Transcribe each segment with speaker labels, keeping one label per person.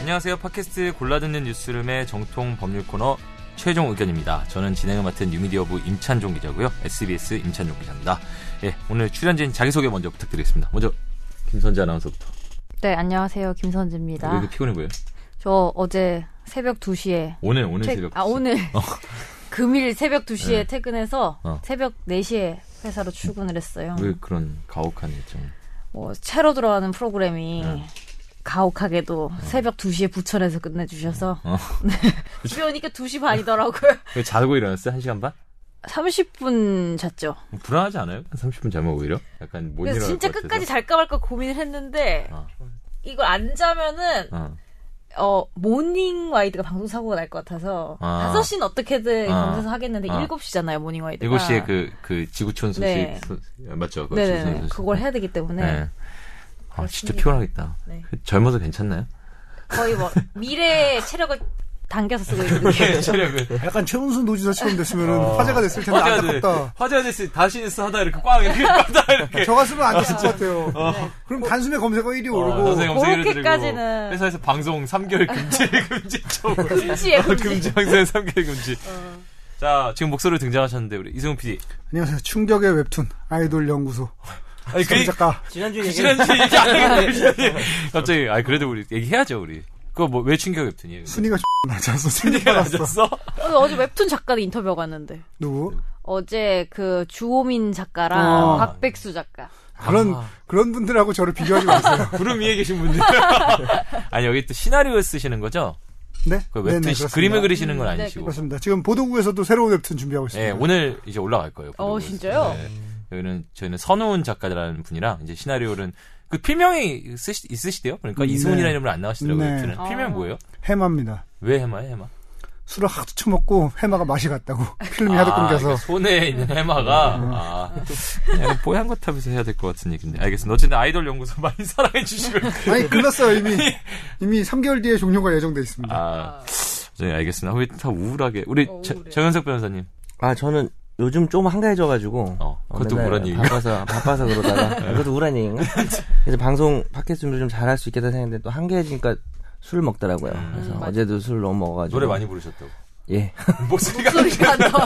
Speaker 1: 안녕하세요. 팟캐스트 골라듣는 뉴스룸의 정통 법률 코너 최종 의견입니다. 저는 진행을 맡은 뉴미디어부 임찬종 기자고요. SBS 임찬종 기자입니다. 예, 오늘 출연진 자기소개 먼저 부탁드리겠습니다. 먼저 김선재 아나운서부터. 아,
Speaker 2: 네, 안녕하세요. 김선지입니다.
Speaker 1: 왜 이렇게 피곤해 보여요?
Speaker 2: 저 어제 새벽 2시에
Speaker 1: 오늘 오늘 네, 새벽. 어.
Speaker 2: 아, 오늘 금일 새벽 2시에
Speaker 1: 네.
Speaker 2: 퇴근해서
Speaker 1: 어.
Speaker 2: 새벽 4시에 회사로 출근을 했어요.
Speaker 1: 왜 그런 가혹한 일정?
Speaker 2: 뭐 채로 들어가는 프로그램이
Speaker 1: 네.
Speaker 2: 가혹하게도 새벽 2시에 부천에서 끝내주셔서
Speaker 1: 어.
Speaker 2: 네. 집에 오니까 2시 반이더라고요.
Speaker 1: 왜 자고 일어났어요? 1시간 반? 뭐
Speaker 2: 30분 잤죠.
Speaker 1: 불안하지 않아요? 한 30분 자면 오히려? 약간 못 일어날
Speaker 2: 그래서 진짜
Speaker 1: 것 같아서.
Speaker 2: 끝까지 잘까 말까 고민을 했는데
Speaker 1: 어.
Speaker 2: 이걸 안 자면은
Speaker 1: 어.
Speaker 2: 어, 모닝 와이드가 방송 사고가 날 것 같아서
Speaker 1: 아.
Speaker 2: 5시는 어떻게든
Speaker 1: 아.
Speaker 2: 검색해서 하겠는데
Speaker 1: 아.
Speaker 2: 7시잖아요, 모닝 와이드가.
Speaker 1: 7시에 그, 그 지구촌 소식.
Speaker 2: 네.
Speaker 1: 소- 아, 맞죠? 그거 지구촌
Speaker 2: 네네.
Speaker 1: 소식.
Speaker 2: 그걸 해야 되기 때문에
Speaker 1: 네. 아, 진짜
Speaker 2: 그렇습니다.
Speaker 1: 피곤하겠다.
Speaker 2: 네.
Speaker 1: 젊어서 괜찮나요?
Speaker 2: 거의 뭐 미래의 체력을 당겨서 쓰고
Speaker 1: 네,
Speaker 2: 있거든요.
Speaker 1: 체력을.
Speaker 3: 약간 최문순 도지사처럼 됐으면 화제가 됐을 텐데
Speaker 1: 어. 화제가 돼.
Speaker 3: 안타깝다. 아,
Speaker 1: 화제가 됐을 때 다시 뉴스 하다 이렇게 꽝 이렇게 꽝다 이렇게.
Speaker 3: 저 같으면 안 됐을 것 같아요. 네. 그럼 단숨에 검색어 1위
Speaker 1: 어,
Speaker 3: 오르고
Speaker 1: 선생님 검색을 해드리고
Speaker 2: 그렇게까지는.
Speaker 1: 회사에서 방송 3개월 금지 금지 처분.
Speaker 2: 금지예요,
Speaker 1: 어,
Speaker 2: 금지.
Speaker 1: 금지 방송 3개월 금지. 자 지금 목소리로 등장하셨는데 우리 이승훈 PD.
Speaker 3: 안녕하세요. 충격의 웹툰 아이돌 연구소
Speaker 1: 아니 그
Speaker 3: 정 작가.
Speaker 4: 지난주에 얘기했
Speaker 1: 지난주 얘기 안 했는데 그 갑자기 아 그래도 우리 얘기해야죠 우리. 그거 뭐 왜 충격 웹툰이에요?
Speaker 3: 순위가 낮아서 순위
Speaker 1: 얘기가
Speaker 3: 받았어.
Speaker 1: 나셨어?
Speaker 2: 오늘 어제 웹툰 작가 인터뷰 갔는데
Speaker 3: 누구?
Speaker 2: 어제 그 주호민 작가랑
Speaker 3: 어.
Speaker 2: 박백수 작가.
Speaker 3: 그런
Speaker 1: 아.
Speaker 3: 그런 분들하고 저를 비교하지 마세요.
Speaker 1: 구름 위에 계신 분들. 아니 여기 또 시나리오 쓰시는 거죠?
Speaker 3: 네.
Speaker 1: 그 웹툰
Speaker 3: 네네,
Speaker 1: 시-
Speaker 3: 그렇습니다.
Speaker 1: 그림을 그리시는 건
Speaker 2: 음, 네,
Speaker 1: 아니시고.
Speaker 3: 그렇습니다. 지금 보도국에서도 새로운 웹툰
Speaker 1: 예,
Speaker 3: 준비하고 있습니다.
Speaker 1: 오늘 이제 올라갈 거예요.
Speaker 2: 음. 어, 진짜요?
Speaker 1: 네. 여기는 저희는 선우은 작가라는 분이랑 이제 시나리오는 그 필명이 쓰시, 있으시대요. 그러니까
Speaker 3: 네.
Speaker 1: 이승훈이라는 이름을 안 나오시더라고요.
Speaker 3: 네.
Speaker 1: 저는
Speaker 2: 아.
Speaker 1: 필명 이 뭐예요?
Speaker 3: 해마입니다.
Speaker 1: 왜 해마예요, 해마?
Speaker 3: 술을 하도 처먹고 해마가 맛이 갔다고 필름이 하도
Speaker 1: 아,
Speaker 3: 끊겨서 음.
Speaker 1: 그러니까 손에 있는 해마가 아, 그냥 보양 거탑에서 해야 될 것 같은 얘기인데. 알겠습니다. 어쨌든 아이돌 연구소 많이 사랑해 주시고요.
Speaker 3: 아니 끝났어요 이미 이미 3개월 뒤에 종료가 예정돼 있습니다.
Speaker 1: 아, 네, 알겠습니다. 왜 다 우울하게 우리
Speaker 2: 어,
Speaker 1: 저-
Speaker 2: 우울해요.
Speaker 1: 정현석 변호사님.
Speaker 4: 아 저는 요즘 좀 한가해져가지고
Speaker 1: 어,
Speaker 3: 네,
Speaker 1: 그것도
Speaker 4: 맨날
Speaker 1: 우울한 얘기가. 네.
Speaker 4: 바빠서 바빠서 그러다가 그것도 우울한 얘기인가? 그래서 방송 팟캐스트도 좀 잘할 수 있겠다 생각했는데 또 한가해지니까 술 먹더라고요. 그래서
Speaker 2: 맞아.
Speaker 4: 어제도 술 너무
Speaker 1: 음.
Speaker 4: 먹어가지고
Speaker 1: 노래 많이 부르셨다고.
Speaker 4: 예.
Speaker 1: 목소리가
Speaker 2: 소리가 더.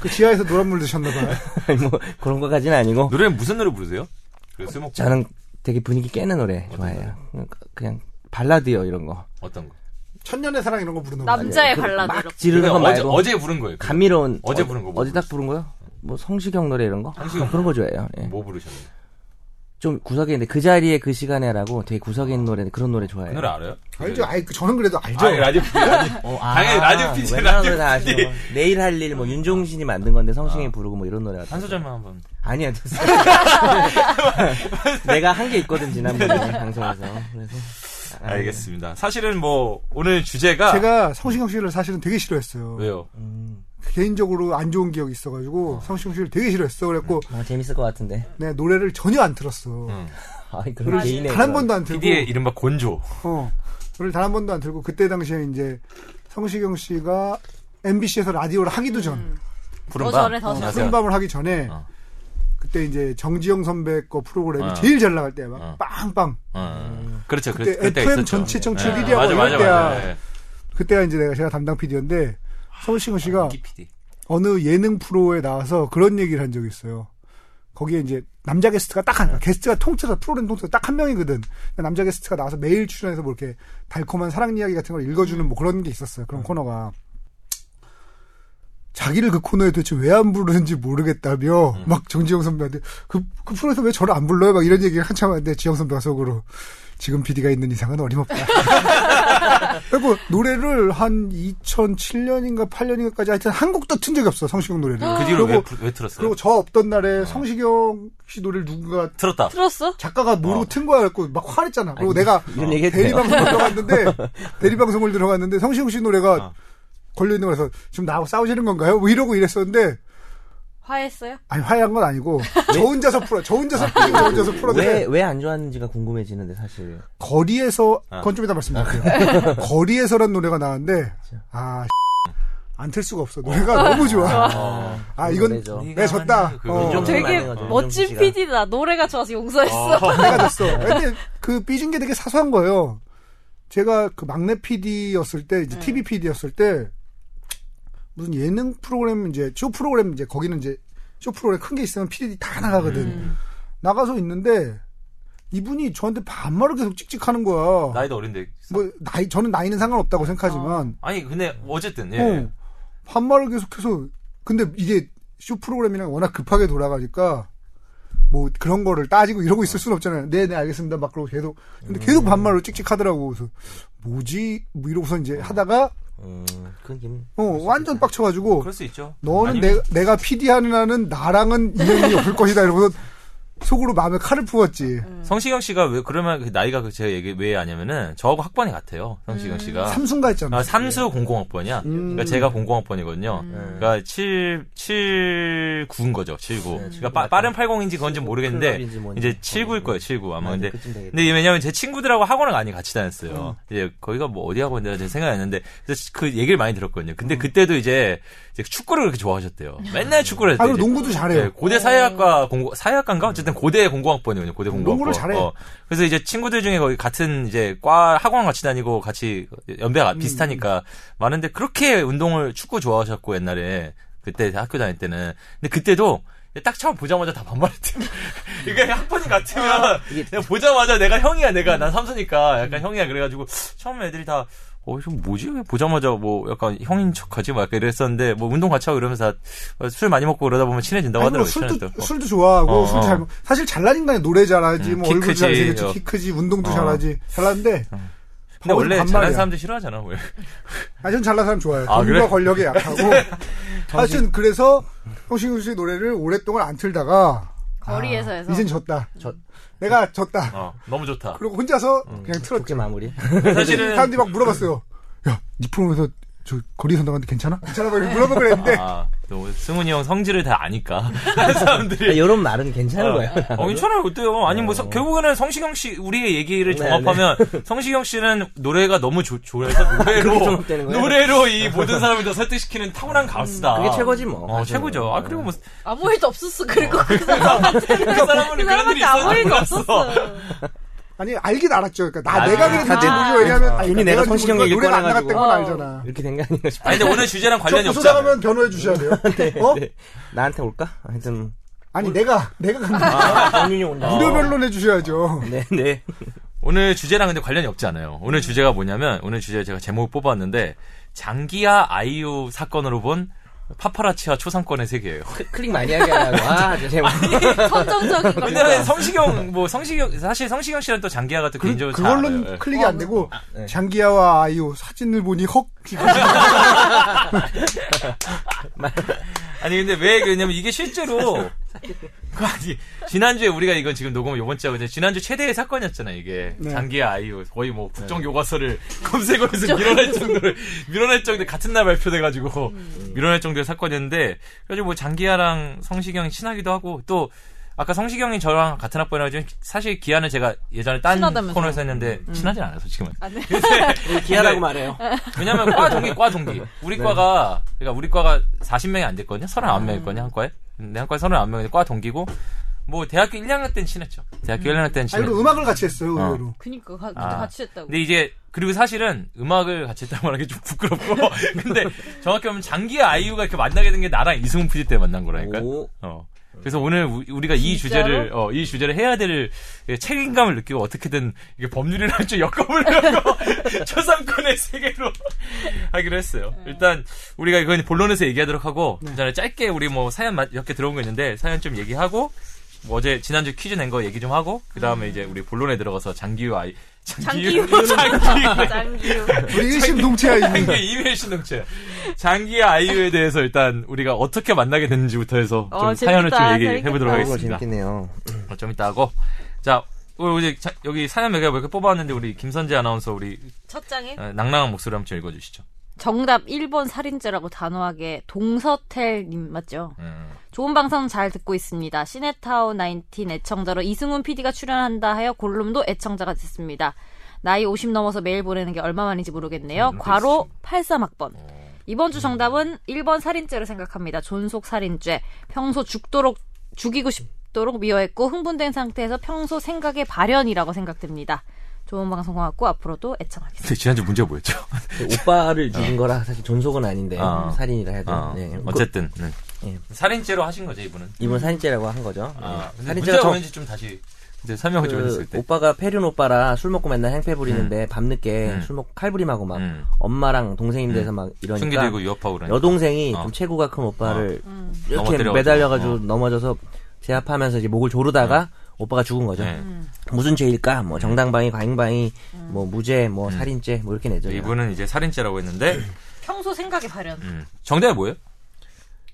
Speaker 3: 그 지하에서 노란물 드셨나봐요.
Speaker 4: 아니, 뭐 그런 것까지는 아니고
Speaker 1: 노래 무슨 노래 부르세요? 그래서 술 먹고
Speaker 4: 저는 되게 분위기 깨는 노래 좋아해요. 그러니까 그냥 발라드요 이런 거.
Speaker 1: 어떤 거?
Speaker 3: 천년의 사랑 이런 거 부르는 거.
Speaker 2: 남자의
Speaker 4: 그
Speaker 2: 발라드
Speaker 4: 막
Speaker 2: 이렇게.
Speaker 4: 지르는 거
Speaker 1: 그러니까 어제
Speaker 4: 말고
Speaker 1: 어제 부른 거예요. 그거.
Speaker 4: 감미로운
Speaker 1: 어제 부른 거 뭐
Speaker 4: 어제 딱 부른 거요? 뭐 성시경 노래 이런 거?
Speaker 1: 성시경
Speaker 4: 그런 거 좋아해요. 예.
Speaker 1: 뭐 부르셨나요?
Speaker 4: 좀 구석에 있는데 그 자리에 그 시간에라고 되게 구석에 있는 노래 그런 노래 좋아해요.
Speaker 1: 그 노래 알아요?
Speaker 3: 알죠? 아이 그 저는 그래도 알죠.
Speaker 1: 아니, 라디오 PD. 라디오.
Speaker 4: 어,
Speaker 1: 당연히 라디오 PD,
Speaker 4: 웬만한
Speaker 1: 라디오 아.
Speaker 4: 노래 다 아시고 내일 할 일 뭐 윤종신이 만든 건데 성시경이 부르고 뭐 이런 노래
Speaker 1: 한
Speaker 4: 같은
Speaker 1: 소절만 한번.
Speaker 4: 아니야 됐어 내가 한 게 있거든 지난번에 방송에서 그래서 아,
Speaker 1: 네. 알겠습니다. 사실은 뭐 오늘 주제가
Speaker 3: 제가 성시경 씨를 사실은 되게 싫어했어요.
Speaker 1: 왜요?
Speaker 4: 음,
Speaker 3: 개인적으로 안 좋은 기억이 있어가지고 성시경 씨를 되게 싫어했어. 그래갖고
Speaker 1: 음.
Speaker 4: 아, 재밌을 것 같은데
Speaker 3: 내 노래를 전혀 안 들었어.
Speaker 4: 아이 그런
Speaker 3: 노래를
Speaker 4: 개인의
Speaker 1: 네,
Speaker 3: 단 한
Speaker 4: 그런-
Speaker 3: 번도 안 들고.
Speaker 1: PD의 이른바 곤조.
Speaker 3: 어. 노래를 단 한 번도 안 들고 그때 당시에 이제 성시경 씨가 MBC에서 라디오를 하기도 전,
Speaker 1: 푸른
Speaker 2: 어,
Speaker 1: 밤.
Speaker 2: 저래, 더 저래.
Speaker 1: 안녕하세요.
Speaker 3: 푸른 밤을 하기 전에
Speaker 1: 어.
Speaker 3: 그때 이제 정지영 선배 거 프로그램이
Speaker 1: 어.
Speaker 3: 제일 잘 나갈 때막
Speaker 1: 어.
Speaker 3: 빵빵.
Speaker 1: 어, 그렇죠. 그때,
Speaker 3: 그때
Speaker 1: 그때
Speaker 3: FM
Speaker 1: 있었죠.
Speaker 3: 전체 청취율
Speaker 1: 네.
Speaker 3: 1위하고
Speaker 1: 맞아,
Speaker 3: 뭐
Speaker 1: 맞아,
Speaker 3: 이럴 때야.
Speaker 1: 맞아. 네.
Speaker 3: 그때가 이제 내가 제가 담당 PD였는데 성시경 씨가
Speaker 1: 아, 인기 PD.
Speaker 3: 어느 예능 프로에 나와서 그런 얘기를 한 적이 있어요. 거기에 이제 남자 게스트가 딱 한, 게스트가 통째로 프로그램 통째로 딱 한 명이거든. 남자 게스트가 나와서 매일 출연해서 뭐 이렇게 달콤한 사랑 이야기 같은 걸 읽어주는 뭐 그런 게 있었어요.
Speaker 1: 음.
Speaker 3: 그런 코너가. 자기를 그 코너에 도대체 왜 안 부르는지 모르겠다며
Speaker 1: 음.
Speaker 3: 막 정지영 선배한테 그, 그 프로에서 왜 저를 안 불러요? 막 이런 얘기를 한참 하는데 지영 선배가 속으로 지금 PD가 있는 이상은 어림없다. 그리고 노래를 한 2007년인가 8년인가까지 하여튼 한 곡도 튼 적이 없어 성시경 노래를.
Speaker 1: 그 뒤로 왜,
Speaker 3: 그리고
Speaker 1: 부- 왜 틀었어요?
Speaker 3: 그리고 저 없던 날에 성시경 씨 노래를 누군가
Speaker 1: 틀었다.
Speaker 2: 틀었어?
Speaker 3: 작가가 모르고
Speaker 1: 어.
Speaker 3: 튼 거야 갖고 막 화냈잖아. 그리고 내가
Speaker 4: 이런 얘기 해도 돼요?
Speaker 3: 대리방송을 들어갔는데 대리방송을 들어갔는데 성시경 씨 노래가
Speaker 1: 어.
Speaker 3: 걸려 있는 거라서 지금 나하고 싸우시는 건가요? 뭐 이러고 이랬었는데
Speaker 2: 화했어요?
Speaker 3: 아니 화해한 건 아니고 저 혼자서 풀어 저 혼자서 풀고 저 혼자서 풀었는데
Speaker 4: 왜왜 안 좋아하는지가 궁금해지는데 사실
Speaker 3: 거리에서 그건 좀 이따 말씀드릴게요. 거리에서란 노래가 나왔는데 아 안 틀 수가 없어. 노래가 너무 좋아.
Speaker 1: 어.
Speaker 3: 아 이건
Speaker 4: 노래죠.
Speaker 3: 내 졌다.
Speaker 1: 그거
Speaker 3: 어.
Speaker 4: 윤종신
Speaker 2: 되게
Speaker 4: 많이 해가지고,
Speaker 2: 멋진
Speaker 4: 윤종신 씨가.
Speaker 2: PD다. 노래가 좋아서 용서했어.
Speaker 3: 내가 됐어. 근데 그 삐진 게 되게 사소한 거예요. 제가 그 막내 PD였을 때 이제
Speaker 2: 네.
Speaker 3: TV PD였을 때 무슨 예능 프로그램 이제 쇼 프로그램 이제 거기는 이제 쇼 프로그램 큰 게 있으면 PD 다 나가거든.
Speaker 2: 음.
Speaker 3: 나가서 있는데 이분이 저한테 반말을 계속 찍찍하는 거야.
Speaker 1: 나이도 어린데.
Speaker 3: 뭐 나이 저는 나이는 상관없다고 생각하지만
Speaker 1: 아니 근데 어쨌든 예.
Speaker 3: 어, 반말을 계속해서 근데 이게 쇼 프로그램이랑 워낙 급하게 돌아가니까 뭐 그런 거를 따지고 이러고 있을 순 없잖아요. 네, 네, 알겠습니다. 막 그러고 계속 근데 계속
Speaker 1: 음.
Speaker 3: 반말로 찍찍하더라고. 그래서 뭐지? 뭐 이러고서 이제 하다가
Speaker 4: 음, 그건 좀
Speaker 3: 어 완전 빡쳐가지고
Speaker 1: 그럴 수 있죠.
Speaker 3: 너는
Speaker 1: 아니면-
Speaker 3: 내, 가 PD 하는 한은 나랑은 인연이 없을 것이다 이러고서 속으로 마음에 칼을 부었지.
Speaker 1: 성시경 씨가 왜 그러면 그 나이가 그 제가 얘기 왜 아냐면은 저하고 학번이 같아요. 성시경
Speaker 3: 음.
Speaker 1: 씨가
Speaker 3: 삼순가 했잖아.
Speaker 1: 아, 삼수 00학번이야.
Speaker 3: 음.
Speaker 1: 그러니까 제가 00학번이거든요.
Speaker 3: 네.
Speaker 1: 그러니까 7 79인 거죠. 79. 그러니까 빠, 빠른 80인지 그건 좀 모르겠는데
Speaker 4: 클럽인지 뭔지.
Speaker 1: 이제 79일 거예요. 79 아마
Speaker 4: 맞아,
Speaker 3: 네,
Speaker 1: 근데
Speaker 4: 그쯤 되겠다.
Speaker 1: 근데 이게 왜냐면 제 친구들하고 학원을 많이 같이 다녔어요.
Speaker 3: 음.
Speaker 1: 이제 거기가 뭐 어디 학원이라 제가 생각이 안 나는데 그래서 그 얘기를 많이 들었거든요. 근데
Speaker 3: 음.
Speaker 1: 그때도 이제, 이제 축구를 그렇게 좋아하셨대요. 맨날 축구를
Speaker 3: 아,
Speaker 1: 했대요.
Speaker 3: 그리고
Speaker 1: 이제.
Speaker 3: 농구도 잘해요.
Speaker 1: 네, 고대 사회학과 공고 사회학과인가 어쨌든 고대 공공학번이거든요. 고대 공공학번.
Speaker 3: 농구를 잘해요.
Speaker 1: 어. 그래서 이제 친구들 중에 거의 같은 이제 과 학원 같이 다니고 같이 연배가
Speaker 3: 음.
Speaker 1: 비슷하니까 많은데 그렇게 운동을 축구 좋아하셨고 옛날에 그때 학교 다닐 때는 근데 그때도 딱 처음 보자마자 다 반말했대요. 그러니까 학번이 같으면
Speaker 3: 아,
Speaker 1: 그냥 보자마자 내가 형이야 내가
Speaker 3: 음.
Speaker 1: 난 삼수니까 약간 형이야 그래가지고 처음에 애들이 다 어, 좀 뭐지? 왜 보자마자 뭐 약간 형인 척하지? 막 약간 이랬었는데 뭐 운동 같이 하고 이러면서 다 술 많이 먹고 그러다 보면 친해진다고
Speaker 3: 아니, 뭐
Speaker 1: 하더라고요.
Speaker 3: 술도
Speaker 1: 친해졌다고.
Speaker 3: 술도 좋아하고
Speaker 1: 어,
Speaker 3: 술도 잘
Speaker 1: 어.
Speaker 3: 먹- 사실 잘난 인간이 노래 잘하지
Speaker 1: 음,
Speaker 3: 뭐
Speaker 1: 키
Speaker 3: 얼굴
Speaker 1: 크지,
Speaker 3: 잘생겼지
Speaker 1: 어.
Speaker 3: 키 크지 운동도
Speaker 1: 어.
Speaker 3: 잘하지 잘났는데
Speaker 1: 근데 원래
Speaker 3: 반말이야.
Speaker 1: 잘하는 사람들 싫어하잖아. 왜?
Speaker 3: 아전 잘난 사람 좋아요
Speaker 1: 아,
Speaker 3: 돈과
Speaker 1: 그래?
Speaker 3: 권력에 약하고 하여튼 그래서 형식우 씨의 노래를 오랫동안 안 틀다가
Speaker 2: 거리에서 해서.
Speaker 3: 아. 이젠 졌다
Speaker 4: 저-
Speaker 3: 내가 졌다
Speaker 1: 어, 너무 좋다.
Speaker 3: 그리고 혼자서 그냥 틀었
Speaker 4: 축제 마무리.
Speaker 1: 사실은-
Speaker 3: 사람들이 막 물어봤어요 야니 프로에서 저 거리에서 나갔는데 괜찮아? 괜찮아? 막 이렇게 물어보고 그랬는데
Speaker 1: 아, 또 승훈이 형 성질을 다 아니까 사람들이.
Speaker 4: 이런 말은 괜찮은 거예요.
Speaker 1: 네. 어, 괜찮아요. 어때요? 아니, 뭐, 서- 결국에는 성시경 씨, 우리의 얘기를
Speaker 4: 네,
Speaker 1: 종합하면, 성시경 씨는 노래가 너무 조, 좋아서 노래로,
Speaker 4: 종합되는 거예요?
Speaker 1: 노래로 이 모든 사람을 다 설득시키는 탁월한 가수다.
Speaker 4: 그게 최고지 뭐.
Speaker 1: 어, 최고죠. 아, 그리고 뭐,
Speaker 2: 아무 일도 없었어. 그리고 그 사람한테
Speaker 1: 그 사람은
Speaker 2: 그
Speaker 1: 그런 일이
Speaker 2: 사람한테 아무
Speaker 1: 있었는지
Speaker 2: 일도
Speaker 1: 몰랐어.
Speaker 2: 없었어.
Speaker 3: 아니 알긴 알았죠 그러니까 나
Speaker 1: 아,
Speaker 3: 내가 그래서
Speaker 2: 아.
Speaker 3: 아, 모르죠 왜냐면 아,
Speaker 4: 이미 내가 성시경
Speaker 3: 모르니까
Speaker 4: 얘기를
Speaker 3: 노래가 안 나갔던 건
Speaker 2: 꺼내가지고.
Speaker 3: 알잖아
Speaker 4: 이렇게 된 게 아닌가 싶어.
Speaker 1: 아니, 근데 오늘 주제랑
Speaker 3: 저
Speaker 1: 관련이 네, 없잖아.
Speaker 3: 고소당하면 변호해 주셔야 돼요 어?
Speaker 4: 나한테 올까? 하여튼
Speaker 3: 아니 내가 내가
Speaker 1: 아.
Speaker 3: 간다.
Speaker 4: 정윤이 온다.
Speaker 3: 무료 변론해 주셔야죠.
Speaker 4: 네, 네.
Speaker 1: 오늘 주제랑 근데 관련이 없지 않아요. 오늘 주제가 뭐냐면, 오늘 주제 제가 제목을 뽑았는데, 장기하 아이유 사건으로 본 파파라치와 초상권의 세계예요.
Speaker 4: 클릭 많이 하게 하라고. 아, 제목.
Speaker 2: 선정적인 거.
Speaker 1: 근데 성시경, 뭐, 성시경, 사실 성시경 씨는 또 장기하가 또 개인적으로 잘
Speaker 3: 그걸로는
Speaker 1: 알아요. 예.
Speaker 3: 클릭이 안 되고
Speaker 4: 네.
Speaker 3: 장기하와 아이유 사진을 보니 헉
Speaker 1: 아니 근데 왜 그러냐면 이게 실제로 그 아니 지난주에 우리가 이건 지금 녹음을 요번 주하고 이제 지난주 최대의 사건이었잖아요 이게
Speaker 3: 네.
Speaker 1: 장기하 아이유 거의 뭐 국정 교과서를 검색으로 해서 밀어낼 정도로 밀어낼 정도 같은 날 발표돼가지고
Speaker 2: 음.
Speaker 1: 밀어낼 정도의 사건이었는데 그래가지고 뭐 장기하랑 성시경이 친하기도 하고 또 아까 성시경이 저랑 같은 학번이라서 지금 사실 기아는 제가 예전에 딴
Speaker 2: 친하다면서요. 음.
Speaker 1: 코너에서 했는데 친하진 않아요 솔직히
Speaker 2: 아, 네.
Speaker 4: 기아라고 말해요.
Speaker 1: 왜냐면 과 동기 과
Speaker 3: 네.
Speaker 1: 동기 우리 과가 그러니까 우리 과가 40명이 안 됐거든요 39명이거든요 한 과에 내 한 과에 39명인데 과 동기고 뭐 대학교 1학년 때는 친했죠 대학교 1학년 때는
Speaker 3: 아이고
Speaker 1: 친했죠
Speaker 3: 음악을 같이 했어요
Speaker 1: 어.
Speaker 3: 의외로.
Speaker 2: 그니까 가-
Speaker 1: 아.
Speaker 2: 같이 했다고.
Speaker 1: 근데 이제 그리고 사실은 음악을 같이 했다고 말하는 게 좀 부끄럽고 근데 정확히 보면 장기와 아이유가 이렇게 만나게 된 게 나랑 이승훈 PD 때 만난 거라니까
Speaker 4: 오.
Speaker 1: 어. 그래서 오늘 우- 우리가 이
Speaker 2: 진짜로?
Speaker 1: 주제를 어, 이 주제를 해야 될 예, 책임감을 느끼고 어떻게든 이게 법률이랑 좀 엮어보려고 초상권의 세계로 하기로 했어요.
Speaker 2: 네.
Speaker 1: 일단 우리가 이건 본론에서 얘기하도록 하고 전에 짧게 우리 뭐 사연 몇 개 들어온 거 있는데 사연 좀 얘기하고 뭐 어제 지난주 퀴즈 낸 거 얘기 좀 하고 그 다음에 이제 우리 본론에 들어가서 장기유 아이 장기유
Speaker 2: 장기유.
Speaker 1: 장기유
Speaker 2: 아, 짱기요.
Speaker 3: 우리 일심동체야
Speaker 1: 장기
Speaker 3: 이
Speaker 1: 이메일 신동체 장기 아이유에 대해서 일단 우리가 어떻게 만나게 됐는지부터 해서 좀
Speaker 2: 어,
Speaker 1: 사연을 좀
Speaker 2: 재밌다. 어,
Speaker 1: 얘기해 보도록
Speaker 2: 재밌겠다.
Speaker 4: 그거
Speaker 1: 하겠습니다.
Speaker 4: 재밌겠네요.
Speaker 1: 어, 좀 이따 하고 자 우리 이제 자- 여기 사연 몇개 몇개 뽑아왔는데 우리 김선재 아나운서 우리
Speaker 2: 첫 장에
Speaker 1: 어, 낭랑한 목소리 한번 좀 읽어주시죠.
Speaker 2: 정답 1번 살인죄라고 단호하게 동서텔님 맞죠?
Speaker 1: 음.
Speaker 2: 좋은 방송 잘 듣고 있습니다. 시네타운 19 애청자로 이승훈 PD가 출연한다 하여 골룸도 애청자가 됐습니다. 나이 50 넘어서 메일 보내는 게 얼마만인지 모르겠네요. 과로 83학번. 이번 주 정답은 1번 살인죄로 생각합니다. 존속 살인죄. 평소 죽도록 죽이고 싶도록 미워했고 흥분된 상태에서 평소 생각의 발현이라고 생각됩니다. 좋은 방송 고맙고 앞으로도 애청하겠습니다.
Speaker 1: 근데 지난주 문제가 뭐였죠?
Speaker 4: 그 오빠를 죽인 거라 사실 존속은 아닌데
Speaker 1: 아.
Speaker 4: 살인이라 해도
Speaker 1: 어,
Speaker 4: 네.
Speaker 1: 어쨌든 네.
Speaker 4: 예.
Speaker 1: 살인죄로 하신 거죠 이분은.
Speaker 4: 그- 이분 살인죄라고 한 거죠.
Speaker 1: 아,
Speaker 4: 네.
Speaker 1: 근데 문제가
Speaker 4: 정-
Speaker 1: 뭔지 좀 다시 이제 설명을 좀 해줬을
Speaker 4: 그
Speaker 1: 때.
Speaker 4: 오빠가 페륜 오빠라 술 먹고 맨날 행패 부리는데 밤늦게
Speaker 1: 음.
Speaker 4: 술 먹고 칼부림하고 막
Speaker 1: 음.
Speaker 4: 엄마랑 동생인 데서
Speaker 1: 음.
Speaker 4: 막
Speaker 1: 흉기
Speaker 4: 이러니까
Speaker 1: 들고 위협하고 그러니까.
Speaker 4: 여동생이
Speaker 1: 어.
Speaker 4: 좀 체구가 큰 오빠를
Speaker 2: 음.
Speaker 4: 이렇게
Speaker 1: 넘어뜨려가지고.
Speaker 4: 매달려가지고
Speaker 1: 어.
Speaker 4: 넘어져서 제압하면서 이제 목을 조르다가 오빠가 죽은 거죠.
Speaker 1: 네.
Speaker 4: 무슨 죄일까? 뭐 정당방위, 과잉방위, 뭐 무죄, 뭐 살인죄, 뭐 이렇게 내죠.
Speaker 1: 음. 이분은 이제 살인죄라고 했는데
Speaker 2: 평소 생각이 발현.
Speaker 1: 음. 정답이 뭐예요?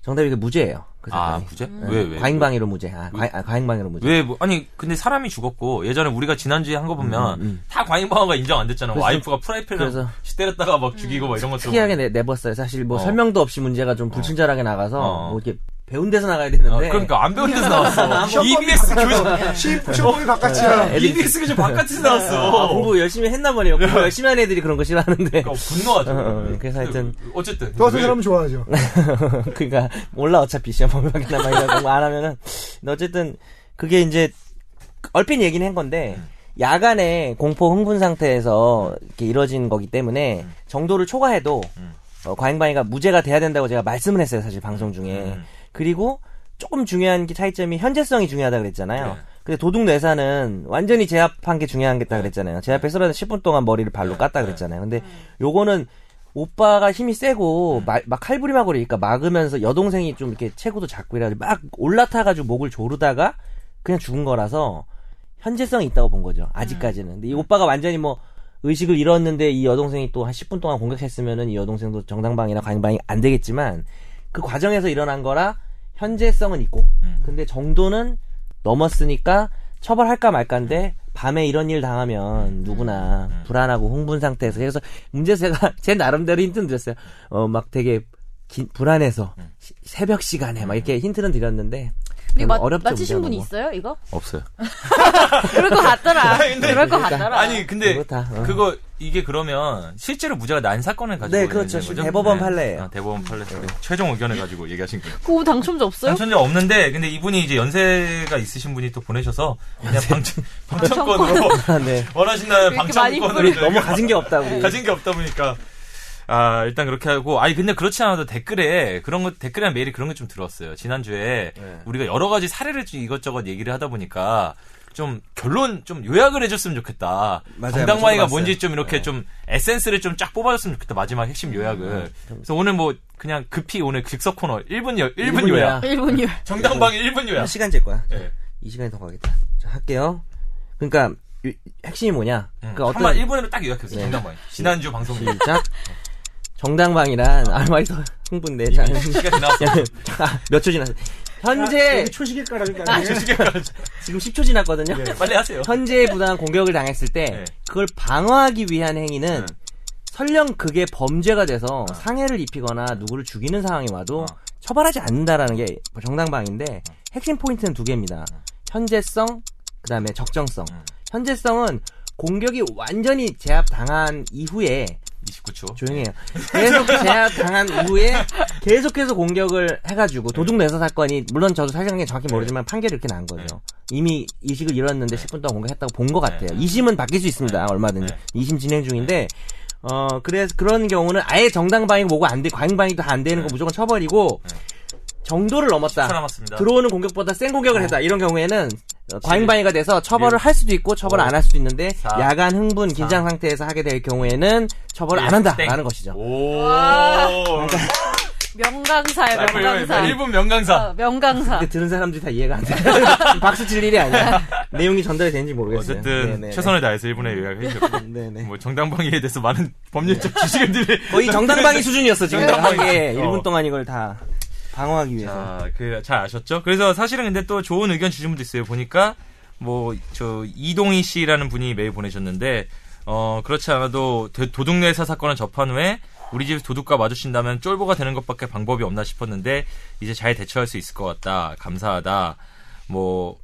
Speaker 4: 정답이 그 무죄예요. 그
Speaker 1: 아
Speaker 4: 사건이.
Speaker 1: 무죄?
Speaker 4: 네.
Speaker 1: 왜 왜?
Speaker 4: 과잉방위로 무죄. 아, 과, 아, 과잉방위로 무죄.
Speaker 1: 왜 뭐, 아니 근데 사람이 죽었고 예전에 우리가 지난주에 한 거 보면 다 과잉방어가 인정 안 됐잖아.
Speaker 4: 음,
Speaker 1: 뭐
Speaker 4: 그래서
Speaker 1: 와이프가 프라이팬을
Speaker 4: 그래서-
Speaker 1: 때렸다가
Speaker 2: 음,
Speaker 1: 막 죽이고 막 이런 것들.
Speaker 4: 특이하게 내, 내봤어요. 사실 뭐
Speaker 1: 어.
Speaker 4: 설명도 없이 문제가 좀 불친절하게 나가서
Speaker 1: 어.
Speaker 4: 뭐 이렇게 배운 데서 나가야 되는데.
Speaker 1: 그러니까 안 배운 데서 나왔어.
Speaker 3: 시험
Speaker 1: EBS
Speaker 4: 아,
Speaker 1: 교정
Speaker 3: 시포션이 바깥이야.
Speaker 4: 뭐 애들이
Speaker 1: EBS 교정 바깥에서
Speaker 4: 아,
Speaker 1: 나왔어.
Speaker 4: 공부 열심히 했나 보네요. 공부 열심히 하는 애들이 그런 거 싫어하는데.
Speaker 1: 그러니까 분노하죠.
Speaker 4: 어, 어, 그래서 하여튼.
Speaker 1: 어쨌든 그
Speaker 3: 또 같은
Speaker 1: 왜-
Speaker 3: 사람은 좋아하죠.
Speaker 4: 그러니까 몰라 어차피 시험 범위밖에나 많이 하고 뭐 안 하면은 근데 어쨌든 그게 이제 얼핏 얘기는 한 건데 야간에 공포 흥분 상태에서 이렇게 이뤄진 거기 때문에 정도를 초과해도
Speaker 1: 음.
Speaker 4: 어, 과잉방위가 무죄가 돼야 된다고 제가 말씀을 했어요 사실 방송 중에
Speaker 1: 음.
Speaker 4: 그리고 조금 중요한 게 차이점이 현재성이 중요하다 그랬잖아요.
Speaker 1: 네.
Speaker 4: 근데 도둑 뇌사는 완전히 제압한 게 중요한 게다 그랬잖아요. 제압에 쓰러져 10분 동안 머리를
Speaker 1: 네.
Speaker 4: 발로 깠다 그랬잖아요. 근데 요거는 오빠가 힘이 세고
Speaker 1: 음.
Speaker 4: 마- 막 칼부림하고 그러니까 막으면서 여동생이 좀 이렇게 체구도 작고 이래가지고 막 올라타가지고 목을 조르다가 그냥 죽은 거라서 현재성이 있다고 본 거죠. 아직까지는.
Speaker 2: 음.
Speaker 4: 근데 이 오빠가 완전히 뭐 의식을 잃었는데 이 여동생이 또 한 10분 동안 공격했으면은 이 여동생도 정당방위나 과잉방위 안 되겠지만 그 과정에서 일어난 거라 현재성은 있고
Speaker 1: 음.
Speaker 4: 근데 정도는 넘었으니까 처벌할까 말까인데 밤에 이런 일
Speaker 2: 음.
Speaker 4: 당하면 누구나 불안하고 흥분 상태에서 그래서 문제 제가 제 나름대로 힌트는 드렸어요. 어 막 되게 기- 불안해서 시- 새벽 시간에 막 이렇게 힌트는 드렸는데
Speaker 2: 음. 근데
Speaker 4: 별로
Speaker 2: 맞,
Speaker 4: 어렵죠,
Speaker 2: 맞히신
Speaker 4: 문제가
Speaker 2: 분이
Speaker 4: 너무.
Speaker 2: 있어요, 이거?
Speaker 1: 없어요.
Speaker 2: 그럴 것 같더라.
Speaker 1: 근데-
Speaker 2: 아, 그럴 것 같더라.
Speaker 1: 아니 근데
Speaker 4: 그러니까 그렇다. 어.
Speaker 1: 그거 이게 그러면 실제로 무죄가 난 사건을 가지고
Speaker 4: 네,
Speaker 1: 있는
Speaker 4: 그렇죠.
Speaker 1: 거죠?
Speaker 4: 대법원 판례예요. 음.
Speaker 1: 아, 대법원 판례 네. 최종 의견을 가지고 얘기하신 거예요.
Speaker 2: 그거 당첨자 없어요?
Speaker 1: 당첨자 없는데 근데 이분이 이제 연세가 있으신 분이 또 보내셔서 그냥 방청, 방청권으로
Speaker 4: 아, 네.
Speaker 1: 원하신다면
Speaker 2: 이렇게 많이
Speaker 1: 방청권으로
Speaker 2: 뿌리-
Speaker 4: 너무 가진 게 없다고.
Speaker 1: 가진 게 없다 보니까 아 일단 그렇게 하고 아니 근데 그렇지 않아도 댓글에 그런 거 댓글이나 메일이 그런 게 좀 들어왔어요 지난주에
Speaker 4: 네.
Speaker 1: 우리가 여러 가지 사례를 좀 이것저것 얘기를 하다 보니까 좀 결론 좀 요약을 해줬으면 좋겠다
Speaker 4: 맞아요.
Speaker 1: 정당방위가
Speaker 4: 저도 봤어요. 네.
Speaker 1: 뭔지 좀 이렇게 좀 에센스를 좀 쫙 뽑아줬으면 좋겠다 마지막 핵심
Speaker 4: 음,
Speaker 1: 요약을 그래서 오늘 뭐 그냥 급히 오늘 즉석 코너 1분 요, 1분
Speaker 4: 아, 일분이야.
Speaker 1: 요약
Speaker 2: 1분율.
Speaker 1: 정당방위 1분 요약
Speaker 4: 시간 잴 거야.
Speaker 1: 예.
Speaker 4: 이 시간이 더 가겠다. 자, 할게요. 그러니까 요- 핵심이 뭐냐?
Speaker 1: 음,
Speaker 4: 그러니까 네.
Speaker 1: 한번 1분으로 딱 요약했어요. 정당방위. 지난주 방송 시간
Speaker 4: 시작. 정당방이란 아마이도 흥분돼. 자, 아,
Speaker 1: 지났어.
Speaker 4: 몇초 지났어? 현재 아,
Speaker 3: 초식일 네. 거라니까.
Speaker 4: 지금 10초 지났거든요.
Speaker 1: 빨리 하세요.
Speaker 4: 현재 부당한 공격을 당했을 때
Speaker 1: 네.
Speaker 4: 그걸 방어하기 위한 행위는
Speaker 1: 네.
Speaker 4: 설령 그게 범죄가 돼서 상해를 입히거나 누구를 죽이는 상황이
Speaker 1: 어.
Speaker 4: 와도
Speaker 1: 음.
Speaker 4: 처벌하지 않는다라는 게 정당방인데 핵심 포인트는 두 개입니다. 현재성 그다음에 적정성. 현재성은 공격이 완전히 제압 당한 이후에
Speaker 1: 29초.
Speaker 4: 조용히 해요. 계속 제압 당한 이후에 계속해서 공격을 해가지고 도둑 내사 사건이 물론 저도 사실관계 정확히 모르지만
Speaker 1: 네.
Speaker 4: 판결이 이렇게 난 거죠. 이미 의식을 잃었는데 10분 동안 공격했다고 본 것 같아요. 2심은 바뀔 수 있습니다. 얼마든지.
Speaker 1: 네.
Speaker 4: 2심 진행 중인데 어 그래서 그런 경우는 아예 정당방위 뭐고 안 돼. 과잉방위도 안 되는
Speaker 1: 네.
Speaker 4: 거 무조건 처벌이고 정도를 넘었다.
Speaker 1: 10초 남았습니다.
Speaker 4: 들어오는 공격보다 센 공격을 했다. 이런 경우에는 어, 과잉방위가 돼서
Speaker 1: 예.
Speaker 4: 처벌을 할 수도 있고 처벌을
Speaker 1: 어.
Speaker 4: 안 할 수도 있는데
Speaker 1: 사,
Speaker 4: 야간 흥분 긴장 상태에서 하게 될 경우에는 처벌을 안 한다라는
Speaker 1: 예. 땡.
Speaker 4: 것이죠.
Speaker 1: 오. 아, 그
Speaker 2: 명강사야, 명강사.
Speaker 1: 1분 명강사.
Speaker 2: 어, 명강사.
Speaker 4: 근데 들은 사람들이 다 이해가 안 돼. 박수 칠 일이 아니야. 내용이 전달이 되는지 모르겠어요.
Speaker 1: 어쨌든
Speaker 4: 네네네.
Speaker 1: 최선을 다해서 1분에 요약해 주셨고.
Speaker 4: 네네.
Speaker 1: 뭐 정당방위에 대해서 많은 법률적
Speaker 4: 네.
Speaker 1: 지식인들이
Speaker 4: 거의 정당방위 수준이었어 지금
Speaker 1: 정당방위.
Speaker 4: 게
Speaker 1: 어.
Speaker 4: 1분 동안 이걸 다 방어하기 위해서.
Speaker 1: 자, 그 잘 아셨죠? 그래서 사실은 근데 또 좋은 의견 주신 분도 있어요. 보니까 뭐 저 이동희 씨라는 분이 메일 보내셨는데 어 그렇지 않아도 대- 도둑 뇌사 사건을 접한 후에 우리 집 도둑과 마주친다면 쫄보가 되는 것밖에 방법이 없나 싶었는데 이제 잘 대처할 수 있을 것 같다. 감사하다. 뭐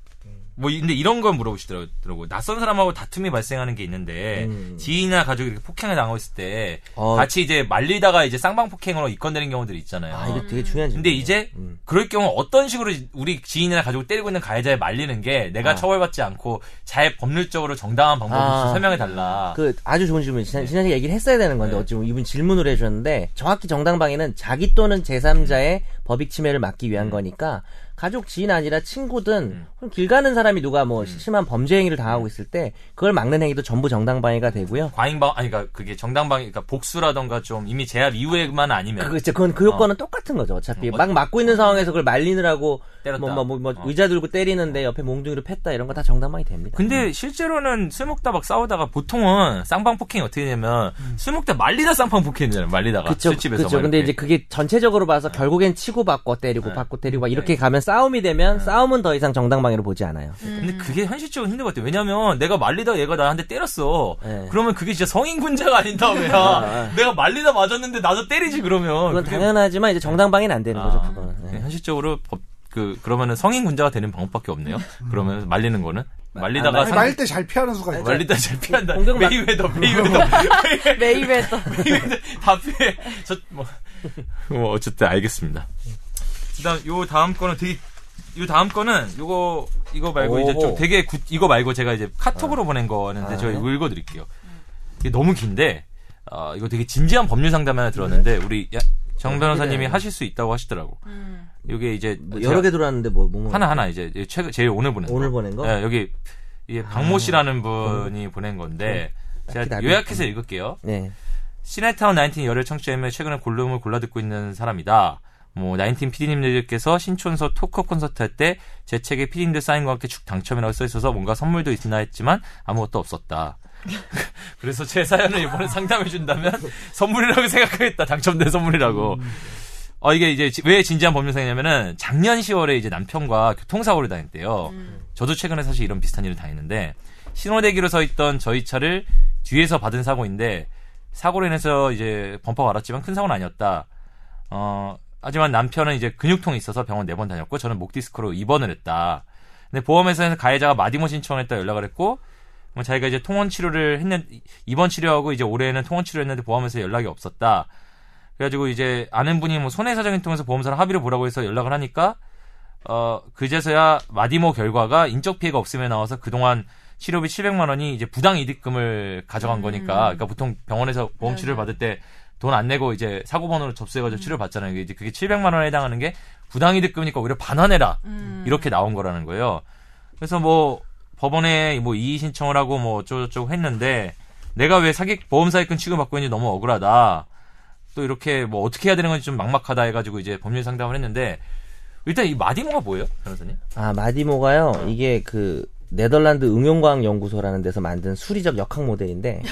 Speaker 1: 뭐 근데 이런 걸 물어보시더라고요. 낯선 사람하고 다툼이 발생하는 게 있는데
Speaker 4: 음.
Speaker 1: 지인이나 가족이 이렇게 폭행을 당하고 있을 때
Speaker 4: 어.
Speaker 1: 같이 이제 말리다가 이제 쌍방 폭행으로 입건되는 경우들이 있잖아요.
Speaker 4: 아, 이거 되게 중요한
Speaker 1: 근데
Speaker 4: 질문이에요.
Speaker 1: 이제
Speaker 4: 음.
Speaker 1: 그럴 경우 어떤 식으로 우리 지인이나 가족을 때리고 있는 가해자에 말리는 게 내가
Speaker 4: 아.
Speaker 1: 처벌받지 않고 잘 법률적으로 정당한 방법으로
Speaker 4: 아.
Speaker 1: 설명해 달라.
Speaker 4: 그 아주 좋은 질문. 지난 지난 시간에 얘기를 했어야 되는 건데
Speaker 1: 네.
Speaker 4: 어찌 보면 이분 질문을 해주셨는데 정확히 정당방위는 자기 또는 제3자의
Speaker 1: 음.
Speaker 4: 법익 침해를 막기 위한 거니까 가족 지인 아니라
Speaker 1: 음.
Speaker 4: 친구든 혹은 길 가는 사람이 누가 뭐 심한 범죄 행위를 당하고 있을 때 그걸 막는 행위도 전부 정당방위가 되고요.
Speaker 1: 과잉방 아니 그러니까 그게 정당방 그러니까 복수라던가 좀 이미 제압 이후에만 아니면
Speaker 4: 그, 그건그 효과는 똑같은 거죠.
Speaker 1: 네.
Speaker 4: 어차피
Speaker 1: 어,
Speaker 4: 막 막고 있는 상황에서 그걸 말리느라고
Speaker 1: 때렸다.
Speaker 4: 뭐, 뭐, 뭐, 뭐
Speaker 1: 어.
Speaker 4: 의자 들고 때리는데 옆에 몽둥이로 팼다 이런 거 다 정당방위 됩니다.
Speaker 1: 근데 실제로는 술 먹다 막 싸우다가 보통은 쌍방 폭행이 어떻게 되냐면 술 먹다 말리다 쌍방 폭행이잖아요. 말리다가
Speaker 4: 음. 그쵸,
Speaker 1: 술집에서
Speaker 4: 그쵸.
Speaker 1: 막
Speaker 4: 근데 이제
Speaker 1: 이렇게.
Speaker 4: 그게 네. 전체적으로 봐서 결국엔 치고 받고 때리고 받고 때리고 막 이렇게 가면 싸움이 되면 싸움은 더 이상 정당방위로 보지 네. 않아요.
Speaker 1: 근데 그게 현실적으로 힘든 것 같아요. 왜냐면 내가 말리다 얘가 나한테 때렸어.
Speaker 4: 네.
Speaker 1: 그러면 그게 진짜 성인 군자가 아닌 다음에야 내가 말리다 맞았는데 나도 때리지 그러면
Speaker 4: 그건
Speaker 1: 그게
Speaker 4: 당연하지만 이제 정당방위는 안 되는
Speaker 1: 아.
Speaker 4: 거죠. 그건. 네.
Speaker 1: 네, 현실적으로 법, 그 그러면은 성인 군자가 되는 방법밖에 없네요. 그러면 말리는 거는 말리다가
Speaker 4: 아,
Speaker 1: 상-
Speaker 3: 말릴 때 잘 피하는 수가 있죠.
Speaker 1: 말리다 잘 피한다.
Speaker 4: 공격 막-
Speaker 1: 메이웨더 메이웨더 네.
Speaker 2: 메이웨더.
Speaker 1: 메이웨더 다 피해. 저뭐 뭐 어쨌든 알겠습니다. 그다음 요 다음 거는 되게 요 다음 거는 요거 이거 말고 이제 좀
Speaker 4: 오호.
Speaker 1: 되게 구- 이거 말고 제가 이제 카톡으로 보낸 거였는데
Speaker 4: 아,
Speaker 1: 저희
Speaker 4: 네.
Speaker 1: 읽어드릴게요. 이게 너무 긴데 어, 이거 되게 진지한 법률 상담 하나 들었는데 우리 야- 정 변호사님이 하실 수 있다고 하시더라고. 이게 이제
Speaker 4: 네, 뭐
Speaker 1: 제가-
Speaker 4: 여러 개 들어왔는데 뭐, 뭐, 뭐.
Speaker 1: 하나 하나 이제 최근 제일 오늘 보낸
Speaker 4: 오늘
Speaker 1: 거.
Speaker 4: 보낸 거? 아.
Speaker 1: 예, 여기 이게 박모 씨라는 분이 보낸 건데 제가
Speaker 4: 네. 답이
Speaker 1: 요약해서 읽을게요.
Speaker 4: 네.
Speaker 1: 시네타운 19 열혈 청취자이며 최근에 골룸을 골라 듣고 있는 사람이다. 뭐, 19 PD님들께서 신촌서 토크 콘서트 할 때 제 책에 PD님들 사인과 함께 축 당첨이라고 써 있어서 뭔가 선물도 있나 했지만 아무것도 없었다. 그래서 제 사연을 이번에 상담해준다면 선물이라고 생각하겠다. 당첨된 선물이라고. 어, 이게 이제 지- 왜 진지한 법률상이냐면은 작년 10월에 이제 남편과 교통사고를 당했대요. 저도 최근에 사실 이런 비슷한 일을 당했는데 신호대기로 서 있던 저희 차를 뒤에서 받은 사고인데 사고로 인해서 이제 범퍼가 알았지만 큰 사고는 아니었다. 어, 하지만 남편은 이제 근육통이 있어서 병원 네 번 다녔고 저는 목 디스크로 입원을 했다. 근데 보험회사에서 가해자가 마디모 신청했다 연락을 했고 뭐 자기가 이제 통원 치료를 했는 입원 치료하고 이제 올해는 통원 치료했는데 보험에서 연락이 없었다. 그래가지고 이제 아는 분이 뭐 손해사정인 통해서 보험사랑 합의를 보라고 해서 연락을 하니까 어 그제서야 마디모 결과가 인적 피해가 없음에 나와서 그동안 치료비 700만 원이 이제 부당 이득금을 가져간 거니까 그러니까 보통 병원에서 보험 치료를 받을 때 돈 안 내고 이제 사고 번호로 접수해가지고 치료를 받잖아요. 이게 이제 그게 700만 원에 해당하는 게 부당 이득금이니까 오히려 반환해라 이렇게 나온 거라는 거예요. 그래서 뭐 법원에 뭐 이의 신청을 하고 뭐 어쩌고저쩌고 했는데 내가 왜 사기 보험 사기꾼 취급받고 있는지 너무 억울하다. 또 이렇게 뭐 어떻게 해야 되는 건지 좀 막막하다 해가지고 이제 법률 상담을 했는데 일단 이 마디모가 뭐예요, 변호사님?
Speaker 4: 아, 마디모가요. 이게 그 네덜란드 응용과학 연구소라는 데서 만든 수리적 역학 모델인데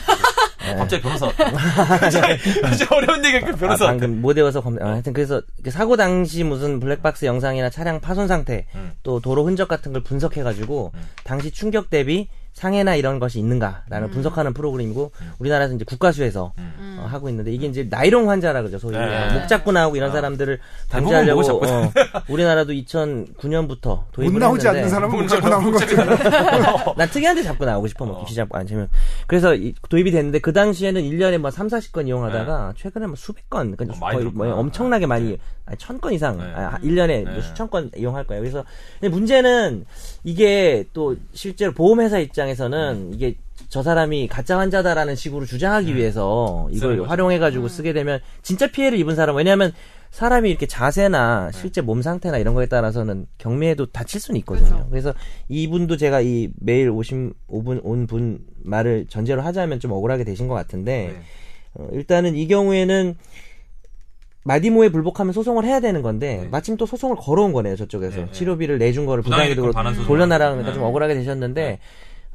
Speaker 4: 어,
Speaker 1: 갑자기 변호사. 진짜 어려운 얘기가 그 변호사.
Speaker 4: 아, 방금 못 외워서 검. 어, 하여튼 그래서 그 사고 당시 무슨 블랙박스 영상이나 차량 파손 상태,
Speaker 1: 음.
Speaker 4: 또 도로 흔적 같은 걸 분석해가지고 당시 충격 대비 상해나 이런 것이 있는가라는
Speaker 3: 음.
Speaker 4: 분석하는 프로그램이고
Speaker 1: 음.
Speaker 4: 우리나라에서 이제 국가수에서 어, 하고 있는데 이게 이제 나이롱 환자라 그러죠 소위
Speaker 1: 네.
Speaker 4: 목 잡고 나오고 이런 사람들을
Speaker 1: 대부분
Speaker 4: 방지하려고
Speaker 1: 목을 잡고
Speaker 4: 어, 우리나라도 2009년부터
Speaker 3: 못
Speaker 4: 도입을
Speaker 3: 나오지
Speaker 4: 했는데
Speaker 3: 않는 사람은 못 잡고 나오는 것 같아요.
Speaker 4: 난 특이한데 잡고 나오고 싶어 뭐 김치 잡고 아니면 그래서 이- 도입이 됐는데 그 당시에는 1년에 뭐 3, 40건 이용하다가 최근에 뭐 수백 건 그러니까
Speaker 1: 네. 어, 많이
Speaker 4: 거의
Speaker 1: 늘었구나.
Speaker 4: 뭐 엄청나게 많이 아니 천건 이상
Speaker 1: 네.
Speaker 4: 아, 1년에
Speaker 1: 네.
Speaker 4: 뭐 수천 건 이용할 거예요. 그래서 근데 문제는 이게 또 실제로 보험회사
Speaker 1: 음.
Speaker 4: 입장에서는 이게 저 사람이 가짜 환자다라는 식으로 주장하기 위해서
Speaker 1: 쓰는
Speaker 4: 이걸
Speaker 1: 거죠. 음.
Speaker 4: 활용해가지고 쓰게 되면 진짜 피해를 입은 사람 왜냐하면 사람이 이렇게 자세나
Speaker 1: 네.
Speaker 4: 실제 몸 상태나 이런 거에 따라서는 경미해도 다칠 수는 있거든요.
Speaker 1: 그렇죠.
Speaker 4: 그래서 이분도 제가 이 매일 오신 오분 온 분 말을 전제로 하자면 좀 억울하게 되신 것 같은데
Speaker 1: 네.
Speaker 4: 어, 일단은 이 경우에는 마디모에 불복하면 소송을 해야 되는 건데
Speaker 1: 네.
Speaker 4: 마침 또 소송을 걸어온 거네요 저쪽에서
Speaker 1: 네, 네.
Speaker 4: 치료비를 내준 거를
Speaker 1: 부당이득금
Speaker 4: 부당이득으로
Speaker 1: 반환 소송을 네.
Speaker 4: 돌려나라니까
Speaker 1: 하는
Speaker 4: 좀
Speaker 1: 거죠.
Speaker 4: 억울하게 되셨는데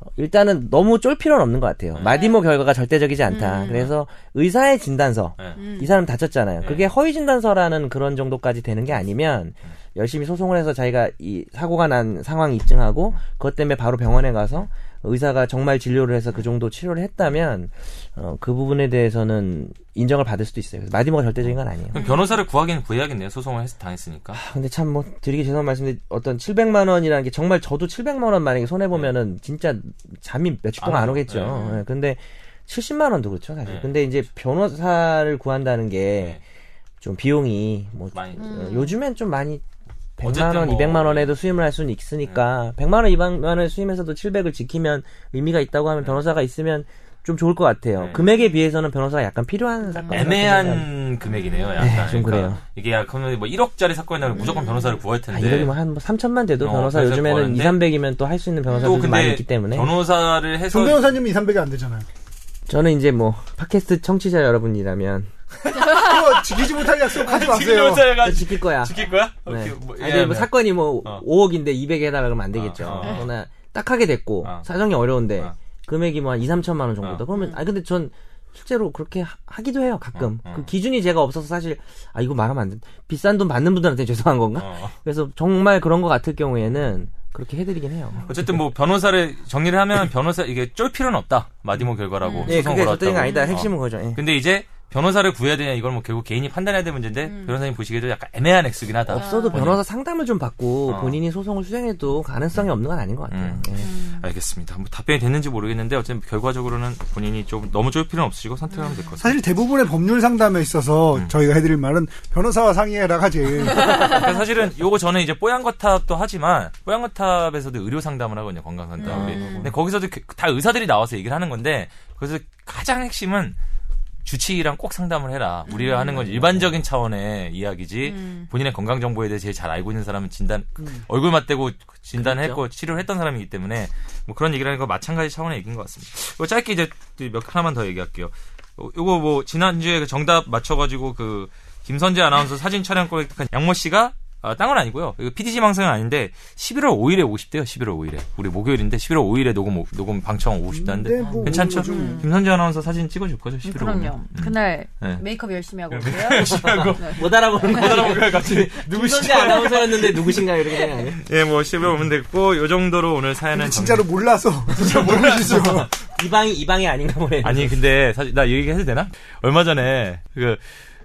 Speaker 4: 어, 일단은 너무 쫄 필요는 없는 것
Speaker 1: 네.
Speaker 4: 같아요 마디모 결과가 절대적이지 않다 그래서 의사의 진단서
Speaker 1: 네.
Speaker 4: 이 사람 다쳤잖아요.
Speaker 1: 음. 네.
Speaker 4: 그게 허위 진단서라는 그런 정도까지 되는 게 아니면 열심히 소송을 해서 자기가 이 사고가 난 상황 입증하고 그것 때문에 바로 병원에 가서 의사가 정말 진료를 해서 그 정도 치료를 했다면 어, 그 부분에 대해서는 인정을 받을 수도 있어요. 그래서 마디모가 절대적인 건 아니에요.
Speaker 1: 그럼 변호사를 구하기는 구해야겠네요. 소송을 했- 당했으니까.
Speaker 4: 아, 근데 참 뭐 드리기 죄송한 말씀인데 어떤 700만 원이라는 게 정말 저도 700만 원 만약에 손해 보면은 진짜 잠이 며칠 동안
Speaker 1: 안
Speaker 4: 안
Speaker 1: 와요.
Speaker 4: 오겠죠.
Speaker 1: 네.
Speaker 4: 예, 근데 70만 원도 그렇죠 사실.
Speaker 1: 네.
Speaker 4: 근데 이제 변호사를 구한다는 게 좀
Speaker 1: 네.
Speaker 4: 비용이 뭐
Speaker 1: 많이.
Speaker 4: 어, 요즘엔 좀 많이 100만
Speaker 1: 어쨌든
Speaker 4: 원,
Speaker 1: 뭐- 네.
Speaker 4: 200만 원에도 수임을 할 수는 있으니까 100만 원, 200만 원에 수임해서도 700을 지키면 의미가 있다고 하면 변호사가 있으면 좀 좋을 것 같아요.
Speaker 1: 네.
Speaker 4: 금액에 비해서는 변호사가 약간 필요한 사건.
Speaker 1: 애매한 금액이네요. 약간.
Speaker 4: 네, 좀 그래요. 음.
Speaker 1: 이게 약간 뭐 1억짜리 사건이라면 무조건 변호사를 구할
Speaker 4: 아,
Speaker 1: 텐데.
Speaker 4: 이러기만 한뭐 3천만 돼도
Speaker 1: 어,
Speaker 4: 변호사
Speaker 1: 변호사
Speaker 4: 요즘에는 2,
Speaker 1: 구하는데?
Speaker 4: 300이면 또 할 수 있는
Speaker 1: 또
Speaker 4: 변호사들이
Speaker 1: 근데
Speaker 4: 많이 있기 때문에
Speaker 1: 변호사를 해서
Speaker 3: 손 변호사님은 2, 300이 안 되잖아요.
Speaker 4: 저는 이제 뭐 팟캐스트 청취자 여러분이라면
Speaker 3: 그거 지키지 못할 약속 하지
Speaker 1: 지금
Speaker 3: 마세요.
Speaker 1: 변호사가
Speaker 4: 또 지킬 거야.
Speaker 1: 아, 지킬 거야?
Speaker 4: 네.
Speaker 1: 오케이, 뭐,
Speaker 4: 아니, 근데
Speaker 1: 예,
Speaker 4: 뭐
Speaker 1: 네.
Speaker 4: 사건이 뭐
Speaker 1: 어.
Speaker 4: 5억인데 200에 해달라 그러면 안 되겠죠.
Speaker 1: 어, 어.
Speaker 4: 그러나 딱 하게 됐고
Speaker 1: 어.
Speaker 4: 사정이 어려운데
Speaker 1: 어.
Speaker 4: 금액이 뭐 한 2, 3천만 원 정도다.
Speaker 1: 어.
Speaker 4: 그러면 아 근데 전 실제로 그렇게 하- 하기도 해요 가끔.
Speaker 1: 어, 어.
Speaker 4: 그 기준이 제가 없어서 사실 아 이거 말하면 안 돼. 비싼 돈 받는 분들한테 죄송한 건가?
Speaker 1: 어.
Speaker 4: 그래서 정말 그런 거 같을 경우에는 그렇게 해드리긴 해요.
Speaker 1: 어쨌든 뭐 변호사를 정리를 하면 변호사 이게 쫄 필요는 없다. 마디모 결과라고.
Speaker 2: 음.
Speaker 4: 예,
Speaker 1: 소송
Speaker 4: 그게
Speaker 1: 걸었다고.
Speaker 4: 절대가 아니다.
Speaker 1: 어.
Speaker 4: 핵심은 그거죠. 예.
Speaker 1: 근데 이제 변호사를 구해야 되냐 이걸 뭐 결국 개인이 판단해야 될 문제인데
Speaker 4: 음.
Speaker 1: 변호사님 보시기에도 약간 애매한 액수긴 하다.
Speaker 4: 없어도
Speaker 1: 본인.
Speaker 4: 변호사 상담을 좀 받고
Speaker 1: 어.
Speaker 4: 본인이 소송을 수행해도 가능성이 없는 건 아닌 것 같아요.
Speaker 1: 음.
Speaker 4: 예.
Speaker 1: 알겠습니다. 뭐 답변이 됐는지 모르겠는데 어쨌든 결과적으로는 본인이 좀 너무 쫄 필요는 없으시고 선택하면 될 것 같습니다.
Speaker 3: 사실 대부분의 법률 상담에 있어서
Speaker 1: 음.
Speaker 3: 저희가 해드릴 말은 변호사와 상의해라가 제일
Speaker 1: 그러니까 사실은 요거 저는 이제 뽀얀거탑도 하지만 뽀얀거탑에서도 의료 상담을 하거든요 건강 상담을. 근데 거기서도 그- 다 의사들이 나와서 얘기를 하는 건데 그래서 가장 핵심은 주치의랑 꼭 상담을 해라. 우리가 하는 건 일반적인 차원의 이야기지
Speaker 2: 음.
Speaker 1: 본인의 건강 정보에 대해 제일 잘 알고 있는 사람은 진단 얼굴 맞대고 진단했고 치료를 했던 사람이기 때문에 뭐 그런 얘기를 하는 거 마찬가지 차원의 얘기인 것 같습니다. 이거 짧게 이제 몇 하나만 더 얘기할게요. 어, 요거 뭐 지난주에 그 정답 맞춰가지고 그 김선재 아나운서 사진 촬영권 획득한 양모 씨가 아, 딴건 아니고요. 이거 PDG 방송은 아닌데 11월 5일에 50대요. 11월 5일에 우리 목요일인데 11월 5일에 녹음 오- 녹음 방청 50대인데
Speaker 3: 근데 뭐
Speaker 1: 괜찮죠?
Speaker 3: 오늘 좀-
Speaker 1: 김선재 아나운서 사진 찍어줄 거죠? 11월 5일.
Speaker 2: 그럼요. 그날
Speaker 1: 네.
Speaker 2: 메이크업 열심히 하고 올게요.
Speaker 4: 못 알아보는 거.
Speaker 1: 뭐야 갑자기
Speaker 4: 김선재 아나운서였는데 누구신가 이렇게 생각해요.
Speaker 1: 예, 뭐 11월 오면 됐고 요 정도로 오늘 사연은
Speaker 3: 진짜로 몰라서 진짜 모르시죠.
Speaker 4: 이방이 이방이 아닌가 보네.
Speaker 1: 아니 근데 사실 나 얘기해도 되나? 얼마 전에 그,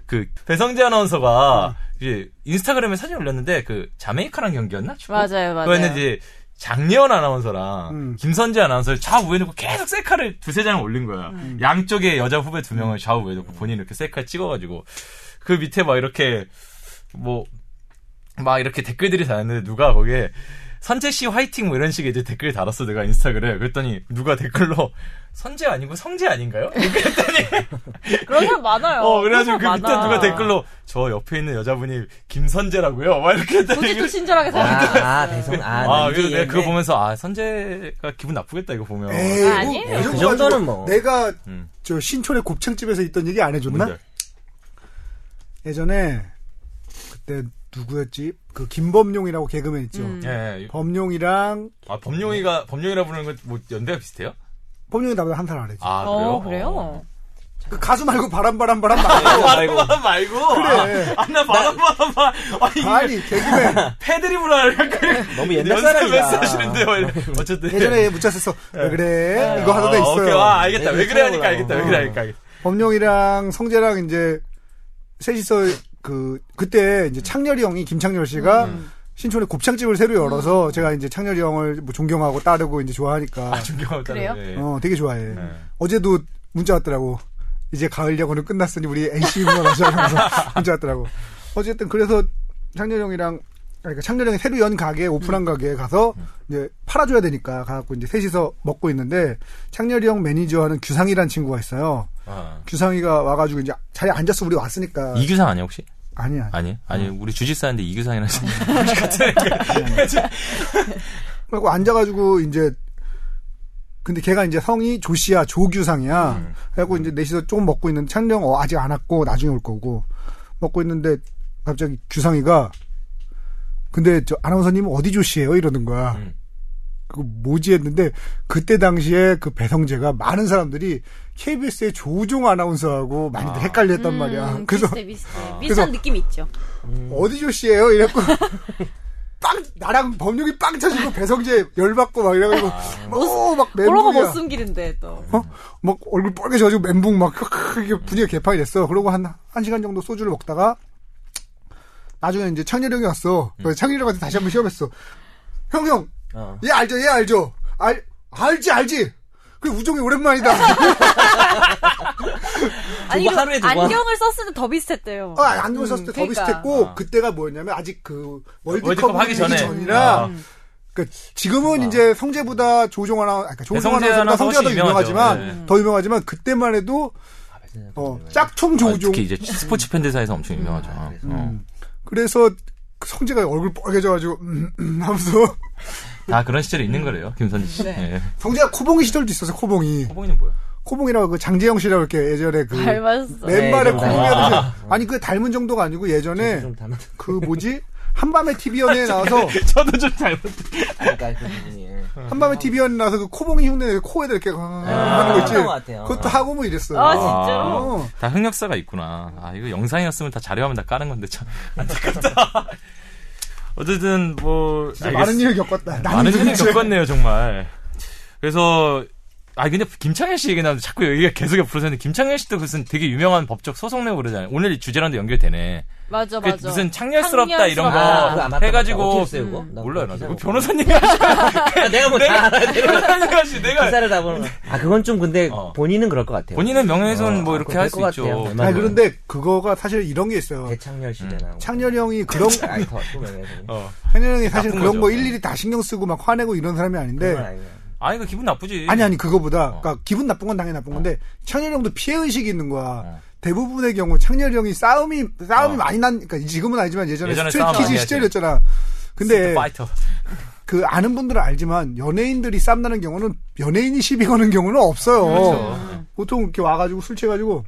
Speaker 1: 그 배성재
Speaker 3: 음.
Speaker 1: 아나운서가 이제 인스타그램에 사진 올렸는데 그 자메이카랑 경기였나? 축구?
Speaker 2: 맞아요, 맞아요.
Speaker 1: 그거는 이제 장예원 아나운서랑
Speaker 3: 음.
Speaker 1: 김선재 아나운서를 좌우에 놓고 계속 셀카를 두세 장을 올린 거야. 양쪽에 여자 후배 두 명을 좌우에 놓고 본인 이렇게 셀카 찍어가지고 그 밑에 막 이렇게 뭐 막 이렇게 댓글들이 달았는데 누가 거기에 선재 씨 화이팅 뭐 이런 식의 이제 댓글 달았어 내가 인스타그램에 그랬더니 누가 댓글로 선재 아니고 성재 아닌가요?
Speaker 2: 그런 사람 많아요.
Speaker 1: 어 그래가지고 그 밑에
Speaker 2: 많아.
Speaker 1: 누가 댓글로 저 옆에 있는 여자분이 김선재라고요 막 이렇게
Speaker 2: 굳이 또
Speaker 1: 했더니
Speaker 2: 친절하게
Speaker 4: 아,
Speaker 2: 살아.
Speaker 4: 아, 대성 아,
Speaker 1: 아,
Speaker 4: 난지,
Speaker 1: 그래서 내가 그거
Speaker 4: 네.
Speaker 1: 보면서 아 선재가 기분 나쁘겠다 이거 보면
Speaker 3: 에이,
Speaker 2: 아, 아니에요.
Speaker 3: 뭐, 이
Speaker 4: 그
Speaker 3: 정도
Speaker 4: 정도는
Speaker 3: 가지고
Speaker 4: 뭐.
Speaker 3: 내가
Speaker 1: 음.
Speaker 3: 저 신촌의 곱창집에서 있던 얘기 안 해줬나?
Speaker 1: 뭔지 알-
Speaker 3: 예전에 그때 누구였지? 그 김범용이라고 개그맨 있죠.
Speaker 2: 음.
Speaker 1: 예, 예.
Speaker 3: 범용이랑
Speaker 1: 아 범용이가 범용이라 부르는 건 뭐 연배가 비슷해요?
Speaker 3: 범용이 나보다 한 살 아래지.
Speaker 1: 아 그래요?
Speaker 2: 어, 그래요?
Speaker 3: 그 가수 말고 바람 바람 바람 말고.
Speaker 1: 바람 바람 아, 말고
Speaker 3: 그래.
Speaker 1: 아나 바람 바람 바람 아니
Speaker 3: 아니 개그맨
Speaker 1: 패드립을 하려고
Speaker 4: 너무 옛날
Speaker 1: 연습을
Speaker 4: 사람이다.
Speaker 1: 하시는데요 어쨌든
Speaker 3: 예전에 문자 썼어. 왜 그래? 이거 하나 더
Speaker 1: 어,
Speaker 3: 있어요. 어.
Speaker 1: 오케이 와 알겠다 왜 그래 하니까
Speaker 4: 처음으로.
Speaker 1: 알겠다 왜 그래 하니까 알겠다.
Speaker 3: 범용이랑 성재랑 이제 셋이서 그 그때 이제 창렬이 형이 김창렬 씨가 신촌에 곱창집을 새로 열어서 제가 이제 창렬이 형을 뭐 존경하고 따르고 이제 음. 좋아하니까
Speaker 1: 아 존경하다 예.
Speaker 2: 그래요?
Speaker 3: 어 되게 좋아해. 어제도 문자 왔더라고. 이제 가을 야구는 끝났으니 우리 NC 응원하자 하면서 문자 왔더라고. 어쨌든 그래서 창렬 형이랑 아니, 그러니까 창렬 형이 새로 연 가게 오픈한 가게에 가서 이제 팔아줘야 되니까 가갖고 이제 셋이서 먹고 있는데 창렬이 형 매니저하는 규상이란 친구가 있어요.
Speaker 1: 아.
Speaker 3: 규상이가 와가지고 이제 자리에 앉았어 우리 왔으니까
Speaker 1: 이규상 아니야 혹시?
Speaker 3: 아니야
Speaker 1: 아니 아니 우리 주짓사인데 이규상이라
Speaker 3: 그리고 앉아가지고 이제 근데 걔가 이제 성이 조씨야 조규상이야 그래갖고 이제 넷이서 조금 먹고 있는데 창령 어, 아직 안 왔고 나중에 올 거고 먹고 있는데 갑자기 규상이가 근데 저 아나운서님 어디 조씨예요 이러는 거야
Speaker 1: 음.
Speaker 3: 그거 뭐지 했는데 그때 당시에 그 배성재가 많은 사람들이 KBS의 조우종 아나운서하고 많이들 헷갈렸단 말이야
Speaker 2: 음,
Speaker 3: 그래서
Speaker 1: 어.
Speaker 2: 비슷해, 비슷해.
Speaker 1: 아.
Speaker 2: 비슷한 느낌 있죠.
Speaker 3: 어디 조씨예요 이랬고 빵 나랑 범용이 빵 터지고 배성재 열받고 막 이래가지고 뭐막 멘붕이야.
Speaker 2: 그런 거 못 숨기는데 또.
Speaker 3: 어? 막 얼굴 빨개져가지고 멘붕 막 크게 분위기 개판이 됐어. 그러고 한, 한 시간 정도 소주를 먹다가 나중에 이제 창렬 형이 왔어. 그래서 창렬 형한테 다시 한번 시험했어. 형, 형!
Speaker 4: 어.
Speaker 3: 얘 알죠, 얘 알죠? 알, 알지, 알지! 그 우종이 오랜만이다.
Speaker 2: 아니
Speaker 4: 두고
Speaker 2: 이거
Speaker 4: 하루에 두고
Speaker 2: 안경을 썼을 때 더 비슷했대요.
Speaker 3: 어, 안경 썼을 때 더
Speaker 2: 그러니까.
Speaker 3: 비슷했고
Speaker 1: 아.
Speaker 3: 그때가 뭐였냐면 아직 그 월드컵,
Speaker 1: 월드컵 하기 전에.
Speaker 3: 이라
Speaker 1: 아.
Speaker 3: 그러니까 지금은 이제 성재보다 조종 아나 그러니까 조종
Speaker 1: 성재
Speaker 3: 아나보다
Speaker 1: 아나운서
Speaker 3: 성재가 더
Speaker 1: 훨씬 유명하죠.
Speaker 3: 유명하지만
Speaker 1: 네.
Speaker 3: 더 유명하지만 그때만 해도
Speaker 4: 아,
Speaker 3: 어, 짝퉁
Speaker 1: 아,
Speaker 3: 조종 음.
Speaker 1: 특히 이제 스포츠 팬들 사이에서 엄청 유명하죠. 어.
Speaker 3: 그래서 그 성재가 얼굴 빨개져가지고 음, 음 하면서
Speaker 1: 다 그런 시절이 있는 거래요, 김선지 씨.
Speaker 2: 네.
Speaker 1: 예.
Speaker 3: 성재가 코봉이 시절도 있었어 코봉이
Speaker 1: 호봉이는 뭐야?
Speaker 3: 코봉이라고 그 장재영 씨라고 이렇게 예전에 그
Speaker 2: 닮았어.
Speaker 3: 맨발에
Speaker 4: 네,
Speaker 3: 코봉이
Speaker 4: 좀 닮았어.
Speaker 3: 하듯이 아니 그 닮은 정도가 아니고 예전에
Speaker 4: 좀 닮았.
Speaker 3: 그 뭐지 한밤의 TV연에 나와서
Speaker 1: 저도 좀 잘못.
Speaker 4: 그러니까 그 부분이. 예.
Speaker 3: 한밤에 TV연 나서 그 코봉이 흉내 코에다
Speaker 1: 아.
Speaker 3: 이렇게 하는 거 있지.
Speaker 4: 아, 그런 것 같아요.
Speaker 3: 그것도 하고 뭐 이랬어요.
Speaker 2: 아, 진짜로?
Speaker 3: 어.
Speaker 1: 다 흑역사가 있구나. 아, 이거 영상이었으면 다 자료하면 다 까는 건데, 참. 안타깝다. 어쨌든, 뭐.
Speaker 3: 진짜 많은 일을 겪었다. 나는
Speaker 1: 많은 일을
Speaker 3: 도대체-
Speaker 1: 겪었네요, 정말. 그래서, 아, 근데 김창현 씨 얘기 나는데 자꾸 여기가 계속 옆으로 서는데, 김창현 씨도 무슨 되게 유명한 법적 소송 내고 그러잖아요. 오늘 이 주제랑도 연결되네.
Speaker 2: 맞아
Speaker 1: 그
Speaker 2: 맞아.
Speaker 1: 무슨 창렬스럽다 이런 거
Speaker 2: 창렬스럽다.
Speaker 4: 아, 그거 안 맞다, 맞다.
Speaker 1: 아, 해가지고.
Speaker 4: 어떻게 했어요, 그거? 나
Speaker 1: 몰라요,
Speaker 4: 그거
Speaker 1: 나도.
Speaker 4: 기사 못
Speaker 1: 변호사님이 하시,
Speaker 4: 봤어. 내가 뭐
Speaker 1: 내가,
Speaker 4: 다 알아야 돼.
Speaker 1: 변호사님이 하시, 내가.
Speaker 4: 기사를 다 보는. 거. 아 그건 좀 근데
Speaker 1: 어.
Speaker 4: 본인은 그럴 것 같아요.
Speaker 1: 본인은 명예훼손
Speaker 4: 어,
Speaker 1: 뭐
Speaker 4: 아,
Speaker 1: 이렇게
Speaker 4: 그거
Speaker 1: 할
Speaker 4: 될
Speaker 1: 수
Speaker 4: 것
Speaker 1: 있죠.
Speaker 4: 같아요. 얼마나
Speaker 3: 아니, 그런데 그거가 사실 이런 게 있어요.
Speaker 1: 네.
Speaker 4: 대창렬 시대나.
Speaker 3: 창렬이 형이 그런,
Speaker 4: 아니 더또 명예훼손.
Speaker 1: 음. 어.
Speaker 3: 창렬이 형이 사실
Speaker 1: 나쁜 거죠.
Speaker 3: 그런 거 일일이 다 신경 쓰고 막 화내고 이런 사람이 아닌데.
Speaker 4: 그건 아니에요.
Speaker 1: 아, 이거 기분 나쁘지.
Speaker 3: 아니 아니 그거보다
Speaker 1: 어.
Speaker 3: 그러니까 기분 나쁜 건 당연히 나쁜 건데 창렬이 형도 피해 의식이 있는 거야.
Speaker 1: 어.
Speaker 3: 대부분의 경우 창렬이 형이 싸움이 싸움이
Speaker 1: 어.
Speaker 3: 많이 난 그러니까 지금은 아니지만 예전에,
Speaker 1: 예전에 싸움
Speaker 3: 스트릿
Speaker 1: 많이
Speaker 3: 키즈
Speaker 1: 하지.
Speaker 3: 시절이었잖아. 근데
Speaker 1: 파이터.
Speaker 3: 그 아는 분들은 알지만 연예인들이 싸움 나는 경우는 연예인이 시비 거는 경우는 없어요.
Speaker 1: 그렇죠.
Speaker 3: 보통 이렇게 와가지고 술 취해가지고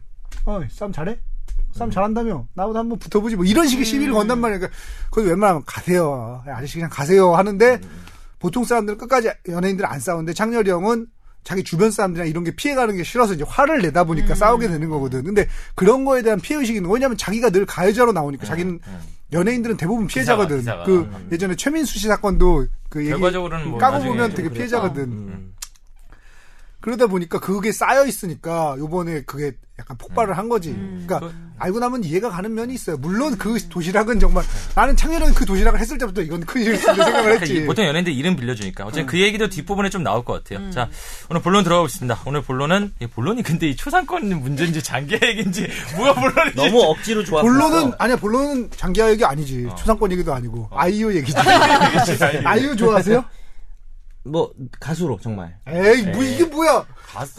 Speaker 3: 어 싸움 잘해? 싸움 잘한다며 나보다 한번 붙어보지 뭐 이런 식의
Speaker 1: 음.
Speaker 3: 시비를 건단 말이야. 그러니까 그걸 웬만하면 가세요 예, 아저씨 그냥 가세요 하는데
Speaker 1: 음.
Speaker 3: 보통 사람들은 끝까지 연예인들 은안 싸우는데 창렬이 형은 자기 주변 사람들이나 이런 게 피해가는 게 싫어서 이제 화를 내다
Speaker 1: 음.
Speaker 3: 보니까 싸우게 되는 거거든. 근데 그런 거에 대한 피해 의식이 있는 거. 왜냐면 자기가 늘 가해자로
Speaker 1: 음.
Speaker 3: 나오니까 자기는 연예인들은 대부분 피해자거든.
Speaker 1: 기사가, 기사가.
Speaker 3: 그 예전에 최민수 씨 사건도 그 얘기
Speaker 1: 결과적으로는 뭐
Speaker 3: 까고
Speaker 1: 나중에
Speaker 3: 보면
Speaker 1: 좀
Speaker 3: 되게
Speaker 1: 그랬다.
Speaker 3: 피해자거든. 음. 그러다 보니까 그게 쌓여 있으니까 요번에 그게 약간 폭발을 한 거지. 그러니까 알고 나면 이해가 가는 면이 있어요. 물론 그 도시락은 정말 나는 창렬은 그 도시락을 했을 때부터 이건 큰 실수인 생각을
Speaker 1: 그러니까 이-
Speaker 3: 했지.
Speaker 1: 보통 연예인들 이름 빌려주니까
Speaker 4: 음.
Speaker 1: 어쨌든 그 얘기도 뒷부분에 좀 나올 것 같아요. 자 오늘 본론 들어가보겠습니다. 오늘 본론은 이 본론이 근데 이 초상권 문제인지 장기 얘기인지 뭐가 본론인지
Speaker 4: 너무 억지로 좋았어.
Speaker 3: 본론은 아니야 본론은 장기하 얘기 아니지 초상권 얘기도 아니고 어. 아이유 얘기지. 아이유 좋아하세요?
Speaker 4: 뭐 가수로 정말.
Speaker 3: 에이 뭐 이게 뭐야?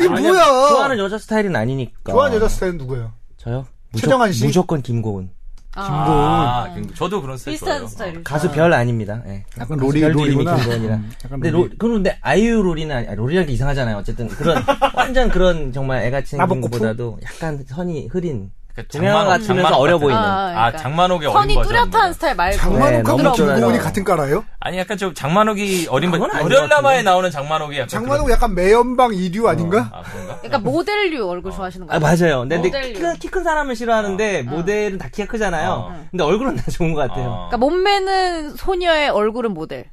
Speaker 3: 이게
Speaker 1: 아니야,
Speaker 3: 뭐야?
Speaker 4: 좋아하는 여자 스타일은 아니니까.
Speaker 3: 좋아하는 여자 스타일은 누구예요?
Speaker 4: 저요?
Speaker 3: 최정환 씨?
Speaker 4: 무조건 김고은.
Speaker 1: 아, 그러니까 저도 그런 스타일
Speaker 2: 비슷한
Speaker 1: 좋아요.
Speaker 2: 스타일.
Speaker 4: 가수 별 아닙니다. 예.
Speaker 3: 약간
Speaker 4: 가수
Speaker 3: 로리-
Speaker 4: 별 이름이
Speaker 3: 로리구나.
Speaker 4: 김고은이라.
Speaker 3: 음, 약간
Speaker 4: 근데 로,
Speaker 3: 로리.
Speaker 4: 그런데 아이유 로리는 아니, 아, 로리라는 게 이상하잖아요. 어쨌든 그런 완전 그런 정말 애같이 생긴
Speaker 3: 나보고
Speaker 4: 것보다도 약간 선이 흐린.
Speaker 1: 그러니까
Speaker 4: 동양
Speaker 1: 장만옥,
Speaker 4: 같으면서
Speaker 1: 장만옥
Speaker 4: 어려
Speaker 1: 같은-
Speaker 4: 보이는.
Speaker 2: 아,
Speaker 1: 아
Speaker 2: 그러니까.
Speaker 1: 장만옥의
Speaker 2: 선이
Speaker 1: 어린 버전.
Speaker 2: 뚜렷한 스타일 말고.
Speaker 4: 네,
Speaker 3: 장만옥하고
Speaker 4: 너무 좋아요.
Speaker 3: 김고은이 같은 까라예요?
Speaker 1: 아니 약간 좀 장만옥이 어린 버전.
Speaker 4: 그건 아닌
Speaker 1: 열혈남아에
Speaker 4: 것 같은데.
Speaker 1: 나오는 장만옥이 약간
Speaker 3: 장만옥 약간 매연방 이류 아닌가?
Speaker 1: 그런- 아 그런가?
Speaker 2: 약간 그러니까 모델류 얼굴 좋아하시는 거
Speaker 4: 아 맞아요. 근데,
Speaker 2: 모델이요.
Speaker 4: 키큰 사람을 싫어하는데 모델은 다 키가 크잖아요.
Speaker 1: 어.
Speaker 4: 근데 얼굴은 다 좋은 것 같아요.
Speaker 1: 어.
Speaker 2: 그러니까 몸매는 소녀의 얼굴은 모델.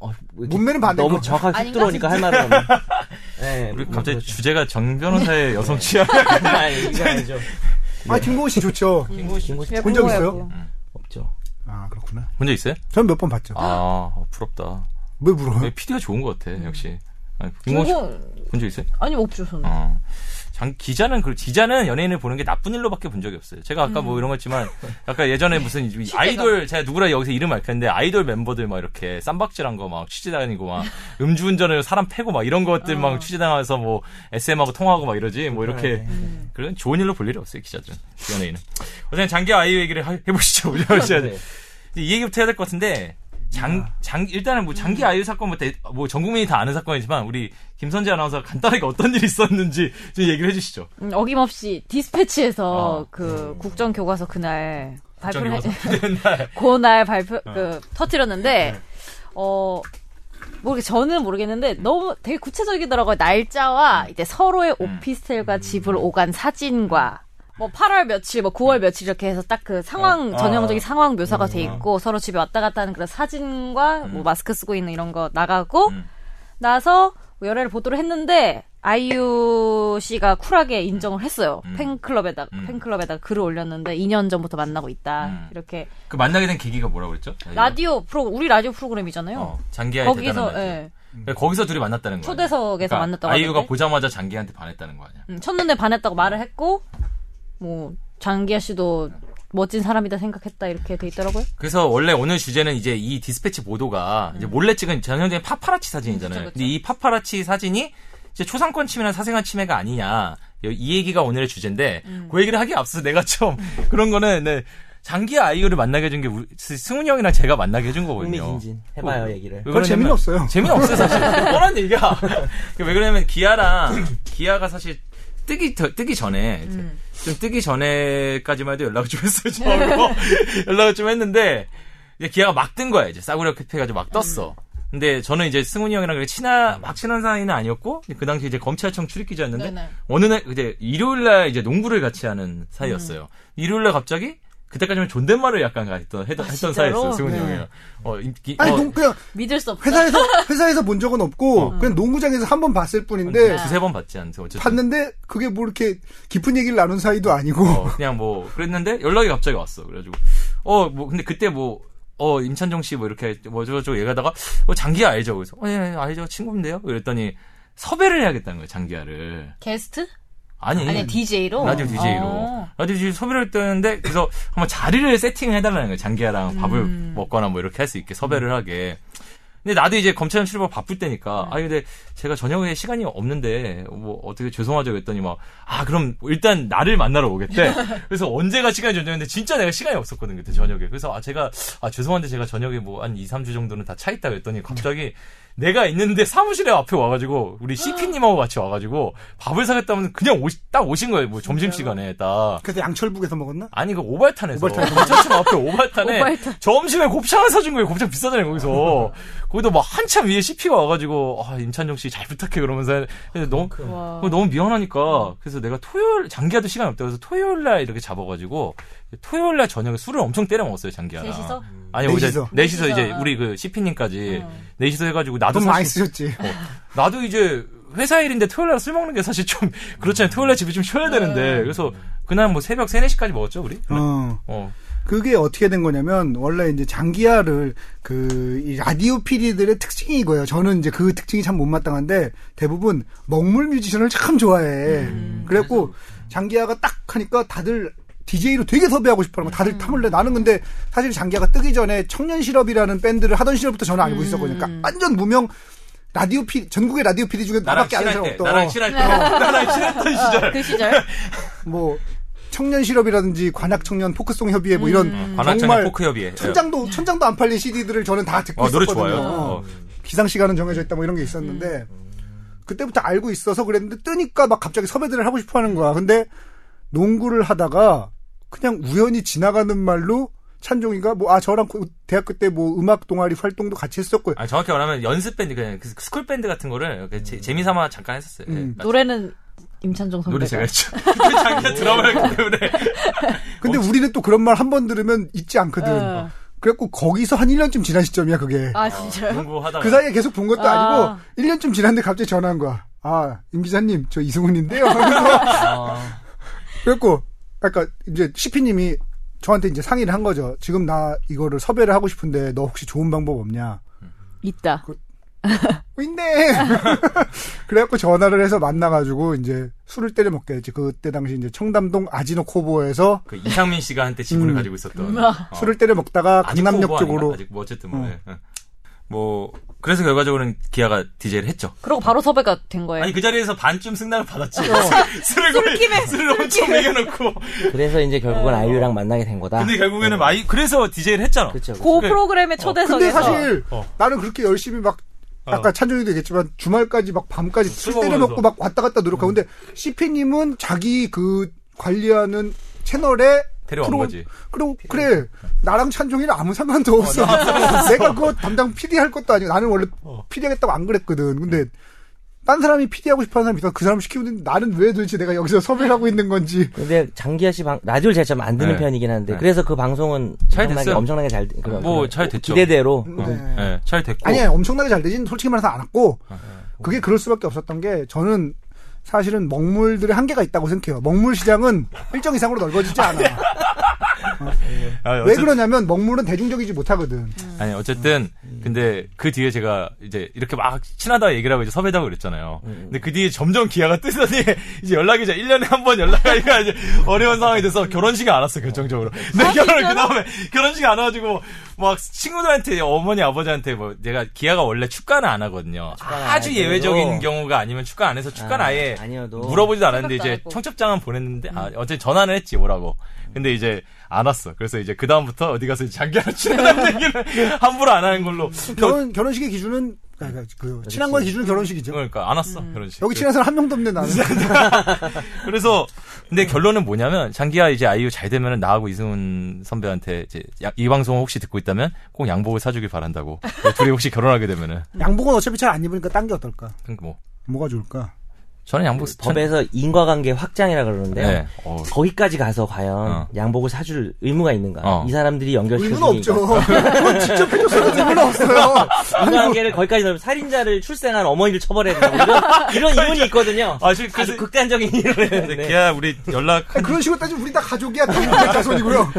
Speaker 4: 어, 왜 이렇게
Speaker 3: 몸매는 반대.
Speaker 4: 너무 정확하게 훅
Speaker 2: 아닌가,
Speaker 4: 들어오니까 할 말은 없네. 네, 그렇죠.
Speaker 1: 우리 갑자기 주제가 정 변호사의 여성 취향.
Speaker 4: 이거죠.
Speaker 3: 아 김고은 씨 좋죠. 본 적 있어요?
Speaker 4: 없죠.
Speaker 3: 아 그렇구나.
Speaker 1: 혼자 있어요?
Speaker 3: 전 몇 번 봤죠.
Speaker 1: 아 부럽다.
Speaker 3: 왜 물어요?
Speaker 1: 피디가 좋은 것
Speaker 4: 음.
Speaker 1: 같아 역시. 아니, 김공 씨
Speaker 2: 김공
Speaker 1: 본 적 있어요?
Speaker 2: 뭐, 아니 뭐 없죠 저는.
Speaker 1: 어. 장 기자는 그 기자는 연예인을 보는 게 나쁜 일로밖에 본 적이 없어요. 제가 아까 뭐 이런 거 했지만 아까 예전에 무슨 이 아이돌 제가 누구라 여기서 이름 알겠는데 아이돌 멤버들 막 이렇게 쌈박질한 거 막 취재다니고 막 음주운전을 사람 패고 막 이런 것들 막 취재당하면서 뭐 SM하고 통화하고 막 이러지 뭐 이렇게 그런 좋은 일로 볼 일이 없어요 기자들 연예인은. 어쨌든 장기 아이유 얘기를 하- 해보시죠. 우리 아저씨한테.
Speaker 4: 네.
Speaker 1: 이 얘기부터 해야 될 것 같은데 장, 장 일단은 뭐 장기
Speaker 2: 음.
Speaker 1: 아이유 사건부터 뭐전 국민이 다 아는 사건이지만 우리 김선재 아나운서 간단하게 어떤 일이 있었는지 좀 얘기를 해주시죠.
Speaker 2: 음, 어김없이 디스패치에서
Speaker 1: 어.
Speaker 2: 그 국정 교과서 아, 그날 발표를 해,
Speaker 1: 국정교과서 날.
Speaker 2: 그날 발표
Speaker 1: 어.
Speaker 2: 그 터뜨렸는데
Speaker 1: 네.
Speaker 2: 어 모르게 저는 모르겠는데 너무 되게
Speaker 1: 음.
Speaker 2: 구체적이더라고요 날짜와 이제 서로의 오피스텔과 집을 오간 사진과 뭐 8월 며칠, 뭐 9월 며칠 이렇게 해서 딱 그 상황
Speaker 1: 어, 어,
Speaker 2: 전형적인
Speaker 1: 어.
Speaker 2: 상황 묘사가 돼 있고 서로 집에 왔다 갔다 하는 그런 사진과 뭐 마스크 쓰고 있는 이런 거 나가고
Speaker 1: 음.
Speaker 2: 나서 뭐 열애를 보도를 했는데 아이유 씨가 쿨하게 인정을 했어요.
Speaker 1: 음.
Speaker 2: 팬클럽에다 가 팬클럽에다 글을 올렸는데 2년 전부터 만나고 있다
Speaker 1: 음.
Speaker 2: 이렇게
Speaker 1: 그 만나게 된 계기가 뭐라고 그랬죠?
Speaker 2: 라디오 프로 우리 라디오 프로그램이잖아요.
Speaker 1: 어, 장기하의
Speaker 2: 거기서
Speaker 1: 대단한
Speaker 2: 예,
Speaker 1: 라디오. 거기서 둘이 만났다는 거예요.
Speaker 2: 초대석에서 만났다고
Speaker 1: 아이유가
Speaker 2: 하던데?
Speaker 1: 보자마자 장기한테 반했다는 거 아니야?
Speaker 2: 음, 첫눈에 반했다고 말을 했고 뭐 장기하 씨도 멋진 사람이다 생각했다 이렇게 돼 있더라고요.
Speaker 1: 그래서 원래 오늘 주제는 이제 이 디스패치 보도가 이제 몰래 찍은 전형적인 파파라치 사진이잖아요.
Speaker 2: 음. 그쵸, 그쵸.
Speaker 1: 근데 이 파파라치 사진이 이제 초상권 침해나 사생활 침해가 아니냐. 여- 이 얘기가 오늘의 주제인데
Speaker 2: 음.
Speaker 1: 그 얘기를 하기 앞서 내가 좀 그런 거는 네, 장기 아이유를 만나게 해준 게 우리 스- 승훈이 형이랑 제가 만나게 해준 거거든요.
Speaker 4: 흥미진진 해봐요
Speaker 1: 뭐
Speaker 4: 얘기를.
Speaker 1: 어. 왜
Speaker 3: 그건 재미는
Speaker 1: 그러냐면-
Speaker 3: 없어요.
Speaker 1: 재미는 없어요 사실 뻔한 얘기야 그왜 그러냐면 기아랑 기아가 사실 뜨기 더- 뜨기 전에 이제
Speaker 2: 음.
Speaker 1: 좀 뜨기 전에까지만 해도 연락을 좀 했어요 저하고 연락을 좀 했는데 이제 기아가 막 뜬 거야 이제 싸구려 캐피해가지고 막 떴어
Speaker 2: 음.
Speaker 1: 근데 저는 이제 승훈이 형이랑 그렇게 친한 막 친한 사이는 아니었고 이제 그 당시 이제 검찰청 출입기자였는데
Speaker 2: 네네.
Speaker 1: 어느 날 이제 일요일 날 이제 농구를 같이 하는 사이였어요
Speaker 2: 음.
Speaker 1: 일요일 날 갑자기 그때까지만 존댓말을 약간 했던 했던,
Speaker 2: 아,
Speaker 1: 했던 사이였어요 승훈이
Speaker 3: 네.
Speaker 1: 형이랑 어, 인- 기-
Speaker 3: 아니
Speaker 1: 어,
Speaker 3: 농- 그냥
Speaker 2: 믿을 수 없다.
Speaker 3: 회사에서 회사에서 본 적은 없고 그냥 농구장에서 한 번 봤을 뿐인데
Speaker 1: 두세 번 봤지 않죠. 어쨌든.
Speaker 3: 봤는데 그게 뭐 이렇게 깊은 얘기를 나눈 사이도 아니고
Speaker 1: 어, 그냥 뭐 그랬는데 연락이 갑자기 왔어. 그래가지고 어 뭐 근데 그때 뭐. 어 임찬정 씨 뭐 이렇게 뭐저저 얘가다가 어 장기야 알죠 그래서 어, 예, 예, 알죠 친구인데요 그랬더니 섭외를 해야겠다는 거예요 장기야를
Speaker 2: 게스트?
Speaker 1: 아니 어.
Speaker 2: 아니 DJ로?
Speaker 1: 음.
Speaker 2: 어.
Speaker 1: 라디오 DJ로 라디오 DJ 섭외를 했다는데 그래서 한번 자리를 세팅을 해달라는 거예요 장기야랑 밥을 먹거나 뭐 이렇게 할 수 있게 섭외를 하게 근데 나도 이제 검찰 출입하고 바쁠 때니까 아 근데 제가 저녁에 시간이 없는데 뭐 어떻게 죄송하죠 그랬더니 막 아 그럼 일단 나를 만나러 오겠대 그래서 언제가 시간이 존재했는데 진짜 내가 시간이 없었거든 그때 저녁에 그래서 아 제가 아 죄송한데 제가 저녁에 뭐 한 2, 3주 정도는 다 차 있다 그랬더니 갑자기 내가 있는데 사무실에 앞에 와가지고 우리 CP님하고 같이 와가지고 밥을 사겠다면 그냥 오시, 딱 오신 거예요 뭐 점심시간에 딱
Speaker 3: 그래서 양철북에서 먹었나?
Speaker 1: 아니 그 오발탄에서
Speaker 3: 오발탄.
Speaker 1: 검찰청 앞에 오발탄에
Speaker 2: 오발탄.
Speaker 1: 점심에 곱창을 사준 거예요. 곱창 비싸잖아요 거기서. 거기도 막 한참 위에 CP가 와가지고 아 임찬정 씨 잘 부탁해 그러면서 근데 너무
Speaker 2: 와.
Speaker 1: 너무 미안하니까 그래서 내가 토요일 장기하도 시간이 없다 그래서 토요일 날 이렇게 잡아가지고 토요일 날 저녁에 술을 엄청 때려 먹었어요 장기하랑.
Speaker 2: 셋이서?
Speaker 1: 아니
Speaker 3: 넷이서.
Speaker 1: 넷이서 넷이서 이제
Speaker 2: 넷이서.
Speaker 1: 우리 그 CP님까지 넷이서 해가지고 나도
Speaker 3: 돈
Speaker 1: 아, 사실
Speaker 3: 많이 쓰셨지.
Speaker 1: 나도 이제 회사 일인데 토요일 날 술 먹는 게 사실 좀 그렇잖아요. 토요일 날 집에 좀 쉬어야 되는데 그래서 그날 뭐 새벽 3, 4시까지 먹었죠 우리.
Speaker 3: 어.
Speaker 1: 어.
Speaker 3: 그게 어떻게 된 거냐면 원래 이제 장기하를 그 이 라디오 PD들의 특징이 이거예요. 저는 이제 그 특징이 참 못마땅한데 대부분 먹물 뮤지션을 참 좋아해. 그래갖고 장기하가 딱 하니까 다들 DJ로 되게 섭외하고 싶어 하는 거 다들 탐을래. 나는 근데 사실 장기하가 뜨기 전에 청년 실업이라는 밴드를 하던 시절부터 저는 알고 있었거든요. 그러니까 완전 무명 라디오 PD 전국의 라디오 PD 중에 나밖에 어, 아는 사람 없다.
Speaker 1: 나랑 친할 때, 나랑 친했던 시절.
Speaker 2: 그 시절?
Speaker 3: 뭐 청년 실업이라든지 관악 청년 포크송 협의회 뭐 이런
Speaker 1: 관악장의 예.
Speaker 3: 정말
Speaker 1: 포크협의회.
Speaker 3: 천장도 천장도 안 팔린 CD들을 저는 다 듣고
Speaker 1: 어, 노래
Speaker 3: 있었거든요.
Speaker 1: 좋아요. 어.
Speaker 3: 기상 시간은 정해져 있다 뭐 이런 게 있었는데 그때부터 알고 있어서 그랬는데 뜨니까 막 갑자기 섭외들을 하고 싶어 하는 거야. 근데 농구를 하다가 그냥 우연히 지나가는 말로 찬종이가 뭐 아 저랑 고- 대학교 때 뭐 음악 동아리 활동도 같이 했었고
Speaker 1: 아니, 정확히 말하면 연습 밴드 그냥 그 스쿨 밴드 같은 거를 그 제- 재미삼아 잠깐 했었어요. 예.
Speaker 3: 음.
Speaker 2: 노래는 임찬종 선배가.
Speaker 1: 노래 제가 했죠. 그때 자기가 드라마를 했기 때문에. 어,
Speaker 3: 근데 우리는 또 그런 말 한 번 들으면 잊지 않거든.
Speaker 2: 어.
Speaker 3: 그래갖고 거기서 한 1년쯤 지난 시점이야 그게.
Speaker 2: 아 진짜요?
Speaker 1: 농구 하다가.
Speaker 3: 그 사이에 계속 본 것도
Speaker 2: 아.
Speaker 3: 아. 니고 1년쯤 지났는데 갑자기 전화한 거야. 아, 임 기자님, 저 이승훈인데요. 하면서
Speaker 4: 아,
Speaker 3: 그랬고, 아까 이제 CP님이 저한테 이제 상의를 한 거죠. 지금 나 이거를 섭외를 하고 싶은데 너 혹시 좋은 방법 없냐?
Speaker 2: 있다.
Speaker 1: 그-
Speaker 3: 어, 있네. 그래갖고 전화를 해서 만나가지고 이제 술을 때려 먹게 했지. 그때 당시 이제 청담동 아지노코보에서
Speaker 1: 그 이상민 씨가 한때 지분을 가지고 있었던. 어.
Speaker 3: 음. 아. 술을 때려 먹다가
Speaker 1: 아직 후보
Speaker 3: 강남역
Speaker 1: 아닌가?
Speaker 3: 쪽으로
Speaker 1: 아직 뭐 어쨌든 뭐. 예, 예. 뭐 그래서 결과적으로는 기아가 DJ를 했죠.
Speaker 2: 그러고 바로 섭외가 된
Speaker 3: 네.
Speaker 2: 거예요.
Speaker 1: 아니 그 자리에서 반쯤 승낙을 받았지.
Speaker 3: 어.
Speaker 1: 술을 거의- 술을 엄청 먹여놓고.
Speaker 4: 그래서 이제 결국은 아이유랑 만나게 된 거다.
Speaker 1: 근데 결국에는 마이 그래서 DJ를 했잖아.
Speaker 4: 그렇죠.
Speaker 2: 그
Speaker 1: 그-
Speaker 2: 프로그램의
Speaker 3: 근데
Speaker 2: 초대석에서
Speaker 3: 사실
Speaker 1: 어.
Speaker 3: 나는 그렇게 열심히 막 아까 찬종이도 얘기했지만 주말까지 막 밤까지 술
Speaker 1: 먹으면서.
Speaker 3: 때려먹고 막 왔다 갔다 노력하고 근데 CP님은 자기 그 관리하는 채널에
Speaker 1: 데려온
Speaker 3: 프로-
Speaker 1: 거지.
Speaker 3: 그리고 그래 나랑 찬종이는 아무 상관도 없어. 내가 그거 담당 PD 할 것도 아니고 나는 원래 PD 하겠다고 안 그랬거든. 근데 딴 사람이 PD 하고 싶어 하는 사람이 있다. 그 사람 시키면 나는 왜 도대체 내가 여기서 섭외를 하고 있는 건지.
Speaker 4: 근데 장기하 씨 방, 라디오를 제가 참 안 듣는
Speaker 1: 네.
Speaker 4: 편이긴 한데
Speaker 1: 네.
Speaker 4: 그래서 그 방송은
Speaker 1: 잘
Speaker 4: 엄청나게,
Speaker 1: 됐어요.
Speaker 4: 엄청나게 잘 그런-
Speaker 1: 뭐,
Speaker 4: 그런-
Speaker 1: 잘 됐죠.
Speaker 4: 기대대로
Speaker 3: 네.
Speaker 1: 네, 잘 됐고.
Speaker 3: 아니, 아니, 엄청나게 잘 되진 솔직히 말해서 않았고, 그게 그럴 수밖에 없었던 게, 저는 사실은 먹물들의 한계가 있다고 생각해요. 먹물 시장은 일정 이상으로 넓어지지 않아.
Speaker 1: 아,
Speaker 3: 왜
Speaker 1: 어쨌든- 음.
Speaker 3: 그러냐면, 먹물은 대중적이지 못하거든.
Speaker 1: 아니 어쨌든 근데 그 뒤에 제가 이제 이렇게 막 친하다 얘기를 하고 이제 섭외하고 그랬잖아요. 근데 그 뒤에 점점 기아가 뜨더니 이제 연락이 이제 1년에 한 번 연락하기가 이제 어려운 상황이 돼서 결혼식이 안 왔어 결정적으로. 근데 결혼 그다음에 결혼식이 안 와가지고 막 친구들한테 어머니 아버지한테 뭐 내가 기아가 원래 축가는 안 하거든요.
Speaker 4: 안
Speaker 1: 아주
Speaker 4: 하는데도.
Speaker 1: 예외적인 경우가 아니면 축가 안 해서 축가는
Speaker 4: 아,
Speaker 1: 아, 예
Speaker 4: 아니어도.
Speaker 1: 물어보지도 않았는데
Speaker 2: 생각도 안
Speaker 1: 이제
Speaker 2: 했고.
Speaker 1: 청첩장은 보냈는데 아 어제 전화는 했지 뭐라고. 근데 이제 안 왔어. 그래서 이제 그 다음부터 어디 가서 장기하러 친하다는 얘기를 함부로 안 하는 걸로.
Speaker 3: 결혼, 결혼식의 기준은, 그러니까 그 친한 거의 기준은 결혼식이죠.
Speaker 1: 그러니까 안 왔어 그런 식.
Speaker 3: 여기 친한 사람 한 명도 없네, 나는.
Speaker 1: 그래서 근데 결론은 뭐냐면 장기야 이제 아이유 잘 되면은 나하고 이승훈 선배한테 이제 야- 이 방송 혹시 듣고 있다면 꼭 양복을 사주길 바란다고. 둘이 혹시 결혼하게 되면은
Speaker 3: 양복은 어차피 잘 안 입으니까 딴 게 어떨까?
Speaker 1: 그러니까 뭐
Speaker 3: 뭐가 좋을까?
Speaker 1: 저는 양복 천-
Speaker 4: 법에서 인과관계 확장이라 그러는데요.
Speaker 1: 네. 어,
Speaker 4: 거기까지 가서 과연
Speaker 1: 어.
Speaker 4: 양복을 사줄 의무가 있는가?
Speaker 1: 어.
Speaker 4: 이 사람들이 연결시켜
Speaker 3: 의무는 뭐 없죠. 그건 직접 해줬어요. 의무는 없어요. 뭐,
Speaker 4: 인과관계를 거기까지 넣으면 살인자를 출생한 어머니를 처벌해야 된다. 이런 이런 이론이 있거든요.
Speaker 1: 아, 지금 그래서-
Speaker 4: 아주 극단적인 이론이에요.
Speaker 1: 근데
Speaker 4: 네.
Speaker 1: 기아 우리 연락
Speaker 3: 아니, 그런 식으로 따지면 우리 다 가족이야. 다 우리의 자손이고요.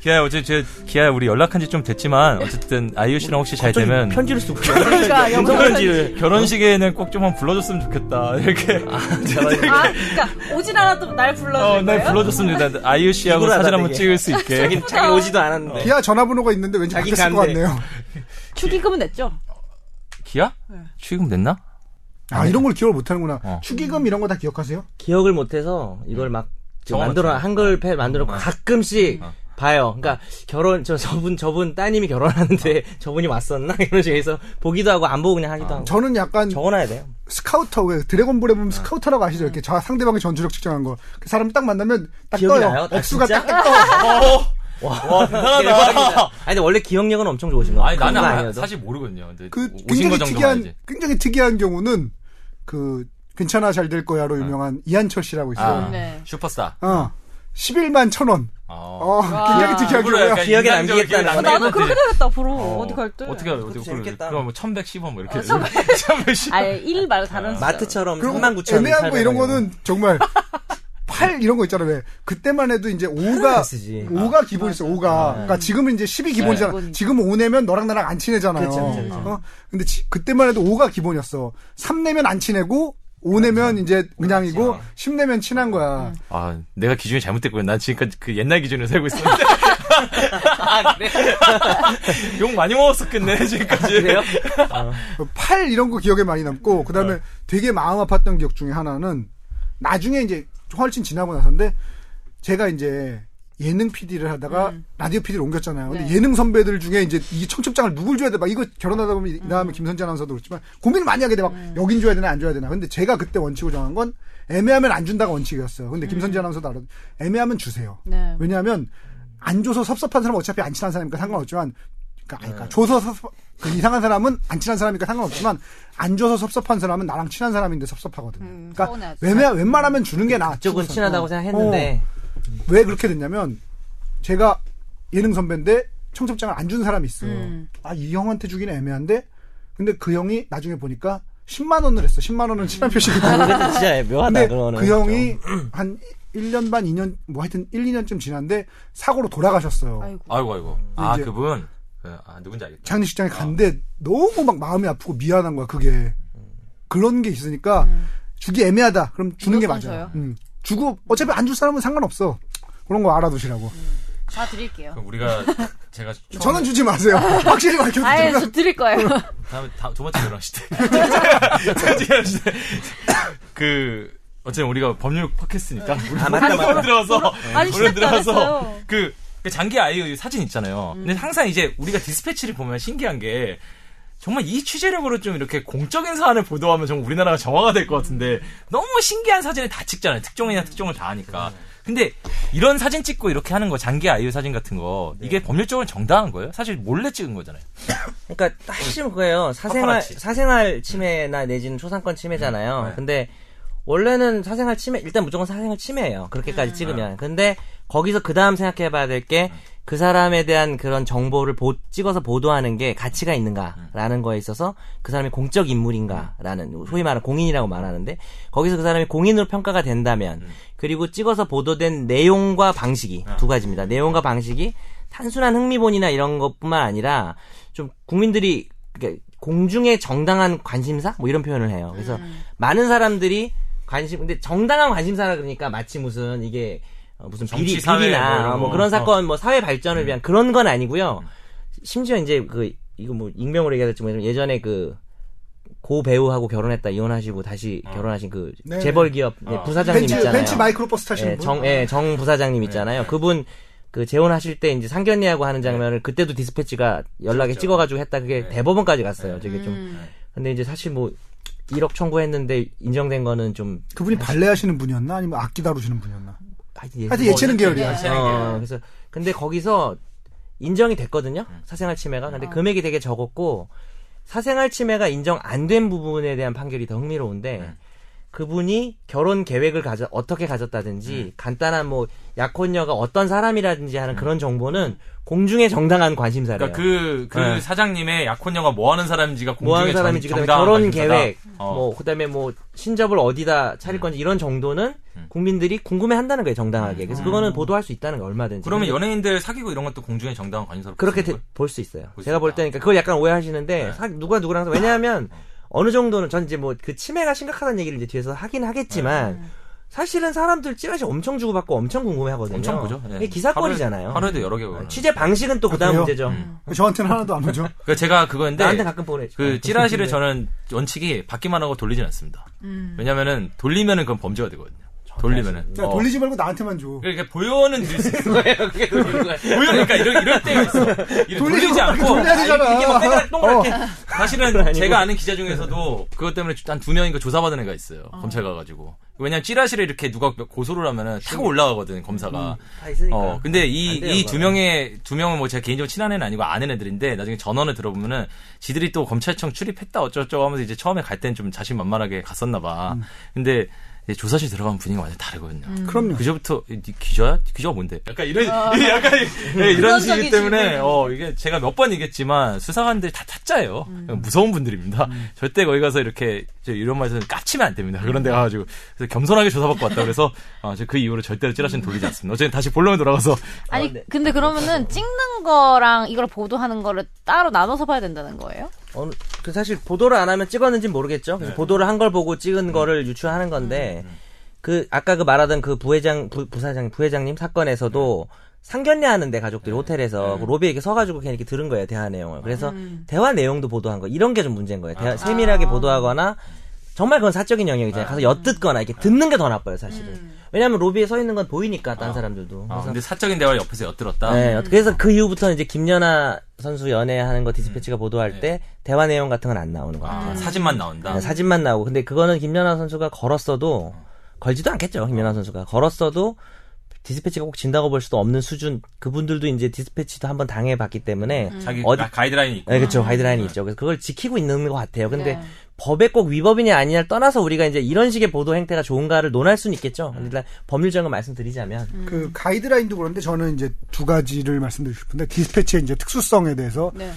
Speaker 1: 기아야 어제 제 기아야 우리 연락한 지 좀 됐지만 어쨌든 아이유 씨랑 혹시 잘 되면
Speaker 4: 편지를 쓰고
Speaker 2: 그러니까 영상 편지.
Speaker 1: 결혼식에는 꼭 좀 한번 불러줬으면 좋겠다 이렇게
Speaker 2: 아, 그러니까 오진 않아도 날 불러주는
Speaker 1: 어날 네,
Speaker 2: 거예요?
Speaker 1: 불러줬습니다 아이유 씨하고
Speaker 4: 누구라
Speaker 1: 사진 한번
Speaker 4: 하다,
Speaker 1: 찍을 수 있게
Speaker 4: 자기, 자기 오지도 않았는데.
Speaker 3: 기아 전화번호가 있는데 왠지
Speaker 4: 네. 자기
Speaker 3: 바뀌었을 것
Speaker 4: 간대.
Speaker 3: 같네요.
Speaker 2: 축의금은 냈죠?
Speaker 1: 어, 기아 취금 냈나
Speaker 3: 아, 이런 걸 기억을 못하는구나.
Speaker 1: 네. 어.
Speaker 3: 축의금 이런 거 다 기억하세요?
Speaker 4: 기억을 못해서 이걸 막 지금
Speaker 1: 음. 적어놨죠.
Speaker 4: 만들어 한글 펜 만들어 놓고 가끔씩
Speaker 1: 어.
Speaker 4: 봐요. 그러니까 결혼 저 저분 저분 따님이
Speaker 1: 어.
Speaker 4: 결혼하는데 저분이 왔었나 이런 식으로 해서 보기도 하고 안 보고 그냥 하기도 하고
Speaker 3: 저는 약간
Speaker 4: 적어놔야 돼요.
Speaker 3: 스카우터, 왜 드래곤볼에 보면
Speaker 1: 네.
Speaker 3: 스카우터라고 아시죠? 이렇게 저 상대방의 전주력 측정한 거. 그 사람 딱 만나면 딱
Speaker 4: 기억이
Speaker 3: 떠요.
Speaker 4: 나요? 아,
Speaker 3: 액수가
Speaker 4: 진짜?
Speaker 3: 딱, 딱 떠.
Speaker 1: 어! 와
Speaker 4: 네, 대박이다.
Speaker 1: 대단하다
Speaker 4: 아니 근데 원래 기억력은 엄청 좋으신 거
Speaker 1: 아, 아니
Speaker 4: 같아요.
Speaker 1: 나는
Speaker 4: 그건
Speaker 1: 아,
Speaker 4: 아니어도.
Speaker 1: 사실 모르거든요 근데
Speaker 3: 그
Speaker 1: 오- 오신 거
Speaker 3: 굉장히
Speaker 1: 정도만
Speaker 3: 특이한,
Speaker 1: 이제
Speaker 3: 굉장히 특이한 경우는 그 괜찮아 잘 될 거야로 유명한 이한철 씨라고
Speaker 1: 네. 아
Speaker 3: 있어요.
Speaker 2: 네.
Speaker 1: 슈퍼스타
Speaker 3: 어. 11만 천 원.
Speaker 1: 어
Speaker 3: 어, 굉장히 특이한
Speaker 1: 일부러
Speaker 3: 경우야.
Speaker 1: 약간
Speaker 4: 기억에
Speaker 1: 인간적으로
Speaker 4: 남기겠다는
Speaker 1: 기억에
Speaker 4: 거네.
Speaker 2: 나도
Speaker 1: 남기는
Speaker 2: 그렇게
Speaker 1: 거지.
Speaker 2: 되겠다, 보러.
Speaker 1: 어,
Speaker 2: 어디 갈 때.
Speaker 1: 어떻게 하면 어디
Speaker 4: 그것도
Speaker 1: 그럼
Speaker 4: 재밌겠다.
Speaker 1: 그럼 1110원 뭐 이렇게 1110
Speaker 2: 아, 일 말고 다른 숫자.
Speaker 4: 마트처럼
Speaker 3: 그리고
Speaker 4: 3만 9천
Speaker 3: 애매한 거 이런 거는 정말 팔 이런 거 있잖아 왜 그때만 해도 이제 5가
Speaker 4: 쓰지. 아,
Speaker 3: 5가 기본이었어 5가 그러니까
Speaker 4: 네.
Speaker 3: 지금은 이제 10이 기본이잖아
Speaker 2: 기본이죠.
Speaker 3: 지금 5 내면 너랑 나랑 안 친해잖아요
Speaker 4: 그렇죠, 그렇죠, 그렇죠.
Speaker 3: 어? 근데 지- 그때만 해도 5가 기본이었어 3 내면 안 친해고 5 내면 이제 그냥이고 10 내면 친한 거야
Speaker 1: 아 내가 기준이 잘못됐고요 난 지금까지 그 옛날 기준을 살고 있었는데 아, 욕 많이 먹었었겠네 지금까지
Speaker 4: 아, 그래요?
Speaker 1: 어.
Speaker 3: 팔 이런 거 기억에 많이 남고 그다음에 되게 마음 아팠던 기억 중에 하나는 나중에 이제 훨씬 지나고 나서인데 제가 이제 예능 PD를 하다가 라디오 PD를 옮겼잖아요. 근데
Speaker 2: 네.
Speaker 3: 예능 선배들 중에 이제 이 청첩장을 누굴 줘야 돼? 막 이거 결혼하다 보면 이 다음에 김선재 아나운서도 그렇지만 고민을 많이 하게 돼. 막 여긴 줘야 되나 안 줘야 되나. 근데 제가 그때 원칙을 정한 건 애매하면 안 준다가 원칙이었어요. 근데 김선재 아나운서도 알아. 애매하면 주세요.
Speaker 2: 네.
Speaker 3: 왜냐하면 안 줘서 섭섭한 사람은 어차피 안 친한 사람이니까 상관없지만 그러니까, 아니,
Speaker 2: 네.
Speaker 3: 그러니까 줘서 섭섭 그 이상한 사람은 안 친한 사람이니까 상관없지만 안 줘서 섭섭한 사람은 나랑 친한 사람인데 섭섭하거든요.
Speaker 2: 음,
Speaker 3: 그러니까
Speaker 2: 서운해하지.
Speaker 3: 웬만, 웬만하면 주는 게 나.
Speaker 4: 쪽은
Speaker 3: 어.
Speaker 4: 친하다고 생각했는데
Speaker 3: 왜 그렇게 됐냐면 제가 예능 선배인데 청첩장을 안 준 사람이 있어.
Speaker 2: 음.
Speaker 3: 아 이 형한테 주기는 애매한데 근데 그 형이 나중에 보니까 10만 원을 했어. 10만 원은
Speaker 2: 음.
Speaker 3: 친한 표시거든.
Speaker 4: 아, 그게 진짜 묘하다
Speaker 3: 어. 근데
Speaker 4: 그거는.
Speaker 3: 그 형이 한 1년 반, 2년, 뭐 하여튼 1, 2년쯤 지났는데 사고로 돌아가셨어요.
Speaker 2: 아이고.
Speaker 1: 아이고 아이고 아
Speaker 3: 이제-
Speaker 1: 그분 그, 아 누군지 알겠다
Speaker 3: 장례식장에 갔는데 너무 막 마음이 아프고 미안한 거야, 그게. 그런 게 있으니까 주기 애매하다. 그럼 주는 게
Speaker 2: 음. 무조건
Speaker 3: 맞아요.
Speaker 2: 줘요.
Speaker 3: 음. 주고 어차피 안 줄 사람은 상관없어. 그런 거 알아두시라고.
Speaker 2: 음. 다 드릴게요.
Speaker 1: 그럼 우리가 제가 처음에
Speaker 3: 저는 주지 마세요. 확실히
Speaker 2: 아예
Speaker 3: 밝혀주면
Speaker 2: 저 드릴 거예요.
Speaker 1: 다음에 다, 두 번째 결혼식 때. 두 번째 결혼식 때. 그, 어쨌든 우리가 법률 팟캐스트니까.
Speaker 2: 네.
Speaker 1: 우리
Speaker 4: 아, 맞다, 맞다.
Speaker 1: 들어서.
Speaker 2: 아니,
Speaker 1: 우리
Speaker 2: 시작도 안
Speaker 1: 들어서.
Speaker 2: 했어요. 음.
Speaker 1: 그, 그 장기 아이유 사진 있잖아요. 근데 항상 이제 우리가 디스패치를 보면 신기한 게, 정말 이 취재력으로 좀 이렇게 공적인 사안을
Speaker 2: 네.
Speaker 1: 보도하면 정말 우리나라가 정화가 될 것 같은데, 너무 신기한 사진을 다 찍잖아요. 특종이나 특종을 다 하니까. 근데 이런 사진 찍고 이렇게 하는 거 장기 아이유 사진 같은 거
Speaker 2: 네.
Speaker 1: 이게 법률적으로 정당한 거예요? 사실 몰래 찍은 거잖아요.
Speaker 4: 그러니까 핵심 그거예요. 사생활
Speaker 1: 파파라치.
Speaker 4: 사생활 침해나 내지는 초상권 침해잖아요.
Speaker 1: 음, 네.
Speaker 4: 근데 원래는 사생활 침해 일단 무조건 사생활 침해예요.
Speaker 1: 음,
Speaker 4: 그렇게까지 찍으면.
Speaker 1: 네.
Speaker 4: 근데 거기서 그 다음 생각해봐야 될 게 그 사람에 대한 그런 정보를 보- 찍어서 보도하는 게 가치가
Speaker 1: 음.
Speaker 4: 있는가라는 거에 있어서 그 사람이 공적 인물인가라는 소위 말하는 공인이라고 말하는데 거기서 그 사람이 공인으로 평가가 된다면
Speaker 1: 음.
Speaker 4: 그리고 찍어서 보도된 내용과 방식이
Speaker 1: 아.
Speaker 4: 두 가지입니다. 내용과 방식이 단순한 흥미본이나 이런 것뿐만 아니라 좀 국민들이 이렇게 공중의 정당한 관심사 뭐 이런 표현을 해요. 그래서
Speaker 3: 음.
Speaker 4: 많은 사람들이 관심 근데 정당한 관심사라 그러니까 마치 무슨 이게 어, 무슨
Speaker 1: 정치,
Speaker 4: 비리,
Speaker 1: 사회 뭐
Speaker 4: 비리나
Speaker 1: 이런
Speaker 4: 뭐
Speaker 1: 거. 음.
Speaker 4: 그런 사건 뭐 사회 발전을 위한 그런 건 아니고요. 심지어 이제 그 이거 뭐 익명으로 얘기해야 될지 모르지만 예전에 그 고 배우하고 결혼했다 이혼하시고 다시 결혼하신 그
Speaker 3: 네,
Speaker 4: 재벌 기업
Speaker 1: 어.
Speaker 4: 부사장님
Speaker 3: 벤츠,
Speaker 4: 있잖아요.
Speaker 3: 벤츠 마이크로버스 타시는
Speaker 4: 예,
Speaker 3: 분.
Speaker 4: 정, 예, 정 부사장님 있잖아요. 그분 그 재혼하실 때 이제 상견례하고 하는 장면을 그때도 디스패치가 연락에 찍어가지고 했다. 그게 대법원까지 갔어요. 저게 좀. 근데 이제 사실 뭐 1억 청구했는데 인정된 거는 좀
Speaker 3: 그분이 발레하시는 분이었나 아니면 악기 다루시는 분이었나?
Speaker 4: 하여튼 예-
Speaker 3: 하여튼 예체능 계열이야.
Speaker 4: 어, 그래서 근데 거기서 인정이 됐거든요.
Speaker 1: 음.
Speaker 4: 사생활 침해가. 근데 금액이 되게 적었고 사생활 침해가 인정 안 된 부분에 대한 판결이 더 흥미로운데
Speaker 1: 음.
Speaker 4: 그분이 결혼 계획을 가져 어떻게 가졌다든지
Speaker 1: 음.
Speaker 4: 간단한 뭐 약혼녀가 어떤 사람이라든지 하는 그런 정보는 공중의 정당한 관심사래요.
Speaker 1: 그러니까 그, 그
Speaker 4: 네.
Speaker 1: 사장님의 약혼녀가 뭐 하는 사람인지가
Speaker 4: 뭐 하는
Speaker 1: 공중에 정-
Speaker 4: 사람인지 그다음에
Speaker 1: 정당한
Speaker 4: 결혼
Speaker 1: 관심사다.
Speaker 4: 계획,
Speaker 1: 어. 음.
Speaker 4: 뭐 그다음에 뭐 신접을 어디다 차릴 건지 이런 정도는 국민들이 궁금해한다는 거예요 정당하게. 그래서 그거는 보도할 수 있다는 거예요 얼마든지.
Speaker 1: 음. 그러면 연예인들 사귀고 이런 것도 공중에 정당한 관심사로
Speaker 4: 그렇게
Speaker 1: 보는
Speaker 4: 볼 수 있어요.
Speaker 1: 볼수
Speaker 4: 제가 볼
Speaker 1: 있다. 네.
Speaker 4: 때는 그러니까 그걸 약간 오해하시는데 사- 누가 누구랑 사- 왜냐하면 어느 정도는 전 이제 뭐 그 치매가 심각하다는 얘기를 이제 뒤에서 하긴 하겠지만
Speaker 1: 네.
Speaker 4: 사실은 사람들 찌라시 엄청 주고받고 엄청 궁금해하거든요.
Speaker 1: 거예요. 엄청 보죠. 예.
Speaker 4: 이게 기사거리잖아요. 네,
Speaker 1: 하루에, 아, 도 여러 개 보는.
Speaker 4: 취재 방식은 또
Speaker 3: 그래요?
Speaker 4: 그다음 문제죠.
Speaker 3: 저한테는 하나도 안 오죠.
Speaker 1: 그러니까 제가 그건데
Speaker 4: 나한테 가끔 아, 보내.
Speaker 1: 그 찌라시를 저는 원칙이 받기만 하고 돌리진 않습니다. 왜냐면은 돌리면은 그건 범죄가 되거든요. 돌리면은.
Speaker 3: 야,
Speaker 1: 어.
Speaker 3: 돌리지 말고 나한테만 줘.
Speaker 1: 그러니까 보여는 드릴 수 있어요. 보여 그러니까 이럴, 이럴 때가 있어. 이렇게 돌리지 않고
Speaker 3: 돌려야 되잖아. 어.
Speaker 4: 이게 막 빼가락 동그랗게
Speaker 1: 사실은 제가 아는 기자 중에서도 그것 때문에 한 두 명인가 조사받은 애가 있어요. 검찰 가가지고. 왜냐면 찌라시를 이렇게 누가 고소를 하면은 타고
Speaker 4: 그러니까.
Speaker 1: 올라가거든 검사가.
Speaker 4: 다 있으니까.
Speaker 1: 어, 근데 이,
Speaker 4: 안 돼요,
Speaker 1: 이 두
Speaker 4: 그거는.
Speaker 1: 명의, 두 명은 뭐 제가 개인적으로 친한 애는 아니고 아는 애들인데 나중에 전원을 들어보면은 지들이 또 검찰청 출입했다 어쩌고저쩌고 하면서 이제 처음에 갈 땐 좀 자신만만하게 갔었나봐.
Speaker 4: 음.
Speaker 1: 근데 이제 조사실 들어가면 분위기가 완전 다르거든요.
Speaker 3: 그럼요.
Speaker 1: 그저부터 이- 이 기자야? 기자가 뭔데? 약간 이런,
Speaker 4: 아.
Speaker 1: 약간 이- 예, 이런 식이기
Speaker 2: 부정적인
Speaker 1: 때문에
Speaker 2: 질문.
Speaker 1: 어, 이게 제가 몇 번 얘기했지만 수사관들 다 타짜예요. 그러니까 무서운 분들입니다. 절대 거기 가서 이렇게 저 이런 말씀 까치면 안 됩니다. 그런 데 가가지고 그래서 겸손하게 조사받고 왔다 그래서 아, 저 그 이후로 절대로 찌라시는 돌리지 않습니다. 어쨌든 다시 본론에 돌아가서
Speaker 2: 아니 근데 그러면은 찍는 거랑 이걸 보도하는 거를 따로 나눠서 봐야 된다는 거예요?
Speaker 4: 어느- 그 사실 보도를 안 하면 찍었는지 는 모르겠죠. 그래서 보도를 한 걸 보고 찍은 거를 유추하는 건데 그 아까 그 말하던 그 부회장 부, 사장 부회장님 사건에서도 상견례 하는데 가족들이 호텔에서 그 로비에 이렇게 서가지고 그냥 이렇게 들은 거예요 대화 내용을. 그래서 대화 내용도 보도한 거 이런 게 좀 문제인 거예요. 대화- 세밀하게 보도하거나 정말 그건 사적인 영역이잖아요. 가서 엿듣거나 이렇게 듣는 게 더 나빠요 사실은. 왜냐하면 로비에 서 있는 건 보이니까 다른 사람들도.
Speaker 1: 아,
Speaker 4: 그래서
Speaker 1: 근데 사적인 대화를 옆에서 엿들었다.
Speaker 4: 네, 그래서 그 이후부터는 이제 김연아 선수 연애하는 거 디스패치가 보도할 때 대화 내용 같은 건 안 나오는 거예요.
Speaker 1: 아, 사진만 나온다.
Speaker 4: 그냥 사진만 나오고 근데 그거는 김연아 선수가 걸었어도 걸지도 않겠죠 김연아 선수가 걸었어도 디스패치가 꼭 진다고 볼 수도 없는 수준 그분들도 이제 디스패치도 한번 당해봤기 때문에
Speaker 1: 자기
Speaker 4: 어디
Speaker 1: 나- 가이드라인이 있고.
Speaker 4: 네, 그렇죠 가이드라인이 있죠 그래서 그걸 지키고 있는 것 같아요 근데 법에 꼭 위법이냐 아니냐를 떠나서 우리가 이제 이런 식의 보도 행태가 좋은가를 논할 수는 있겠죠 근데 일단 법률적인 말씀드리자면
Speaker 3: 그 가이드라인도 그런데 저는 이제 두 가지를 말씀드리고 싶은데 디스패치의 이제 특수성에 대해서
Speaker 2: 네.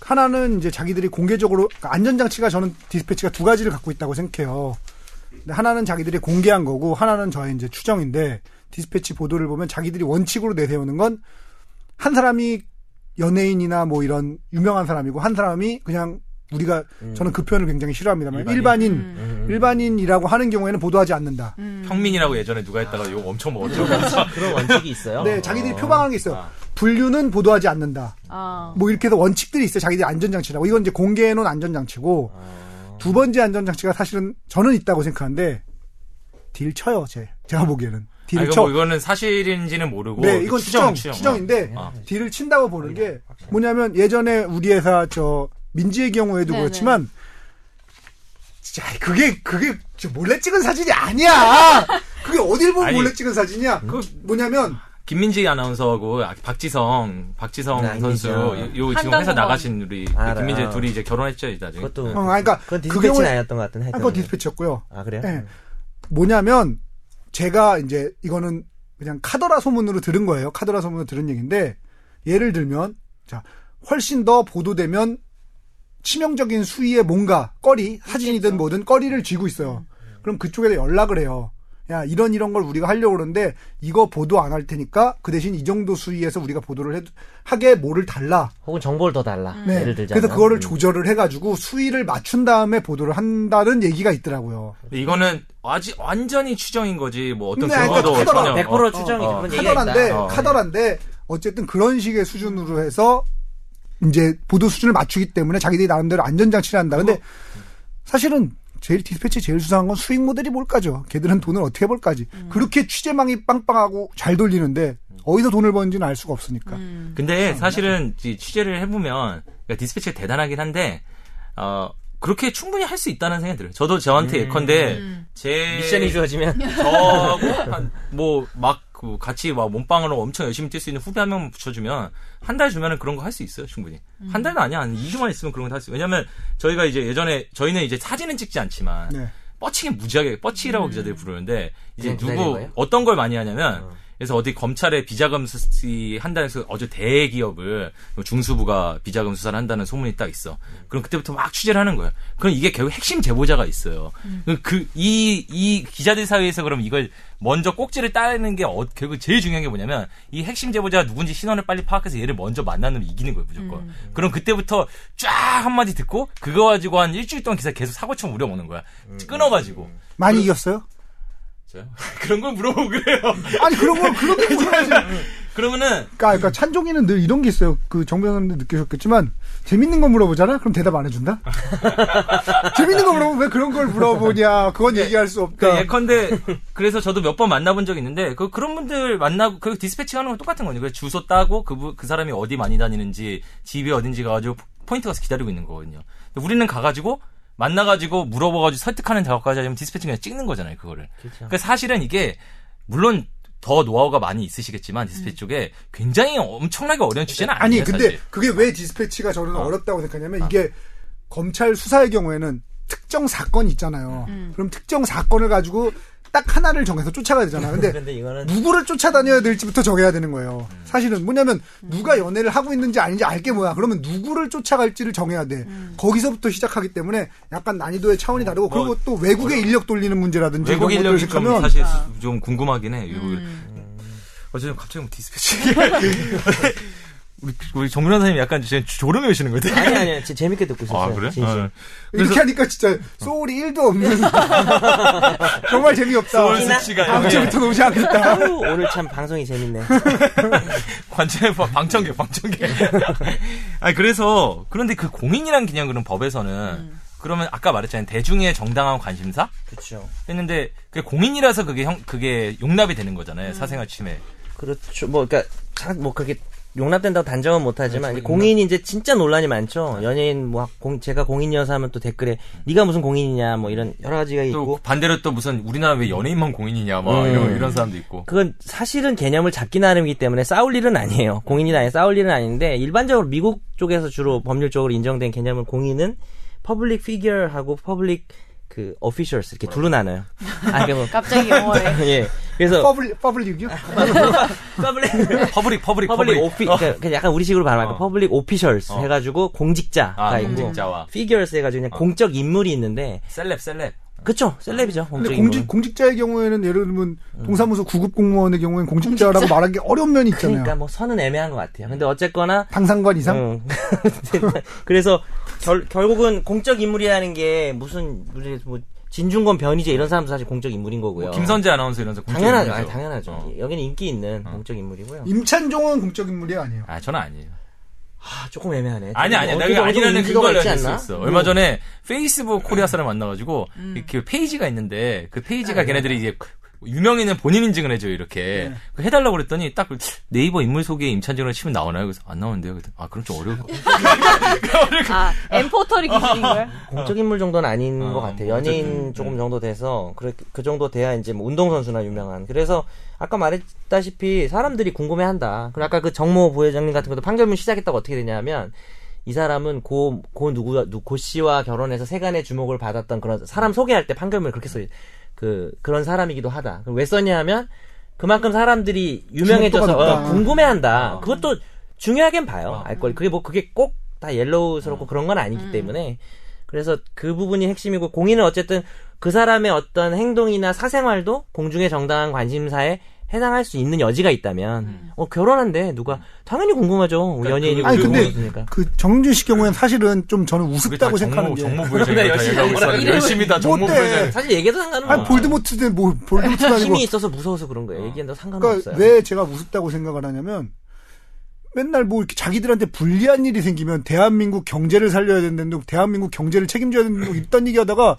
Speaker 3: 하나는 이제 자기들이 공개적으로 그러니까 안전장치가 저는 디스패치가 두 가지를 갖고 있다고 생각해요. 근데 하나는 자기들이 공개한 거고 하나는 저의 이제 추정인데 디스패치 보도를 보면 자기들이 원칙으로 내세우는 건 한 사람이 연예인이나 뭐 이런 유명한 사람이고 한 사람이 그냥 우리가 저는 그 표현을 굉장히 싫어합니다만 일반인 음. 일반인 이라고 하는 경우에는 보도하지 않는다.
Speaker 1: 평민이라고 예전에 누가 했다가 욕 엄청 먹었죠. 아,
Speaker 4: 그런 원칙이 있어요
Speaker 3: 네, 자기들이 표방하는 게 있어요. 분류는 보도하지 않는다.
Speaker 2: 아.
Speaker 3: 뭐 이렇게 해서 원칙들이 있어요. 자기들이 안전장치라고. 이건 이제 공개해놓은 안전장치고
Speaker 1: 아.
Speaker 3: 두 번째 안전장치가 사실은 저는 있다고 생각하는데 딜 쳐요. 제 제가 보기에는 딜
Speaker 1: 아, 이거
Speaker 3: 쳐.
Speaker 1: 뭐 이거는 사실인지는 모르고. 그
Speaker 3: 네, 이건 추정,
Speaker 1: 추정.
Speaker 3: 추정, 인데
Speaker 1: 어.
Speaker 3: 딜을 친다고 보는 게 뭐냐면 예전에 우리 회사 저 민지의 경우에도
Speaker 2: 네네.
Speaker 3: 그렇지만 진짜 그게 그게 저 몰래 찍은 사진이 아니야. 그게 어딜 보고
Speaker 1: 아니,
Speaker 3: 몰래 찍은 사진이야?
Speaker 1: 그
Speaker 3: 뭐냐면
Speaker 1: 김민지 아나운서하고 아, 박지성, 박지성
Speaker 4: 네,
Speaker 1: 선수 요,
Speaker 4: 알겠죠.
Speaker 1: 요 지금
Speaker 2: 한강
Speaker 1: 회사
Speaker 2: 공원.
Speaker 1: 나가신 우리 그
Speaker 4: 알아요.
Speaker 1: 김민지 둘이 이제 결혼했죠 이제 나중에.
Speaker 4: 그것도
Speaker 3: 어, 그러니까
Speaker 4: 그건
Speaker 3: 그
Speaker 4: 디스패치는
Speaker 3: 경우에-
Speaker 4: 아니었던 것 같은 하여튼
Speaker 3: 한번 디스패치였고요.
Speaker 4: 아 그래요?
Speaker 3: 예. 뭐냐면 제가 이제 이거는 그냥 카더라 소문으로 들은 거예요. 카더라 소문으로 들은 얘기인데 예를 들면 자 훨씬 더 보도되면 치명적인 수위의 뭔가 꺼리 사진이든 뭐든 꺼리를 쥐고 있어요. 그럼 그쪽에다 연락을 해요. 야 이런 이런 걸 우리가 하려고 그러는데 이거 보도 안 할 테니까 그 대신 이 정도 수위에서 우리가 보도를 해, 하게 뭐를 달라.
Speaker 4: 혹은 정보를 더 달라.
Speaker 3: 네.
Speaker 4: 예를 들자면.
Speaker 3: 그래서 그거를
Speaker 4: 음.
Speaker 3: 조절을 해가지고 수위를 맞춘 다음에 보도를 한다는 얘기가 있더라고요.
Speaker 1: 근데 이거는 아직 완전히 추정인 거지 뭐 어떤
Speaker 3: 네,
Speaker 1: 증거도
Speaker 3: 그러니까
Speaker 1: 전혀.
Speaker 4: 100%
Speaker 1: 어.
Speaker 4: 추정이
Speaker 1: 어.
Speaker 4: 그런 얘기가
Speaker 3: 카더란데
Speaker 4: 있다.
Speaker 1: 어.
Speaker 3: 카더란데 어쨌든 그런 식의 수준으로 해서 이제 보도 수준을 맞추기 때문에 자기들이 나름대로 안전장치를 한다. 근데 사실은 제일 디스패치 제일 수상한 건 수익 모델이 뭘까죠? 걔들은 돈을 어떻게 벌까지. 그렇게 취재망이 빵빵하고 잘 돌리는데 어디서 돈을 버는지는 알 수가 없으니까.
Speaker 1: 근데 사실은 이 취재를 해보면 그러니까 디스패치가 대단하긴 한데 어 그렇게 충분히 할 수 있다는 생각이 들어요. 저도 저한테 예컨대
Speaker 2: 음.
Speaker 1: 제
Speaker 4: 음. 미션이 주어지면
Speaker 1: 저하고 뭐막 그 같이 막 몸빵으로 엄청 열심히 뛸 수 있는 후배 한 명 붙여주면 한 달 주면은 그런 거 할 수 있어요 충분히 한 달도 아니야 한 2주만 있으면 그런 거 할 수 있어요 왜냐면 저희가 이제 예전에 저희는 이제 사진은 찍지 않지만
Speaker 3: 네.
Speaker 1: 뻗치게 무지하게 뻗치라고 기자들이 부르는데 이제
Speaker 4: 그냥 기다리는
Speaker 1: 누구
Speaker 4: 거예요?
Speaker 1: 어떤 걸 많이 하냐면 그래서 어디 검찰의 비자금 수사 한다면서 어제 대기업을 중수부가 비자금 수사를 한다는 소문이 딱 있어. 그럼 그때부터 막 취재를 하는 거예요. 그럼 이게 결국 핵심 제보자가 있어요. 그 이 이 기자들 사이에서 그럼 이걸 먼저 꼭지를 따는 게 어- 결국 제일 중요한 게 뭐냐면 이 핵심 제보자가 누군지 신원을 빨리 파악해서 얘를 먼저 만나면 이기는 거예요 무조건. 그럼 그때부터 쫙 한마디 듣고 그거 가지고 한 일주일 동안 기사 계속 사고처럼 우려먹는 거야.
Speaker 4: 음,
Speaker 1: 끊어가지고.
Speaker 3: 많이 이겼어요?
Speaker 1: 저요? 그런 걸 물어보고 그래요.
Speaker 3: 아니 그런 걸 그렇게 해야지.
Speaker 1: 그러면은
Speaker 3: 그러니까, 그러니까 찬종이는 늘 이런 게 있어요. 그 정변사님도 느끼셨겠지만 재밌는 거 물어보잖아. 그럼 대답 안 해준다. 재밌는 거 물어보면 왜 그런 걸 물어보냐. 그건 얘기할 수 없다.
Speaker 1: 그 예컨대 그래서 저도 몇 번 만나본 적이 있는데 그 그런 분들 만나고 그 디스패치 하는 건 똑같은 거예요. 그래서 주소 따고 그그 그 사람이 어디 많이 다니는지 집이 어딘지 가가지고 포인트 가서 기다리고 있는 거거든요. 근데 우리는 가가지고 만나가지고 물어봐가지고 설득하는 작업까지 하면 디스패치 그냥 찍는 거잖아요. 그거를.
Speaker 3: 그렇죠.
Speaker 4: 그렇죠.
Speaker 1: 그러니까 사실은 이게 물론 더 노하우가 많이 있으시겠지만 디스패치 쪽에 굉장히 엄청나게 어려운 주제는
Speaker 3: 아니
Speaker 1: 아니에요.
Speaker 3: 근데
Speaker 1: 예, 사실. 아.
Speaker 3: 그게 왜 디스패치가 저는 어. 렵다고 생각하냐면 이게 검찰 수사의 경우에는 특정 사건이 있잖아요.
Speaker 1: 음.
Speaker 3: 그럼 특정 사건을 가지고 딱 하나를 정해서 쫓아가야 되잖아. 근데
Speaker 4: 근데 이거는
Speaker 3: 누구를 쫓아다녀야 될지부터 정해야 되는 거예요. 사실은 뭐냐면 누가 연애를 하고 있는지 아닌지 알게 뭐야. 그러면 누구를 쫓아갈지를 정해야 돼. 거기서부터 시작하기 때문에 약간 난이도의 차원이 다르고
Speaker 1: 뭐,
Speaker 3: 그리고 또 외국의 인력 돌리는 문제라든지
Speaker 1: 외국
Speaker 3: 이런 것들을
Speaker 1: 인력이 좀
Speaker 3: 생각하면
Speaker 1: 사실 수- 좀 궁금하긴 해. 이거 예. 어쨌든 갑자기 뭐 디스패치. 우리 우리 정변호사님 약간 지금 졸음이 오시는 거 같아요.
Speaker 4: 아니 아니 진짜 재밌게 듣고 있었어요. 진심.
Speaker 1: 어.
Speaker 3: 이렇게 하니까 진짜 소울이 1도 없는 정말 재미없다.
Speaker 1: 소울 예. 숙취가
Speaker 3: 다음
Speaker 1: 있네.
Speaker 3: 주부터 오지 않겠다.
Speaker 4: 아유, 오늘 참 방송이 재밌네.
Speaker 1: 관찰 방청객 방청객. 아니 그래서 그런데 그 공인이란 기념그런 법에서는 그러면 아까 말했잖아요 대중의 정당한 관심사
Speaker 4: 그렇죠.
Speaker 1: 했는데 그게 공인이라서 그게 형 그게 용납이 되는 거잖아요 사생활 침해.
Speaker 4: 그렇죠. 뭐 그러니까 참, 뭐 그렇게 용납된다고 네, 단정은 못하지만 이제 공인이 이제 진짜 논란이 많죠. 연예인 뭐 공, 제가 공인이어서 하면 또 댓글에 네가 무슨 공인이냐 뭐 이런 여러 가지가
Speaker 1: 또
Speaker 4: 있고
Speaker 1: 반대로 또 무슨 우리나라 왜 연예인만 공인이냐 막
Speaker 4: 음.
Speaker 1: 이런 이런 사람도 있고.
Speaker 4: 그건 사실은 개념을 잡기 나름이기 때문에 싸울 일은 아니에요. 공인이나 아니 싸울 일은 아닌데 일반적으로 미국 쪽에서 주로 법률적으로 인정된 개념은 공인은 퍼블릭 피규어하고 퍼블릭 그 어피셜스 이렇게 둘로 나눠요. 아, 그러니까 뭐-
Speaker 2: 갑자기 영어에
Speaker 4: 예. 그래서
Speaker 3: 퍼블릭 퍼블릭이요?
Speaker 4: 퍼블릭
Speaker 1: 퍼블릭 퍼블릭
Speaker 4: 퍼블릭 오피
Speaker 1: 어.
Speaker 4: 그러니까 그냥 약간 우리 식으로 말하면
Speaker 1: 어.
Speaker 4: 퍼블릭 오피셜스
Speaker 1: 어.
Speaker 4: 해가지고 공직자가
Speaker 1: 아,
Speaker 4: 있고
Speaker 1: 공직자와.
Speaker 4: 피규어스 해가지고 그냥 공적 인물이 있는데
Speaker 1: 셀렙 셀렙.
Speaker 4: 그쵸 셀럽이죠 공적
Speaker 3: 근데
Speaker 4: 인물.
Speaker 3: 공직 공직자의 경우에는 예를 들면 동사무소 구급 공무원의 경우에는 공직자라고 말하기 어려운 면이 있잖아요.
Speaker 4: 그러니까 음. 뭐 선은 애매한 것 같아요. 근데 어쨌거나
Speaker 3: 당상관 이상?
Speaker 4: 응. 그래서 결, 결국은 공적 인물이라는 게 무슨 무슨 뭐 진중권 변희재 이런 사람도 사실 공적 인물인 거고요.
Speaker 1: 뭐 김선재 아나운서 이런 사람 공적
Speaker 4: 어. 당연하죠.
Speaker 1: 인물이죠.
Speaker 4: 아니, 당연하죠.
Speaker 1: 어.
Speaker 4: 여기는 인기 있는 공적 인물이고요.
Speaker 3: 임찬종은 공적 인물이 아니에요.
Speaker 1: 아 저는 아니에요.
Speaker 4: 아, 조금 애매하네.
Speaker 1: 아니 아니
Speaker 4: 어떻게
Speaker 1: 내가
Speaker 4: 어떻게
Speaker 1: 아니라는 그
Speaker 4: 인지도가
Speaker 1: 근거를
Speaker 4: 있지
Speaker 1: 낼수
Speaker 4: 않나?
Speaker 1: 있어. 얼마 전에 페이스북 코리아 사람 만나가지고 이렇게 페이지가 있는데 그 페이지가 그 걔네들이 이제 유명인은 본인 인증을 해줘요, 이렇게. 그 해달라고 그랬더니 딱 그 네이버 인물 소개 임찬정을 치면 나오나요? 그래서 안 나오는데요. 그래서 아, 그럼 좀 어려워.
Speaker 2: 아, 엠포털이 기준인 거예요?
Speaker 4: 공적 인물 정도는 아닌
Speaker 1: 어,
Speaker 4: 것
Speaker 1: 어쨌든,
Speaker 4: 같아요. 연예인
Speaker 1: 음.
Speaker 4: 조금 정도 돼서 그, 그 정도 돼야 이제 뭐 운동선수나 유명한. 그래서 아까 말했다시피 사람들이 궁금해한다. 그리고 아까 그 정모 부회장님 같은 것도 판결문 시작했다고 어떻게 되냐면 이 사람은 고, 고 누구, 누- 고 씨와 결혼해서 세간의 주목을 받았던 그런 사람 소개할 때 판결문을 그렇게 써, 그, 그런 사람이기도 하다. 그럼 왜 써냐 하면 그만큼 사람들이 유명해져서
Speaker 3: 주목도가
Speaker 4: 어,
Speaker 3: 높다.
Speaker 4: 궁금해한다. 그것도 중요하긴 봐요.
Speaker 3: 아.
Speaker 4: 알코올. 그게 뭐 그게 꼭 다 옐로우스럽고
Speaker 3: 음.
Speaker 4: 그런 건 아니기 때문에 그래서 그 부분이 핵심이고 공인은 어쨌든 그 사람의 어떤 행동이나 사생활도 공중의 정당한 관심사에 해당할 수 있는 여지가 있다면
Speaker 3: 음.
Speaker 4: 어 결혼한데 누가 당연히
Speaker 3: 그러니까
Speaker 4: 궁금하죠 연예인이
Speaker 1: 그- 아니, 근데
Speaker 4: 궁금하니까
Speaker 3: 그 정준 씨 경우에는 사실은 좀 저는 우습다고
Speaker 1: 정모,
Speaker 3: 생각하는 게.
Speaker 1: 정모 부회장이
Speaker 4: 그러네, 열심히
Speaker 1: 얘기하고
Speaker 4: 뭐라
Speaker 1: 있어요.
Speaker 4: 그래요.
Speaker 1: 열심히다, 정모
Speaker 3: 못해.
Speaker 1: 부회장.
Speaker 4: 사실 얘기도 상관없는
Speaker 3: 아니 볼드모트든 뭐 볼드모트도 아니고
Speaker 4: 힘이 있어서 무서워서 그런 거예요 얘기는
Speaker 3: 그러니까
Speaker 4: 상관없어요
Speaker 3: 왜 제가 우습다고 생각을 하냐면 맨날 뭐 이렇게 자기들한테 불리한 일이 생기면 대한민국 경제를 살려야 된다는 대한민국 경제를 책임져야 된다는 이딴 얘기하다가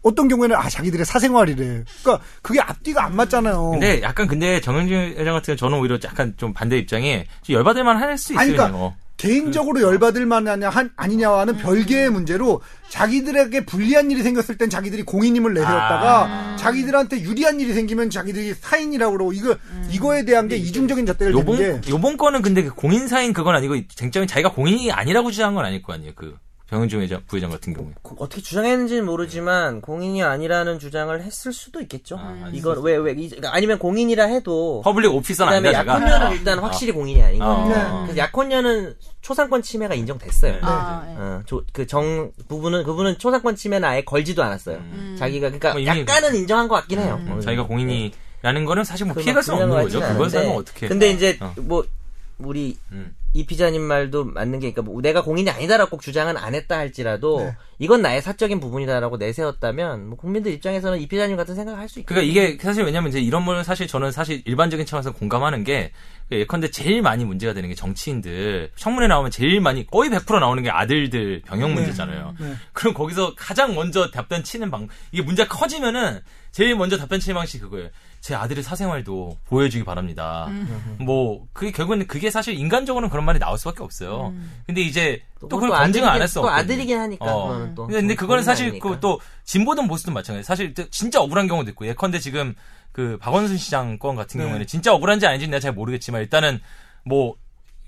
Speaker 3: 어떤 경우에는 아 자기들의 사생활이래. 그러니까 그게 앞뒤가 안 맞잖아요.
Speaker 1: 근데 약간 근데 정영진 회장 같은 경우 저는 오히려 약간 좀 반대 입장에 좀 열받을만 할 수 있어요.
Speaker 3: 아니, 그러니까
Speaker 1: 그냥, 어.
Speaker 3: 개인적으로 열받을 만하냐 한- 아니냐와는 별개의 문제로 자기들에게 불리한 일이 생겼을 땐 자기들이 공인임을 내세웠다가 자기들한테 유리한 일이 생기면 자기들이 사인이라고 그러고 이거 이거에 대한 게 이중적인 잣대를 대는 그 게
Speaker 1: 요번 요번 거는 근데 그 공인 사인 그건 아니고 쟁점이 자기가 공인이 아니라고 주장한 건 아닐 거 아니에요. 그 정영진 회장 부회장 같은 경우에.
Speaker 4: 고- 어떻게 주장했는지는 모르지만 공인이 아니라는 주장을 했을 수도 있겠죠
Speaker 3: 아,
Speaker 4: 음. 이건 왜 왜 아니면 공인이라 해도
Speaker 1: 퍼블릭 오피스는
Speaker 4: 그다음에
Speaker 1: 아니다 제가.
Speaker 4: 약혼녀는 일단 확실히 공인이 아닌 거예요.
Speaker 1: 어,
Speaker 3: 네.
Speaker 4: 그래서 약혼녀는 초상권 침해가 인정됐어요.
Speaker 1: 네.
Speaker 2: 아, 예.
Speaker 4: 그 정 부분은 그분은 초상권 침해는 아예 걸지도 않았어요. 자기가 그러니까
Speaker 1: 음. 뭐 이미-
Speaker 4: 약간은 인정한 것 같긴 해요.
Speaker 1: 어,
Speaker 4: 어,
Speaker 1: 자기가 공인이라는 거는 사실 뭐
Speaker 4: 그건
Speaker 1: 피해갈 수는 없는
Speaker 4: 분명한 것
Speaker 1: 거죠.
Speaker 4: 같진
Speaker 1: 그건 사면
Speaker 4: 않은데.
Speaker 1: 어떻게.
Speaker 4: 근데 이제
Speaker 1: 어.
Speaker 4: 뭐 우리
Speaker 1: 음.
Speaker 4: 이 피자님 말도 맞는 게, 그러니까 뭐 내가 공인이 아니다라고 꼭 주장은 안 했다 할지라도 이건 나의 사적인 부분이다라고 내세웠다면 뭐 국민들 입장에서는 이 피자님 같은 생각을 할 수 있겠죠.
Speaker 1: 그러니까 이게 사실 왜냐면 이제 이런 걸 사실 저는 사실 일반적인 차원에서 공감하는 게그 예컨대 제일 많이 문제가 되는 게 정치인들 청문회 나오면 제일 많이 거의 100% 나오는 게 아들들
Speaker 4: 네.
Speaker 1: 병역 문제잖아요. 그럼 거기서 가장 먼저 답변 치는 방 이게 문제가 커지면은 제일 먼저 답변 치는 방식이 그거예요. 제 아들의 사생활도 보여주기 바랍니다.
Speaker 4: 음.
Speaker 1: 뭐 그게 결국은 그게 사실 인간적으로는 그런 말이 나올 수밖에 없어요.
Speaker 4: 음.
Speaker 1: 근데 이제 또 그걸 검증을 안
Speaker 4: 아들이긴-
Speaker 1: 했어.
Speaker 4: 또 아들이긴 하니까.
Speaker 1: 어.
Speaker 4: 그거는 또
Speaker 1: 근데, 근데 그거는
Speaker 4: 공인이
Speaker 1: 사실
Speaker 4: 아니니까.
Speaker 1: 그 또 진보든 보수든 마찬가지. 사실 또 진짜 억울한 경우도 있고 예컨대 지금 그 박원순 시장 건
Speaker 3: 네.
Speaker 1: 같은 경우에는 진짜 억울한지 아닌지 는 내가 잘 모르겠지만 일단은 뭐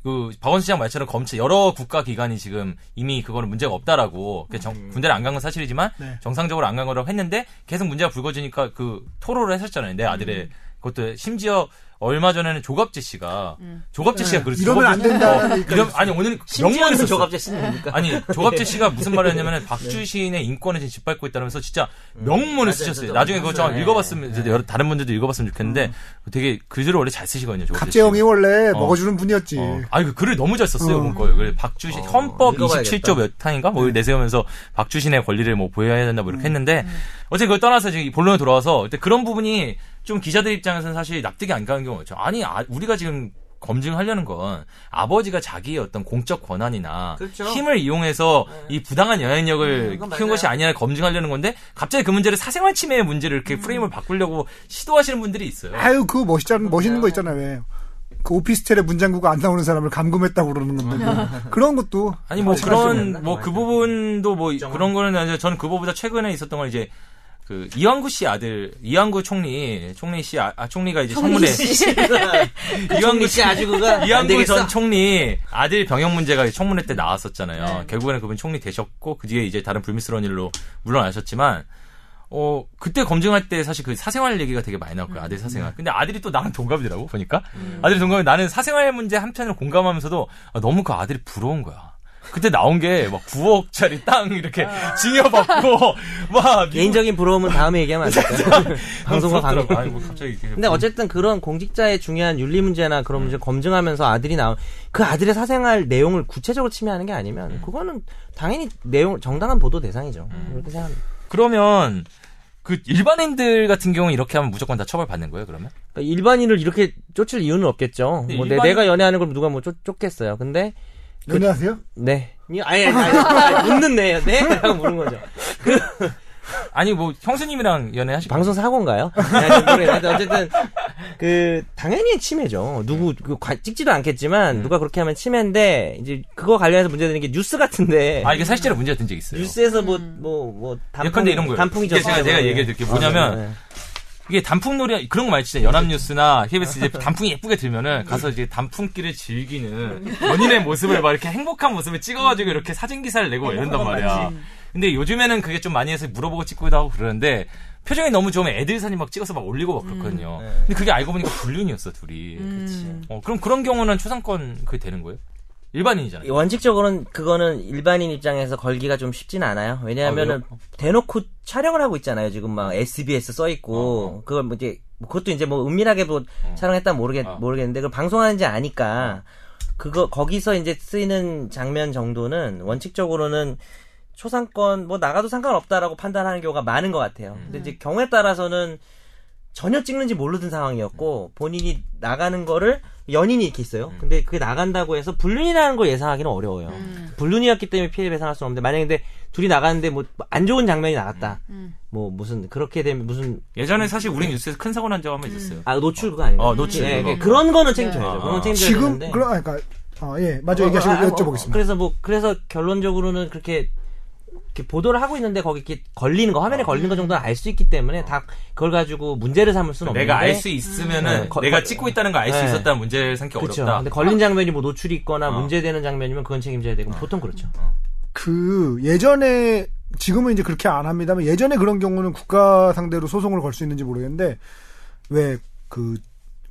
Speaker 1: 그 박원순 시장 말처럼 검찰 여러 국가 기관이 지금 이미 그거는 문제가 없다라고 그 정- 군대를 안 간 건 사실이지만
Speaker 3: 음. 네.
Speaker 1: 정상적으로 안 간 거라고 했는데 계속 문제가 불거지니까 그 토로를 했었잖아요. 내 아들의
Speaker 3: 음.
Speaker 1: 그것도 심지어 얼마 전에는 조갑재 씨가 조갑재 씨가 그랬어요.
Speaker 3: 네. 이러면 안 된다라는 얘기까지
Speaker 1: 이러- 아니 오늘
Speaker 4: 음. 심지어는
Speaker 1: 명문에서
Speaker 4: 조갑재 씨는 뭡니까? 네.
Speaker 1: 아니 조갑재 씨가 무슨 말을 했냐면 박주신의 인권을 지금 짓밟고 있다면서 진짜 명문을 쓰셨어요.
Speaker 4: 음. 맞아요.
Speaker 1: 나중에 그거 좀
Speaker 4: 네. 음.
Speaker 1: 읽어봤으면 이제 여러 다른 문제도 읽어봤으면 좋겠는데 되게 그 글을 원래 잘 쓰시거든요. 조갑재 씨.
Speaker 3: 갑재형이 원래
Speaker 1: 어.
Speaker 3: 먹어주는 분이었지.
Speaker 1: 어. 아니 그 글을 너무 잘 썼어요.
Speaker 3: 어.
Speaker 1: 그거요 그래 박주신
Speaker 4: 어,
Speaker 1: 헌법
Speaker 4: 읽어봐야겠다.
Speaker 1: 27조 몇 항인가 뭐 내세우면서 박주신의 권리를 뭐 보호해야 된다 뭐 이렇게 했는데 어제 그걸 떠나서 지금 이 본론에 돌아와서 일단 그런 부분이 좀 기자들 입장에서는 사실 납득이 안 가는 경우가 있죠. 아니 아, 우리가 지금 검증하려는 건 아버지가 자기의 어떤 공적 권한이나
Speaker 4: 그렇죠. 네. 음,
Speaker 1: 힘을 이용해서 이 부당한 영향력을
Speaker 4: 그건
Speaker 1: 키운
Speaker 4: 맞아요.
Speaker 1: 것이 아니라 가검증하려는 건데 갑자기 그 문제를 사생활 침해의 문제를 이렇게
Speaker 4: 음.
Speaker 1: 프레임을 바꾸려고 시도하시는 분들이 있어요.
Speaker 3: 아유 그거 멋있잖아 멋있는 거 있잖아 왜. 그 오피스텔에 문장구가 안 나오는 사람을 감금했다고 그러는 건데 뭐. 그런 것도
Speaker 1: 아니 뭐
Speaker 4: 된다,
Speaker 1: 그런 뭐
Speaker 4: 맞아.
Speaker 1: 그 부분도 뭐 그런 거는 아니라 저는 그거보다 최근에 있었던 건 이제 그 이왕구 씨 아들 이왕구 총리 총리 씨 아, 아, 총리가 이제 청문회
Speaker 4: 이왕구 씨 아주 그가 안
Speaker 1: 이왕구
Speaker 4: 되겠어.
Speaker 1: 전 총리 아들 병역 문제가 청문회 때 나왔었잖아요.
Speaker 4: 네.
Speaker 1: 결국에는 그분 총리 되셨고 그 뒤에 이제 다른 불미스러운 일로 물러나셨지만 어 그때 검증할 때 사실 그 사생활 얘기가 되게 많이 나왔고요
Speaker 4: 음.
Speaker 1: 아들 사생활. 근데 아들이 또 나랑 동갑이더라고 보니까 아들이 동갑이 나는 사생활 문제 한편으로 공감하면서도 아, 너무 그 아들이 부러운 거야. 그때 나온 게 막 9억짜리 땅 이렇게 징여받고 막
Speaker 4: 아. 개인적인 부러움은 다음에 얘기하면 안 될까요? 방송과 관계.
Speaker 1: 부럽더라고. 아니 뭐 갑자기 이렇게
Speaker 4: 근데 어쨌든 그런 공직자의 중요한 윤리 문제나
Speaker 1: 음.
Speaker 4: 그런 문제 검증하면서 아들이 나온 그 아들의 사생활 내용을 구체적으로 침해하는 게 아니면
Speaker 1: 음.
Speaker 4: 그거는 당연히 내용 정당한 보도 대상이죠. 그렇게 생각합니다.
Speaker 1: 그러면 그 일반인들 같은 경우 는 이렇게 하면 무조건 다 처벌받는 거예요 그러면?
Speaker 4: 그러니까 일반인을 이렇게 쫓을 이유는 없겠죠.
Speaker 1: 근데
Speaker 4: 뭐 내-
Speaker 1: 네, 일반인-
Speaker 4: 내가 연애하는 걸 누가 뭐 쫓, 쫓겠어요. 근데
Speaker 3: 연애하세요?
Speaker 4: 네. 아니, 아니, 아니, 아니, 웃는 네요. 네? 라고 물은 거죠. 그,
Speaker 1: 아니 뭐 형수님이랑 연애하시고
Speaker 4: 방송 사고인가요? 네, 아니, 아니, 모르겠는데 어쨌든 그 당연히 치매죠. 누구 그 관- 찍지도 않겠지만 누가 그렇게 하면 치매인데 이제 그거 관련해서 문제되는 게 뉴스 같은데
Speaker 1: 아 이게 사실 제로 문제가 된 적이 있어요.
Speaker 4: 뉴스에서 뭐 뭐뭐 단풍
Speaker 1: 예컨대 이런 거예요.
Speaker 4: 단풍이
Speaker 1: 이게 제가-
Speaker 4: 졌어요.
Speaker 1: 제가 얘기해 드릴게요. 뭐냐면
Speaker 4: 네.
Speaker 1: 이게 단풍놀이 그런 거 많이 치잖아요. 연합뉴스나 KBS 이제 단풍이 예쁘게 들면은 가서 이제 단풍길을 즐기는 본인의 모습을 막 이렇게 행복한 모습을 찍어가지고 이렇게 사진 기사를 내고 이런단 말이야. 근데 요즘에는 그게 좀 많이 해서 물어보고 찍기도 하고 그러는데 표정이 너무 좋으면 애들 사진 막 찍어서 막 올리고 막 그렇거든요.
Speaker 4: 음, 네.
Speaker 1: 근데 그게 알고 보니까 불륜이었어 둘이. 어, 그럼 그런 경우는 초상권 그게 되는 거예요? 일반인이잖아요.
Speaker 4: 원칙적으로는 그거는 일반인 입장에서 걸기가 좀 쉽진 않아요. 왜냐하면은
Speaker 1: 아,
Speaker 4: 대놓고 촬영을 하고 있잖아요. 지금 막 SBS 써
Speaker 1: 어,
Speaker 4: 있고 그걸 뭐 이제 그것도 이제 뭐 은밀하게 뭐 촬영했다 모르겠
Speaker 1: 어.
Speaker 4: 모르겠는데 그걸 방송하는지 아니까 그거 거기서 이제 쓰이는 장면 정도는 원칙적으로는 초상권 뭐 나가도 상관없다라고 판단하는 경우가 많은 것 같아요.
Speaker 1: 음.
Speaker 4: 근데 이제 경우에 따라서는 전혀 찍는지 모르던 상황이었고 본인이 나가는 거를 연인이 이렇게
Speaker 1: 음.
Speaker 4: 있어요. 근데 그게 나간다고 해서 불륜이라는 걸 예상하기는 어려워요. 불륜이었기 때문에 피해 배상할 수는 없는데 만약에 근데 둘이 나가는데 뭐 안 좋은 장면이 나갔다. 뭐 무슨 그렇게 되면 무슨
Speaker 1: 예전에 사실
Speaker 3: 네.
Speaker 1: 우리 뉴스에서 큰 사고 난 적 한 번
Speaker 3: 음.
Speaker 1: 있었어요.
Speaker 4: 아 노출 그거 아닌가?
Speaker 1: 어, 노출
Speaker 4: 예,
Speaker 1: 그거.
Speaker 4: 예, 그런 거는 책임져야죠.
Speaker 1: 아,
Speaker 4: 그건
Speaker 1: 아.
Speaker 4: 책임져야
Speaker 3: 지금
Speaker 4: 되는데.
Speaker 3: 그러 아, 그러니까 아, 예 맞아 요 얘기하시고
Speaker 4: 어, 어, 어,
Speaker 3: 여쭤보겠습니다.
Speaker 4: 그래서 뭐 그래서 결론적으로는 그렇게 이렇게 보도를 하고 있는데 거기 이렇게 걸리는 거
Speaker 1: 아.
Speaker 4: 화면에 걸리는 거 정도는 알 수 있기 때문에 다 그걸 가지고 문제를 삼을 수는 없는데
Speaker 1: 그 내가 알 수 있으면은
Speaker 4: 음. 거-
Speaker 1: 내가
Speaker 4: 거-
Speaker 1: 찍고 있다는 걸 알 수
Speaker 4: 네.
Speaker 1: 있었다는 문제를 삼기
Speaker 4: 그렇죠.
Speaker 1: 어렵다. 어.
Speaker 4: 근데 걸린 장면이 뭐 노출이 있거나 문제되는 장면이면 그건 책임져야 되고 보통 그렇죠.
Speaker 3: 그 예전에 지금은 이제 그렇게 안 합니다만 예전에 그런 경우는 국가 상대로 소송을 걸 수 있는지 모르겠는데 왜 그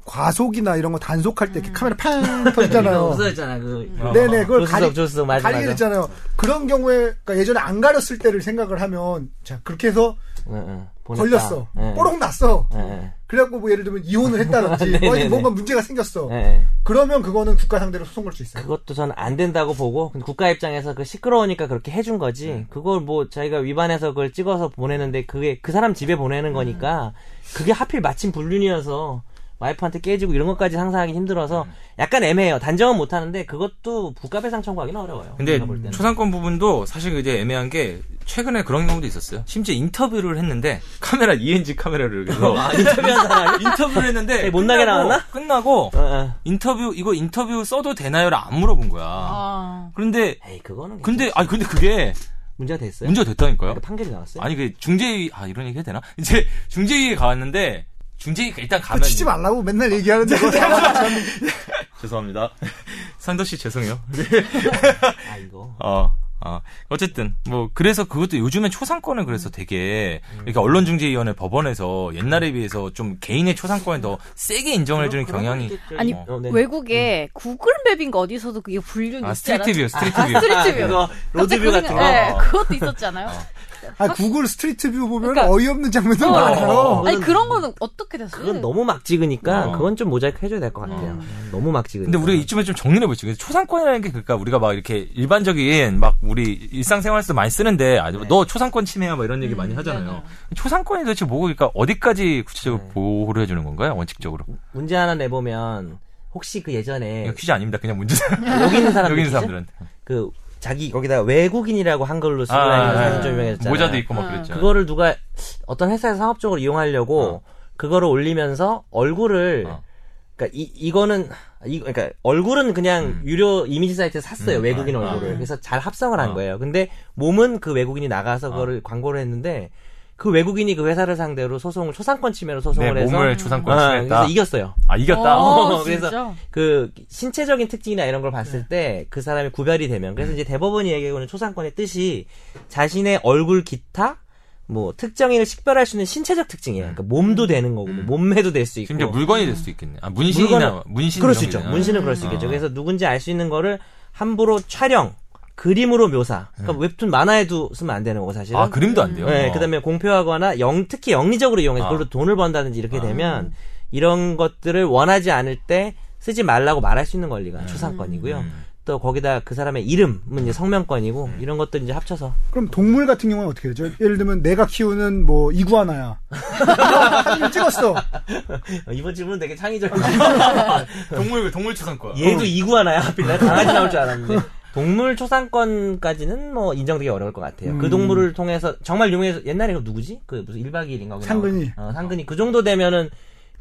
Speaker 3: 과속이나 이런 거 단속할 때 이렇게 카메라 팡 터지잖아요.
Speaker 4: 음. 없어졌잖아 그.
Speaker 3: 네네 그걸
Speaker 4: 조수석
Speaker 3: 가리
Speaker 4: 조수석 맞아
Speaker 3: 가리게
Speaker 4: 맞아.
Speaker 3: 됐잖아요. 그런 경우에 그러니까 예전에 안 가렸을 때를 생각을 하면 자 그렇게 해서
Speaker 4: 응, 응. 어. 보냈다.
Speaker 3: 걸렸어.
Speaker 4: 예.
Speaker 3: 뽀록 났어.
Speaker 4: 예, 예.
Speaker 3: 그래갖고 뭐 예를 들면 이혼을 했다든지 뭐
Speaker 4: 네네네.
Speaker 3: 뭔가 문제가 생겼어.
Speaker 4: 예, 예.
Speaker 3: 그러면 그거는 국가 상대로 소송 걸 수 있어요.
Speaker 4: 그것도 전 안 된다고 보고 근데 국가 입장에서 그 시끄러우니까 그렇게 해준 거지
Speaker 1: 네.
Speaker 4: 그걸 뭐 자기가 위반해서 그걸 찍어서 보내는데 그게 그 사람 집에 보내는 거니까 그게 하필 마침 불륜이어서 와이프한테 깨지고 이런 것까지 상상하기 힘들어서
Speaker 1: 네.
Speaker 4: 약간 애매해요 단정은 못하는데 그것도 국가배상 청구하기는 어려워요
Speaker 1: 근데
Speaker 4: 제가 볼 때는.
Speaker 1: 초상권 부분도 사실 이제 애매한 게 최근에 그런 경우도 있었어요. 심지어 인터뷰를 했는데 카메라 ENG 카메라를 그래서
Speaker 4: 아, 인터뷰한 사람이
Speaker 1: 인터뷰를 했는데
Speaker 4: 되게 못나게
Speaker 1: 끝나고-
Speaker 4: 나왔나?
Speaker 1: 끝나고
Speaker 4: 어, 어.
Speaker 1: 인터뷰 이거 인터뷰 써도 되나요를 안 물어본 거야.
Speaker 2: 아,
Speaker 1: 그런데
Speaker 4: 에이 그거는
Speaker 1: 근데 아니 근데 그게
Speaker 4: 문제가 됐어요
Speaker 1: 문제가 됐다니까요.
Speaker 4: 그러니까 판결이 나왔어요
Speaker 1: 아니 그 중재위 아 이런 얘기 해도 되나? 이제 중재위에 가왔는데 중재위 일단
Speaker 4: 아,
Speaker 1: 가면
Speaker 3: 치지 말라고 맨날 얘기하는데
Speaker 1: 죄송합니다. 산더 씨 죄송해요.
Speaker 4: 아 이거
Speaker 1: 어, 어. 어쨌든, 뭐, 그래서 그것도 요즘에 초상권은 그래서 되게, 이렇게 언론중재위원회 법원에서 옛날에 비해서 좀 개인의 초상권에 더 세게 인정해주는 경향이.
Speaker 2: 아니
Speaker 4: 어, 네.
Speaker 2: 외국에 구글 맵인가 어디서도 그게 불륜
Speaker 1: 아,
Speaker 2: 있지 않았-
Speaker 1: 스트리트뷰, 스트리트뷰.
Speaker 2: 아, 스트리트뷰.
Speaker 4: 그거 로드뷰 같은 거
Speaker 2: 네, 그것도 있었잖아요.
Speaker 3: 아, 구글 스트리트 뷰 보면
Speaker 2: 그러니까-
Speaker 3: 어이없는 장면들
Speaker 2: 어.
Speaker 3: 많아요.
Speaker 2: 아니 그런 거는 어떻게 됐어요?
Speaker 4: 그건 너무 막 찍으니까
Speaker 1: 어.
Speaker 4: 그건 좀 모자이크 해줘야 될 것 같아요. 너무 막 찍으니까.
Speaker 1: 음. 근데 우리가 이쯤에 좀 정리를 해보죠. 그래서 초상권이라는 게 그러니까 우리가 막 이렇게 일반적인 막 우리 일상생활에서 많이 쓰는데, 아, 너 초상권 침해야 막 이런 얘기 많이 하잖아요.
Speaker 2: 네,
Speaker 1: 초상권이 도대체 뭐고, 그러니까 어디까지 구체적으로 보호를 해주는 건가요? 원칙적으로.
Speaker 4: 문제 하나 내보면 혹시 그 예전에
Speaker 1: 이거 퀴즈 아닙니다. 그냥 문제.
Speaker 4: 여기 있는 사람들
Speaker 1: 여기 있는
Speaker 4: 있죠?
Speaker 1: 사람들한테.
Speaker 4: 그 자기 거기다 외국인이라고 한글로 쓰고 다니는 사진 네. 좀 유명했잖아요.
Speaker 1: 아, 모자도 있고 막 그랬죠.
Speaker 4: 그거를 누가 어떤 회사에서 상업적으로 이용하려고 그거를 올리면서 얼굴을
Speaker 1: 어.
Speaker 4: 그러니까 이 이거는 이 그러니까 얼굴은 그냥 유료 이미지 사이트에 서 샀어요
Speaker 1: 음,
Speaker 4: 외국인
Speaker 1: 아,
Speaker 4: 얼굴을
Speaker 2: 아.
Speaker 4: 그래서 잘 합성을
Speaker 1: 어.
Speaker 4: 한 거예요. 근데 몸은 그 외국인이 나가서 그거를 광고를 했는데 그 외국인이 그 회사를 상대로 소송을 초상권 침해로 소송을
Speaker 1: 내
Speaker 4: 해서
Speaker 1: 몸을 초상권
Speaker 4: 어,
Speaker 1: 침해했다.
Speaker 4: 그래서 이겼어요.
Speaker 1: 아, 이겼다.
Speaker 2: 어,
Speaker 4: 그래서
Speaker 2: 진짜?
Speaker 4: 그 신체적인 특징이나 이런 걸
Speaker 1: 네.
Speaker 4: 봤을 때 그 사람이 구별이 되면 그래서 이제 대법원이 얘기하고는 초상권의 뜻이 자신의 얼굴 기타 뭐 특정인을 식별할 수 있는 신체적 특징이에요. 그러니까 몸도 되는 거고 뭐 몸매도 될 수 있고
Speaker 1: 네. 음. 심지어 물건이 될 수도 있겠네. 아, 문신이나
Speaker 4: 물건은-
Speaker 1: 문신
Speaker 4: 그럴
Speaker 1: 이런
Speaker 4: 수 있죠.
Speaker 1: 거잖아요.
Speaker 4: 문신은 그럴 수 있겠죠. 그래서 누군지 알 수 있는 거를 함부로 촬영, 그림으로 묘사. 그러니까
Speaker 1: 네.
Speaker 4: 웹툰 만화에도 쓰면 안 되는 거고 사실은.
Speaker 1: 아 그림도 안 돼요.
Speaker 4: 네,
Speaker 1: 어.
Speaker 4: 그다음에 공표하거나 영 특히 영리적으로 이용해서
Speaker 1: 아.
Speaker 4: 그걸로 돈을 번다든지 이렇게 되면 이런 것들을 원하지 않을 때 쓰지 말라고 말할 수 있는
Speaker 1: 음.
Speaker 4: 권리가 초상권이고요. 또 거기다 그 사람의 이름은 이제 성명권이고
Speaker 1: 음.
Speaker 4: 이런 것들 이제 합쳐서
Speaker 3: 그럼 동물 같은 경우는 어떻게 되죠? 예를 들면 내가 키우는 뭐 이구아나야. 사진을 찍었어.
Speaker 4: 어, 이번 질문 되게 창의적인
Speaker 1: 동물 동물 초상권.
Speaker 4: 예. 얘도 이구하나야 하필 나 강아지 나올 줄 알았는데 동물 초상권까지는 뭐 인정되기 어려울 것 같아요.
Speaker 3: 음.
Speaker 4: 그 동물을 통해서 정말 유명해서 옛날에 그 누구지? 그 무슨 1박 2일인가
Speaker 3: 상근이.
Speaker 4: 어, 상근이 그 정도 되면은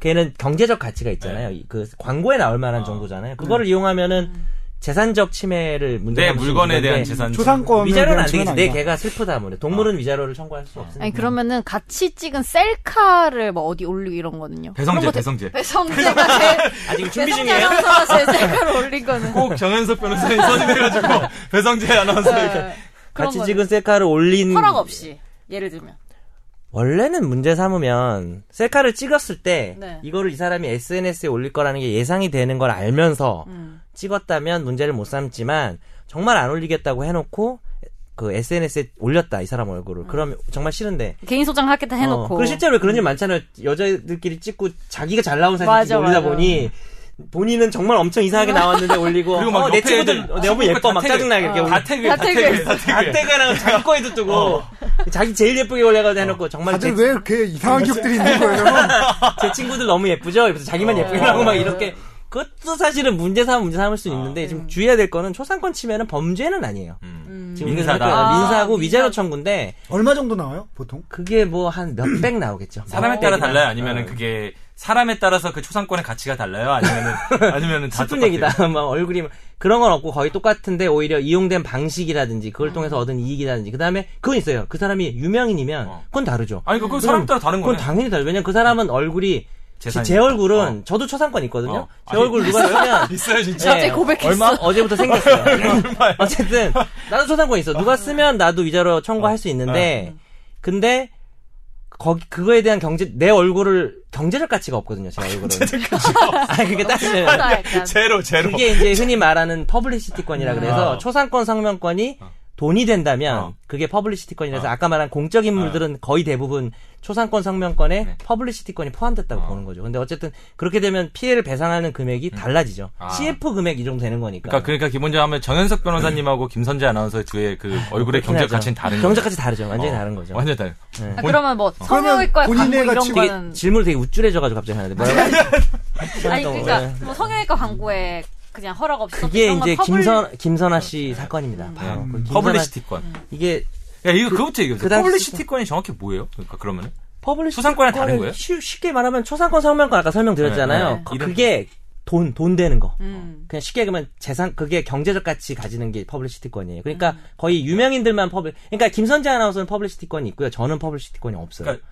Speaker 4: 걔는 경제적 가치가 있잖아요. 이- 그 광고에 나올 만한 정도잖아요. 그거를 이용하면은
Speaker 2: 음.
Speaker 4: 재산적 침해를 문제
Speaker 1: 내 물건에 대한 재산
Speaker 3: 초상권
Speaker 4: 위자료는 안 되겠지. 내 개가 슬프다 뭐. 동물은 위자료를 청구할 수 없으니까.
Speaker 2: 아니 그러면은 같이 찍은 셀카를 뭐 어디 올리고 이런 거는요. 그런
Speaker 1: 배성재
Speaker 2: 거
Speaker 1: 배성재
Speaker 2: 배성재가 제
Speaker 4: 아직
Speaker 2: 배성재
Speaker 4: 준비 중이에요.
Speaker 2: 아나운서가 제 셀카를 올린 거는
Speaker 1: 꼭 정현석 변호사님 선임해가지고 배성재 아나운서 이렇게
Speaker 2: 네. 그런
Speaker 4: 같이
Speaker 2: 거는
Speaker 4: 찍은 셀카를 올린
Speaker 2: 허락 없이 예를 들면
Speaker 4: 원래는 문제 삼으면 셀카를 찍었을 때
Speaker 2: 네.
Speaker 4: 이거를 이 사람이 SNS에 올릴 거라는 게 예상이 되는 걸 알면서
Speaker 2: 음.
Speaker 4: 찍었다면 문제를 못 삼지만 정말 안 올리겠다고 해놓고 그 SNS에 올렸다 이 사람 얼굴을 그러면 정말 싫은데
Speaker 2: 개인 소장하겠다 음. 해놓고
Speaker 4: 그 실제로 그런 일 많잖아요 여자들끼리 찍고 자기가 잘 나온 사진
Speaker 2: 맞아,
Speaker 4: 찍고 올리다
Speaker 2: 맞아.
Speaker 4: 보니 본인은 정말 엄청 이상하게 나왔는데 올리고
Speaker 1: 그리고 막
Speaker 4: 어, 내
Speaker 1: 옆에
Speaker 4: 친구들
Speaker 1: 애들
Speaker 4: 어, 너무
Speaker 1: 친구들
Speaker 4: 예뻐
Speaker 1: 다
Speaker 4: 막
Speaker 1: 태그. 어,
Speaker 4: 짜증나게 이렇게 올리-
Speaker 1: 다 태그 어. 다
Speaker 2: 다태그.
Speaker 1: 태그 다 태그
Speaker 4: 아떼가랑 자기 거에도 뜨고 자기 제일 예쁘게 올려가지고
Speaker 1: 어.
Speaker 4: 해놓고 정말
Speaker 3: 다들
Speaker 4: 제-
Speaker 3: 왜 이렇게 이상한 기억들이 있는 거예요?
Speaker 4: 제 친구들 너무 예쁘죠? 그래서 자기만 예쁘게 나오고 막 이렇게. 그것도 사실은 문제 삼 문제 삼을
Speaker 1: 아,
Speaker 4: 수 있는데
Speaker 1: 네.
Speaker 4: 지금 주의해야 될 거는 초상권 침해는 범죄는 아니에요. 지금 우리가
Speaker 1: 음. 민사다.
Speaker 4: 생각하는
Speaker 2: 아,
Speaker 4: 민사고
Speaker 2: 민사.
Speaker 4: 위자료 청구인데
Speaker 3: 얼마 정도 나와요, 보통?
Speaker 4: 그게 뭐 한 몇백 나오겠죠.
Speaker 1: 사람에 따라
Speaker 4: 몇백이나.
Speaker 1: 달라요 아니면은 그게 사람에 따라서 그 초상권의 가치가 달라요 아니면은 아니면은 다
Speaker 4: 슬픈
Speaker 1: 똑같아요?
Speaker 4: 얘기다. 막 얼굴이 막- 그런 건 없고 거의 똑같은데 오히려 이용된 방식이라든지
Speaker 1: 음.
Speaker 4: 그걸 통해서 얻은 이익이라든지 그다음에 그건 있어요. 그 사람이 유명인이면
Speaker 1: 어.
Speaker 4: 그건 다르죠.
Speaker 1: 아니 그건 사람 따라 다른
Speaker 4: 그건
Speaker 1: 거네
Speaker 4: 당연히 다르죠. 왜냐면 그 사람은 얼굴이
Speaker 1: 재산이니까.
Speaker 4: 제 얼굴은 저도 초상권 있거든요.
Speaker 1: 어.
Speaker 4: 제
Speaker 1: 아니,
Speaker 4: 얼굴 누가 쓰면
Speaker 1: 있어요 진짜
Speaker 2: 갑자기 고백했어.
Speaker 4: 얼마 어제부터 생겼어요. 어쨌든 나도 초상권 있어. 누가 쓰면 나도 위자료 청구할 수 있는데 근데 거기 그거에 대한 경제 내 얼굴을 경제적 가치가 없거든요. 제 얼굴은. 경제적 가치가. 아니 그게 따지면
Speaker 2: 하다 약간.
Speaker 4: 네.
Speaker 1: 제로 제로
Speaker 4: 그게 이제 흔히 말하는 퍼블리시티권이라 그래서
Speaker 1: 어.
Speaker 4: 초상권 성명권이 돈이 된다면
Speaker 1: 어.
Speaker 4: 그게 퍼블리시티권이라서 아까 말한 공적 인물들은 거의 대부분 초상권 성명권에
Speaker 1: 네.
Speaker 4: 퍼블리시티권이 포함됐다고 보는 거죠. 근데 어쨌든 그렇게 되면 피해를 배상하는 금액이 달라지죠.
Speaker 1: 아.
Speaker 4: CF 금액 이 정도 되는 거니까.
Speaker 1: 그러니까 그러니까 기본적으로 하면 정현석 변호사님하고 김선재 아나운서의 두의 그 얼굴의 경제 가치는 다른 거예요.
Speaker 4: 네. 경제까지 다르죠. 완전히 다른 거죠.
Speaker 1: 완전 다른.
Speaker 2: 아, 그러면 뭐 성형외과에 광고
Speaker 3: 본인의
Speaker 2: 이런
Speaker 3: 같이
Speaker 4: 되게
Speaker 2: 거는 그러니까
Speaker 4: 질문을 되게 우쭐해져가지고 갑자기 하는데 뭐라고?
Speaker 2: 아니
Speaker 4: 또,
Speaker 2: 그러니까
Speaker 4: 네.
Speaker 2: 뭐 성형외과 광고에 그냥 허락 없이
Speaker 4: 그게
Speaker 2: 썼던 건
Speaker 4: 이제
Speaker 2: 퍼블-
Speaker 4: 김선 김선아 씨
Speaker 2: 음.
Speaker 4: 사건입니다. 바로 그 김선아-
Speaker 1: 네. 퍼블리시티권.
Speaker 4: 이게
Speaker 1: 야 이거 그것부터 얘기해
Speaker 4: 그
Speaker 1: 보세요.
Speaker 4: 당시-
Speaker 1: 퍼블리시티권이 정확히 뭐예요? 그러니까 그러면
Speaker 4: 퍼블리시
Speaker 1: 초상권이랑 다른 거예요?
Speaker 4: 쉬- 쉽게 말하면 초상권 성명권 아까 설명드렸잖아요.
Speaker 1: 네, 네.
Speaker 4: 그-
Speaker 1: 이름-
Speaker 4: 그게 돈 돈 되는 거. 어.
Speaker 2: 음.
Speaker 4: 그냥 쉽게 얘기하면 재산 그게 경제적 가치 가지는 게 퍼블리시티권이에요. 그러니까 거의 유명인들만 퍼블 그러니까 김선재 아나운서는 퍼블리시티권이 있고요. 저는 퍼블리시티권이 없어요.
Speaker 1: 그러니까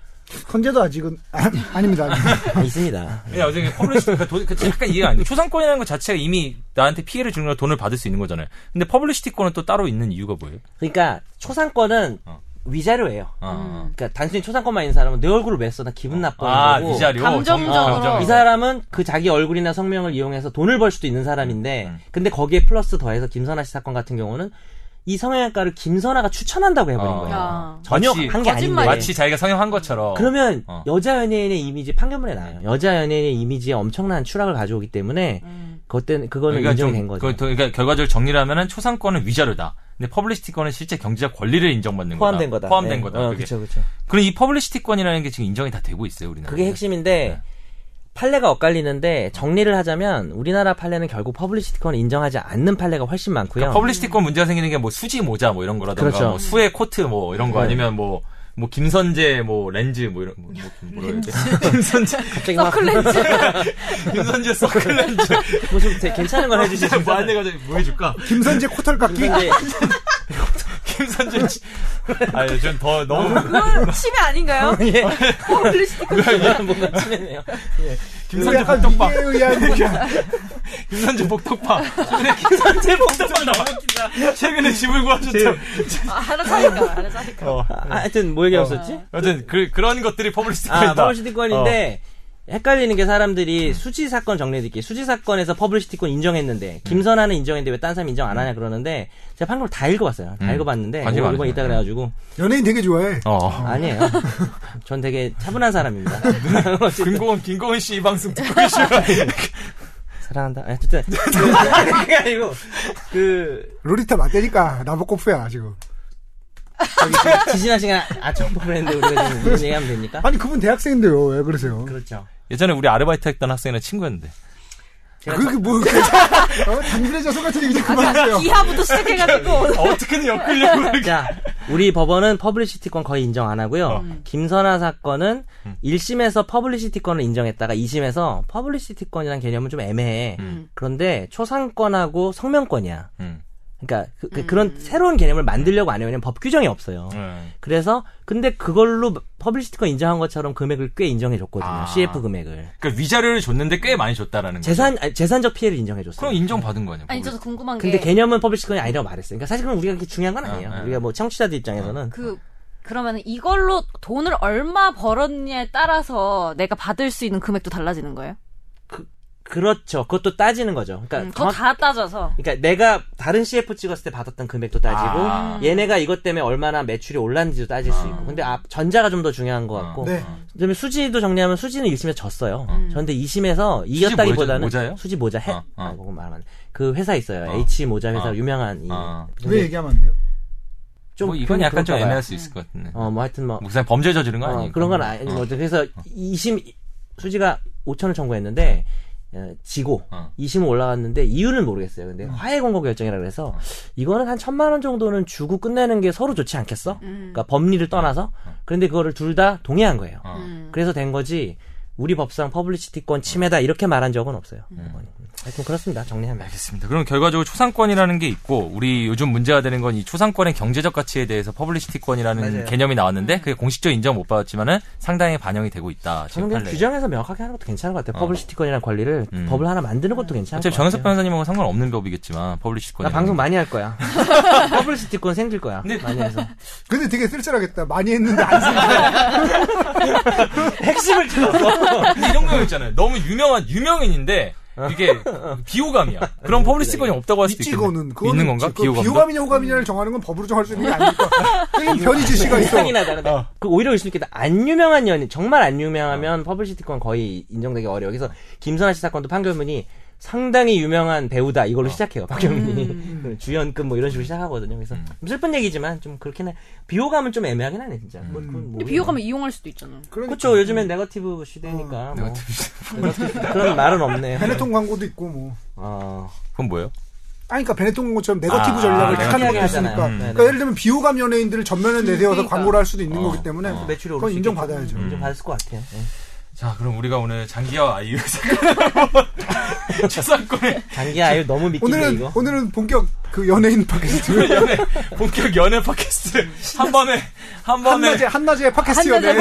Speaker 3: 현재도 아직은 아, 아닙니다. 아닙니다.
Speaker 4: 아, 있습니다.
Speaker 1: 야 어제 퍼블리시티권 돈 그, 약간 이해가 안 돼. 초상권이라는 것 자체가 이미 나한테 피해를 주는 걸 돈을 받을 수 있는 거잖아요. 근데 퍼블리시티권은 또 따로 있는 이유가 뭐예요?
Speaker 4: 그러니까 초상권은
Speaker 1: 어.
Speaker 4: 위자료예요.
Speaker 1: 아,
Speaker 4: 그러니까 단순히 초상권만 있는 사람은 내 얼굴을 왜 써? 나 기분 나빠.
Speaker 1: 아
Speaker 4: 이러고.
Speaker 1: 위자료.
Speaker 2: 감정적으로.
Speaker 1: 정- 감정.
Speaker 4: 이 사람은 그 자기 얼굴이나 성명을 이용해서 돈을 벌 수도 있는 사람인데,
Speaker 1: 음.
Speaker 4: 근데 거기에 플러스 더해서 김선아 씨 사건 같은 경우는 이 성형외과를 김선아가 추천한다고 해버린
Speaker 1: 어.
Speaker 4: 거예요.
Speaker 2: 야.
Speaker 4: 전혀
Speaker 1: 마치-
Speaker 4: 한 게 아닌데.
Speaker 2: 거짓말이에요.
Speaker 1: 마치 자기가 성형한 것처럼.
Speaker 4: 그러면
Speaker 1: 어. 네.
Speaker 4: 여자 연예인의 이미지 판결문에 나와요. 여자 연예인의 이미지에 엄청난 추락을 가져오기 때문에
Speaker 2: 음.
Speaker 4: 그때 그거는
Speaker 1: 좀-
Speaker 4: 인정된 거죠.
Speaker 1: 그- 그러니까 결과적으로 정리를 하면은 초상권은 위자료다. 근데 퍼블리시티권은 실제 경제적 권리를 인정받는
Speaker 4: 포함된
Speaker 1: 거다.
Speaker 4: 거다.
Speaker 1: 포함된
Speaker 4: 네.
Speaker 1: 거다.
Speaker 4: 어,
Speaker 1: 그게.
Speaker 4: 그렇죠, 그렇죠.
Speaker 1: 그럼 이 퍼블리시티권이라는 게 지금 인정이 다 되고 있어요, 우리나라.
Speaker 4: 그게
Speaker 1: 네.
Speaker 4: 핵심인데 판례가 엇갈리는데 정리를 하자면 우리나라 판례는 결국 퍼블리시티권을 인정하지 않는 판례가 훨씬 많고요.
Speaker 1: 그러니까 퍼블리시티권 문제가 생기는 게 뭐 수지 모자 뭐 이런 거라든가
Speaker 4: 그렇죠.
Speaker 1: 뭐 수의 코트 뭐 이런 거
Speaker 4: 네.
Speaker 1: 아니면 뭐. 뭐 김선재 뭐 렌즈 뭐 이런 뭐, 뭐 뭐라 해야 돼? 김선재
Speaker 4: 갑자기 막
Speaker 2: 서클렌즈
Speaker 1: 김선재 서클 렌즈
Speaker 4: 무슨 되게 괜찮은 걸 해주시죠.
Speaker 1: 뭐 안에 가지고 뭐 해줄까?
Speaker 3: 김선재 코털 깎기?
Speaker 4: 근데
Speaker 1: 김선재 지- 아 요즘 더 너무
Speaker 2: 그건 침해 아닌가요?
Speaker 4: 예.
Speaker 2: 퍼블리시티
Speaker 4: 뭔가 심했네요.
Speaker 1: 김선재
Speaker 3: 약간
Speaker 1: 복덕방
Speaker 3: 위에 의한 얘기야.
Speaker 1: 김선재 복덕방 최근에 김선재 복덕방 너무 웃긴다 최근에 집을 구하셨죠
Speaker 2: 아, 하나 차니까 하나 차니까
Speaker 1: 어.
Speaker 4: 아, 하여튼 뭐 얘기했었지?
Speaker 1: 여튼 그, 그런 것들이 퍼블리시티권이다
Speaker 4: 아, 퍼블리시티권인데
Speaker 1: 어.
Speaker 4: 헷갈리는 게 사람들이 수지 사건 정리해드릴게요. 수지 사건에서 퍼블리시티권
Speaker 1: 음.
Speaker 4: 인정했는데 김선아는 인정했는데 왜 딴 사람 인정 안 하냐 그러는데 제가 방금 다 읽어봤어요. 다
Speaker 1: 음.
Speaker 4: 읽어봤는데 뭐
Speaker 1: 관심
Speaker 4: 이거
Speaker 1: 많으시네.
Speaker 4: 있다 그래가지고
Speaker 3: 연예인 되게 좋아해.
Speaker 1: 어. 어.
Speaker 4: 아니에요. 전 되게 차분한 사람입니다.
Speaker 1: 네. 김고은 김고은 씨 이 방송 듣고 계시면
Speaker 4: 사랑한다. 아니, 어쨌든
Speaker 1: 네.
Speaker 4: 그- 그게 아니고 그
Speaker 3: 로리타 맞대니까 나보고 후야 지금.
Speaker 4: 저기 지- 지진아 씨가 아청 프로그램인데 우리가 지금 무슨 얘기하면
Speaker 1: 아.
Speaker 4: 됩니까?
Speaker 3: 아니 그분 대학생인데요. 왜 그러세요?
Speaker 4: 그렇죠.
Speaker 1: 예전에 우리 아르바이트 했던 학생이랑 친구였는데
Speaker 4: 제가
Speaker 3: 그게 뭐 어? 단일의 자석 같은 얘기 좀
Speaker 4: 아,
Speaker 3: 그만하세요.
Speaker 2: 아, 기하부터 시작해가지고
Speaker 1: 어떻게든 엮으려고 이렇게.
Speaker 4: 자, 우리 법원은 퍼블리시티권 거의 인정 안 하고요.
Speaker 1: 어.
Speaker 4: 김선아 사건은
Speaker 1: 음.
Speaker 4: 1심에서 퍼블리시티권을 인정했다가 2심에서 퍼블리시티권이라는 개념은 좀 애매해.
Speaker 1: 음.
Speaker 4: 그런데 초상권하고 성명권이야.
Speaker 1: 음.
Speaker 4: 그러니까 그, 런 새로운 개념을 만들려고 안 해요. 왜냐면 법 규정이 없어요.
Speaker 1: 음.
Speaker 4: 그래서 근데 그걸로 퍼블리시티권 인정한 것처럼 금액을 꽤 인정해 줬거든요.
Speaker 1: 아.
Speaker 4: CF 금액을.
Speaker 1: 그러니까 위자료를 줬는데 꽤 많이 줬다라는 거죠.
Speaker 4: 재산 아니, 재산적 피해를 인정해 줬어요.
Speaker 1: 그럼 인정받은 거 아니야?
Speaker 2: 아니
Speaker 1: 법을.
Speaker 2: 저도 궁금한
Speaker 4: 근데
Speaker 2: 게
Speaker 4: 개념은 퍼블리시티권이 아니라고 말했어요. 그러니까 사실 그건 우리가 그렇게 중요한 건 아니에요.
Speaker 1: 아, 아.
Speaker 4: 우리가 뭐 청취자들 입장에서는
Speaker 2: 그 그러면 이걸로 돈을 얼마 벌었냐에 따라서 내가 받을 수 있는 금액도 달라지는 거예요?
Speaker 4: 그렇죠. 그것도 따지는 거죠. 그러니까
Speaker 2: 음,
Speaker 4: 정확-
Speaker 2: 더다 따져서
Speaker 4: 그러니까 내가 다른 CF 찍었을 때 받았던 금액도 따지고
Speaker 1: 아.
Speaker 4: 얘네가 이것 때문에 얼마나 매출이 올랐는지도 따질 수 있고 근데 앞- 전자가 좀 더 중요한 것
Speaker 1: 아. 어.
Speaker 4: 같고
Speaker 3: 네.
Speaker 4: 그다음에 수지도 정리하면 수지는 1심에서 졌어요. 그런데 2심에서
Speaker 1: 모자-
Speaker 4: 이겼다기보다는
Speaker 1: 모자요?
Speaker 4: 수지 모자 해
Speaker 1: 어, 어.
Speaker 4: 아, 그거 말하면 안 돼. 그 회사 있어요. H 모자 회사
Speaker 1: 어.
Speaker 4: 유명한 이
Speaker 1: 어.
Speaker 3: 왜 얘기하면 안 돼요?
Speaker 1: 뭐 이건 약간 좀 애매할
Speaker 4: 수
Speaker 1: 수 있을 것 같은데.
Speaker 4: 어뭐 하여튼 뭐
Speaker 1: 뭐 그냥 범죄 저지른 거
Speaker 4: 어,
Speaker 1: 아니에요? 음.
Speaker 4: 그런 건 아니고 그래서 2심 수지가 5천을 청구했는데 어, 지고
Speaker 1: 어.
Speaker 4: 2심은 올라갔는데 이유는 모르겠어요.
Speaker 1: 음.
Speaker 4: 근데 화해 공고 결정이라 그래서 이거는 한 천만 원 정도는 주고 끝내는 게 서로 좋지 않겠어?
Speaker 1: 음.
Speaker 2: 음.
Speaker 4: 그러니까 법리를 떠나서 그런데 그거를 둘 다 동의한 거예요.
Speaker 1: 어. 음.
Speaker 2: 음.
Speaker 4: 그래서 된 거지. 우리 법상 퍼블리시티권 침해다 이렇게 말한 적은 없어요.
Speaker 1: 음.
Speaker 4: 법원이. 하여튼 그렇습니다. 정리하면
Speaker 1: 알겠습니다. 그럼 결과적으로 초상권이라는 게 있고 우리 요즘 문제가 되는 건 이 초상권의 경제적 가치에 대해서 퍼블리시티권이라는
Speaker 4: 맞아요.
Speaker 1: 개념이 나왔는데 그게 공식적 인정 못 받았지만은 상당히 반영이 되고 있다.
Speaker 4: 저는
Speaker 1: 지금
Speaker 4: 그냥
Speaker 1: 판례에.
Speaker 4: 규정에서 명확하게 하는 것도 괜찮은 것 같아요. 퍼블리시티권이라는 권리를
Speaker 1: 어. 음.
Speaker 4: 법을 하나 만드는 것도 괜찮은 것
Speaker 1: 어차피
Speaker 4: 같아요.
Speaker 1: 정현석 변호사님하고 상관없는 법이겠지만 퍼블리시티권.
Speaker 4: 나 방송 많이 할 거야. 퍼블리시티권 생길 거야. 많이 해서.
Speaker 3: 근데 되게 쓸쓸하겠다. 많이 했는데 안 쓴다.
Speaker 4: 핵심을
Speaker 1: 이런 거 있잖아요. 너무 유명한 유명인인데 이게 비호감이야. 그럼 퍼블리시티권이 없다고 할 수도 있겠네.
Speaker 3: 이거는 음, 그거는
Speaker 1: 있는 건가?
Speaker 3: 그
Speaker 1: 비호감도?
Speaker 3: 비호감이냐 호감이냐를 정하는 건 법으로 정할 수 있는 게 아니니까. 그냥 변이 지시가 있어.
Speaker 4: 이상이 나다는데 그 오히려 있을 수 있겠다. 안 유명한 연인 정말 안 유명하면 퍼블리시티권 거의 인정되기 어려워. 그래서 김선아 씨 사건도 판결문이 상당히 유명한 배우다 이걸로 시작해요. 판결문이
Speaker 2: 음.
Speaker 4: 주연급 뭐 이런 식으로 시작하거든요. 그래서 좀 슬픈 얘기지만 좀 그렇긴 해. 비호감은 좀 애매하긴 하네 진짜. 뭐 그건 뭐
Speaker 2: 비호감을 이용할 수도 있잖아.
Speaker 3: 그러니까
Speaker 4: 그렇죠. 요즘엔 네거티브 시대니까 뭐 그런 말은 없네요.
Speaker 3: 베네통 광고도 있고 뭐.
Speaker 4: 어.
Speaker 1: 그건 뭐예요?
Speaker 3: 아니 그러니까 베네통 광고처럼 네거티브
Speaker 1: 아,
Speaker 3: 전략을
Speaker 1: 네거티브
Speaker 3: 택하는 것도
Speaker 4: 하잖아요.
Speaker 3: 있으니까.
Speaker 4: 음.
Speaker 3: 그러니까 예를 들면 비호감 연예인들을 전면에 내세워서
Speaker 2: 그러니까.
Speaker 3: 광고를 할 수도 있는
Speaker 1: 어,
Speaker 3: 거기 때문에
Speaker 4: 매출이 오를
Speaker 3: 그건
Speaker 4: 수
Speaker 3: 인정받아야죠.
Speaker 4: 있겠다. 인정받을 것 같아요. 예.
Speaker 1: 자, 그럼 우리가 오늘 장기하 아이유 초상권의
Speaker 4: 장기 아유 너무 믿기네
Speaker 3: 오늘은
Speaker 4: 이거.
Speaker 3: 오늘은 본격 그 연예인 팟캐스트
Speaker 1: 연애 본격 연애 팟캐스트 한밤에 한밤에
Speaker 3: 한낮에 한낮에 팟캐스트 연예.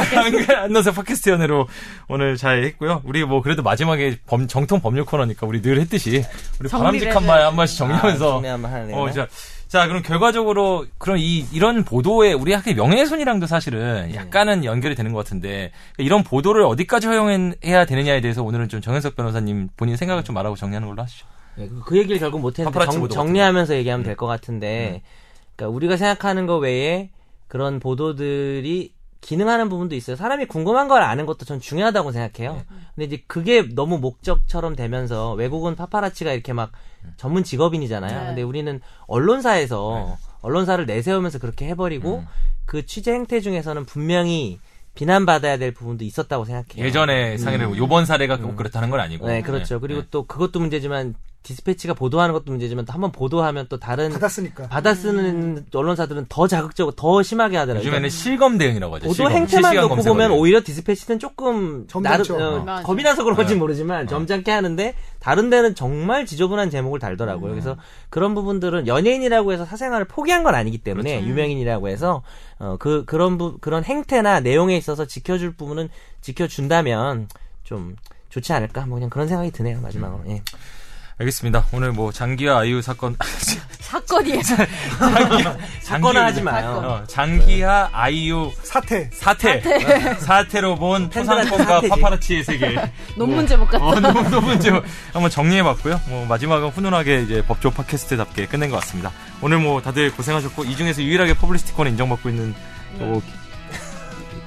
Speaker 1: 안나서 팟캐스트 연애로 오늘 잘 했고요. 우리 뭐 그래도 마지막에 범- 정통 법률 코너니까 우리 늘 했듯이 우리
Speaker 2: 정리를
Speaker 1: 바람직한 말 한 마씩 정리하면서
Speaker 4: 중요한 말 하네요.
Speaker 1: 어, 자, 자, 그럼 결과적으로, 그럼 이, 이런 보도에, 우리 학교 명예훼손이랑도 사실은
Speaker 4: 네.
Speaker 1: 약간은 연결이 되는 것 같은데, 이런 보도를 어디까지 허용해야 되느냐에 대해서 오늘은 좀 정현석 변호사님 본인 생각을 좀 말하고 정리하는 걸로 하시죠.
Speaker 4: 네, 그, 그 얘기를 결국 못했는데
Speaker 1: 파파라치
Speaker 4: 정,
Speaker 1: 보도 음.
Speaker 4: 정리하면서 얘기하면 될 것 같은데 그러니까 우리가 생각하는 것 외에 그런 보도들이 기능하는 부분도 있어요. 사람이 궁금한 걸 아는 것도 전 중요하다고
Speaker 1: 네.
Speaker 4: 생각해요. 근데 이제 그게 너무 목적처럼 되면서 외국은 파파라치가 이렇게 막
Speaker 1: 음.
Speaker 4: 전문 직업인이잖아요.
Speaker 2: 네.
Speaker 4: 근데 우리는 언론사에서
Speaker 1: 네.
Speaker 4: 언론사를 내세우면서 그렇게 해버리고
Speaker 1: 음.
Speaker 4: 그 취재 행태 중에서는 분명히 비난받아야 될 부분도 있었다고 생각해요.
Speaker 1: 예전에 상해를, 요번 사례가 꼭 그렇다는 건 아니고.
Speaker 4: 음. 네, 그렇죠. 그리고 또 그것도 문제지만 디스패치가 보도하는 것도 문제지만 또 한번 보도하면 또 다른
Speaker 3: 받았으니까.
Speaker 4: 받아쓰는 언론사들은 더 자극적으로 더 심하게 하더라고요.
Speaker 1: 요즘에는 실검 대응이라고 하죠.
Speaker 4: 보도
Speaker 1: 실검.
Speaker 4: 행태만
Speaker 1: 실시간
Speaker 4: 놓고
Speaker 1: 검색어
Speaker 4: 보면
Speaker 1: 대응.
Speaker 4: 오히려 디스패치는 조금
Speaker 3: 점잖죠.
Speaker 4: 나름, 어,
Speaker 2: 맞아.
Speaker 4: 겁이 나서 그런 건지
Speaker 1: 네.
Speaker 4: 모르지만 점잖게 하는데 다른 데는 정말 지저분한 제목을
Speaker 1: 음.
Speaker 4: 달더라고요. 그래서 그런 부분들은 연예인이라고 해서 사생활을 포기한 건 아니기 때문에
Speaker 1: 그렇죠.
Speaker 4: 유명인이라고 해서 어, 그 그런 부, 그런 행태나 내용에 있어서 지켜줄 부분은 지켜준다면 좀 좋지 않을까 뭐 그냥 그런 생각이 드네요 마지막으로 예.
Speaker 1: 알겠습니다. 오늘 뭐 장기하 아이유 사건,
Speaker 2: 사건이에요.
Speaker 4: 네. 사건화 하지 마요.
Speaker 1: 어, 장기하 아이유
Speaker 3: 사태.
Speaker 1: 사태. 사태. 로본
Speaker 4: 팬들한테
Speaker 1: 초상권과
Speaker 4: 사태지.
Speaker 1: 파파라치의 세계.
Speaker 2: 논문 제목 같아.
Speaker 1: 어, 너무 너무 이제 한번 정리해봤고요. 뭐 마지막은 훈훈하게 이제 법조 팟캐스트답게 끝낸 것 같습니다. 오늘 뭐 다들 고생하셨고 이 중에서 유일하게 퍼블리스티권 인정받고 있는 뭐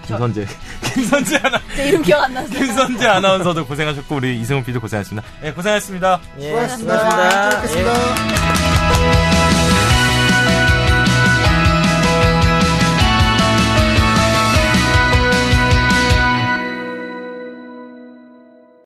Speaker 1: 김선재, 김선재 아나,
Speaker 2: 제 이름 기억 안 나서.
Speaker 1: 김선재 아나운서도 네, 고생하셨고 우리 이승훈 PD도 고생하셨습니다. 예, 고생하셨습니다.
Speaker 4: 예,
Speaker 3: 수고하셨습니다. 네, 잘
Speaker 4: 수고하셨습니다. 예.
Speaker 3: 뵙겠습니다.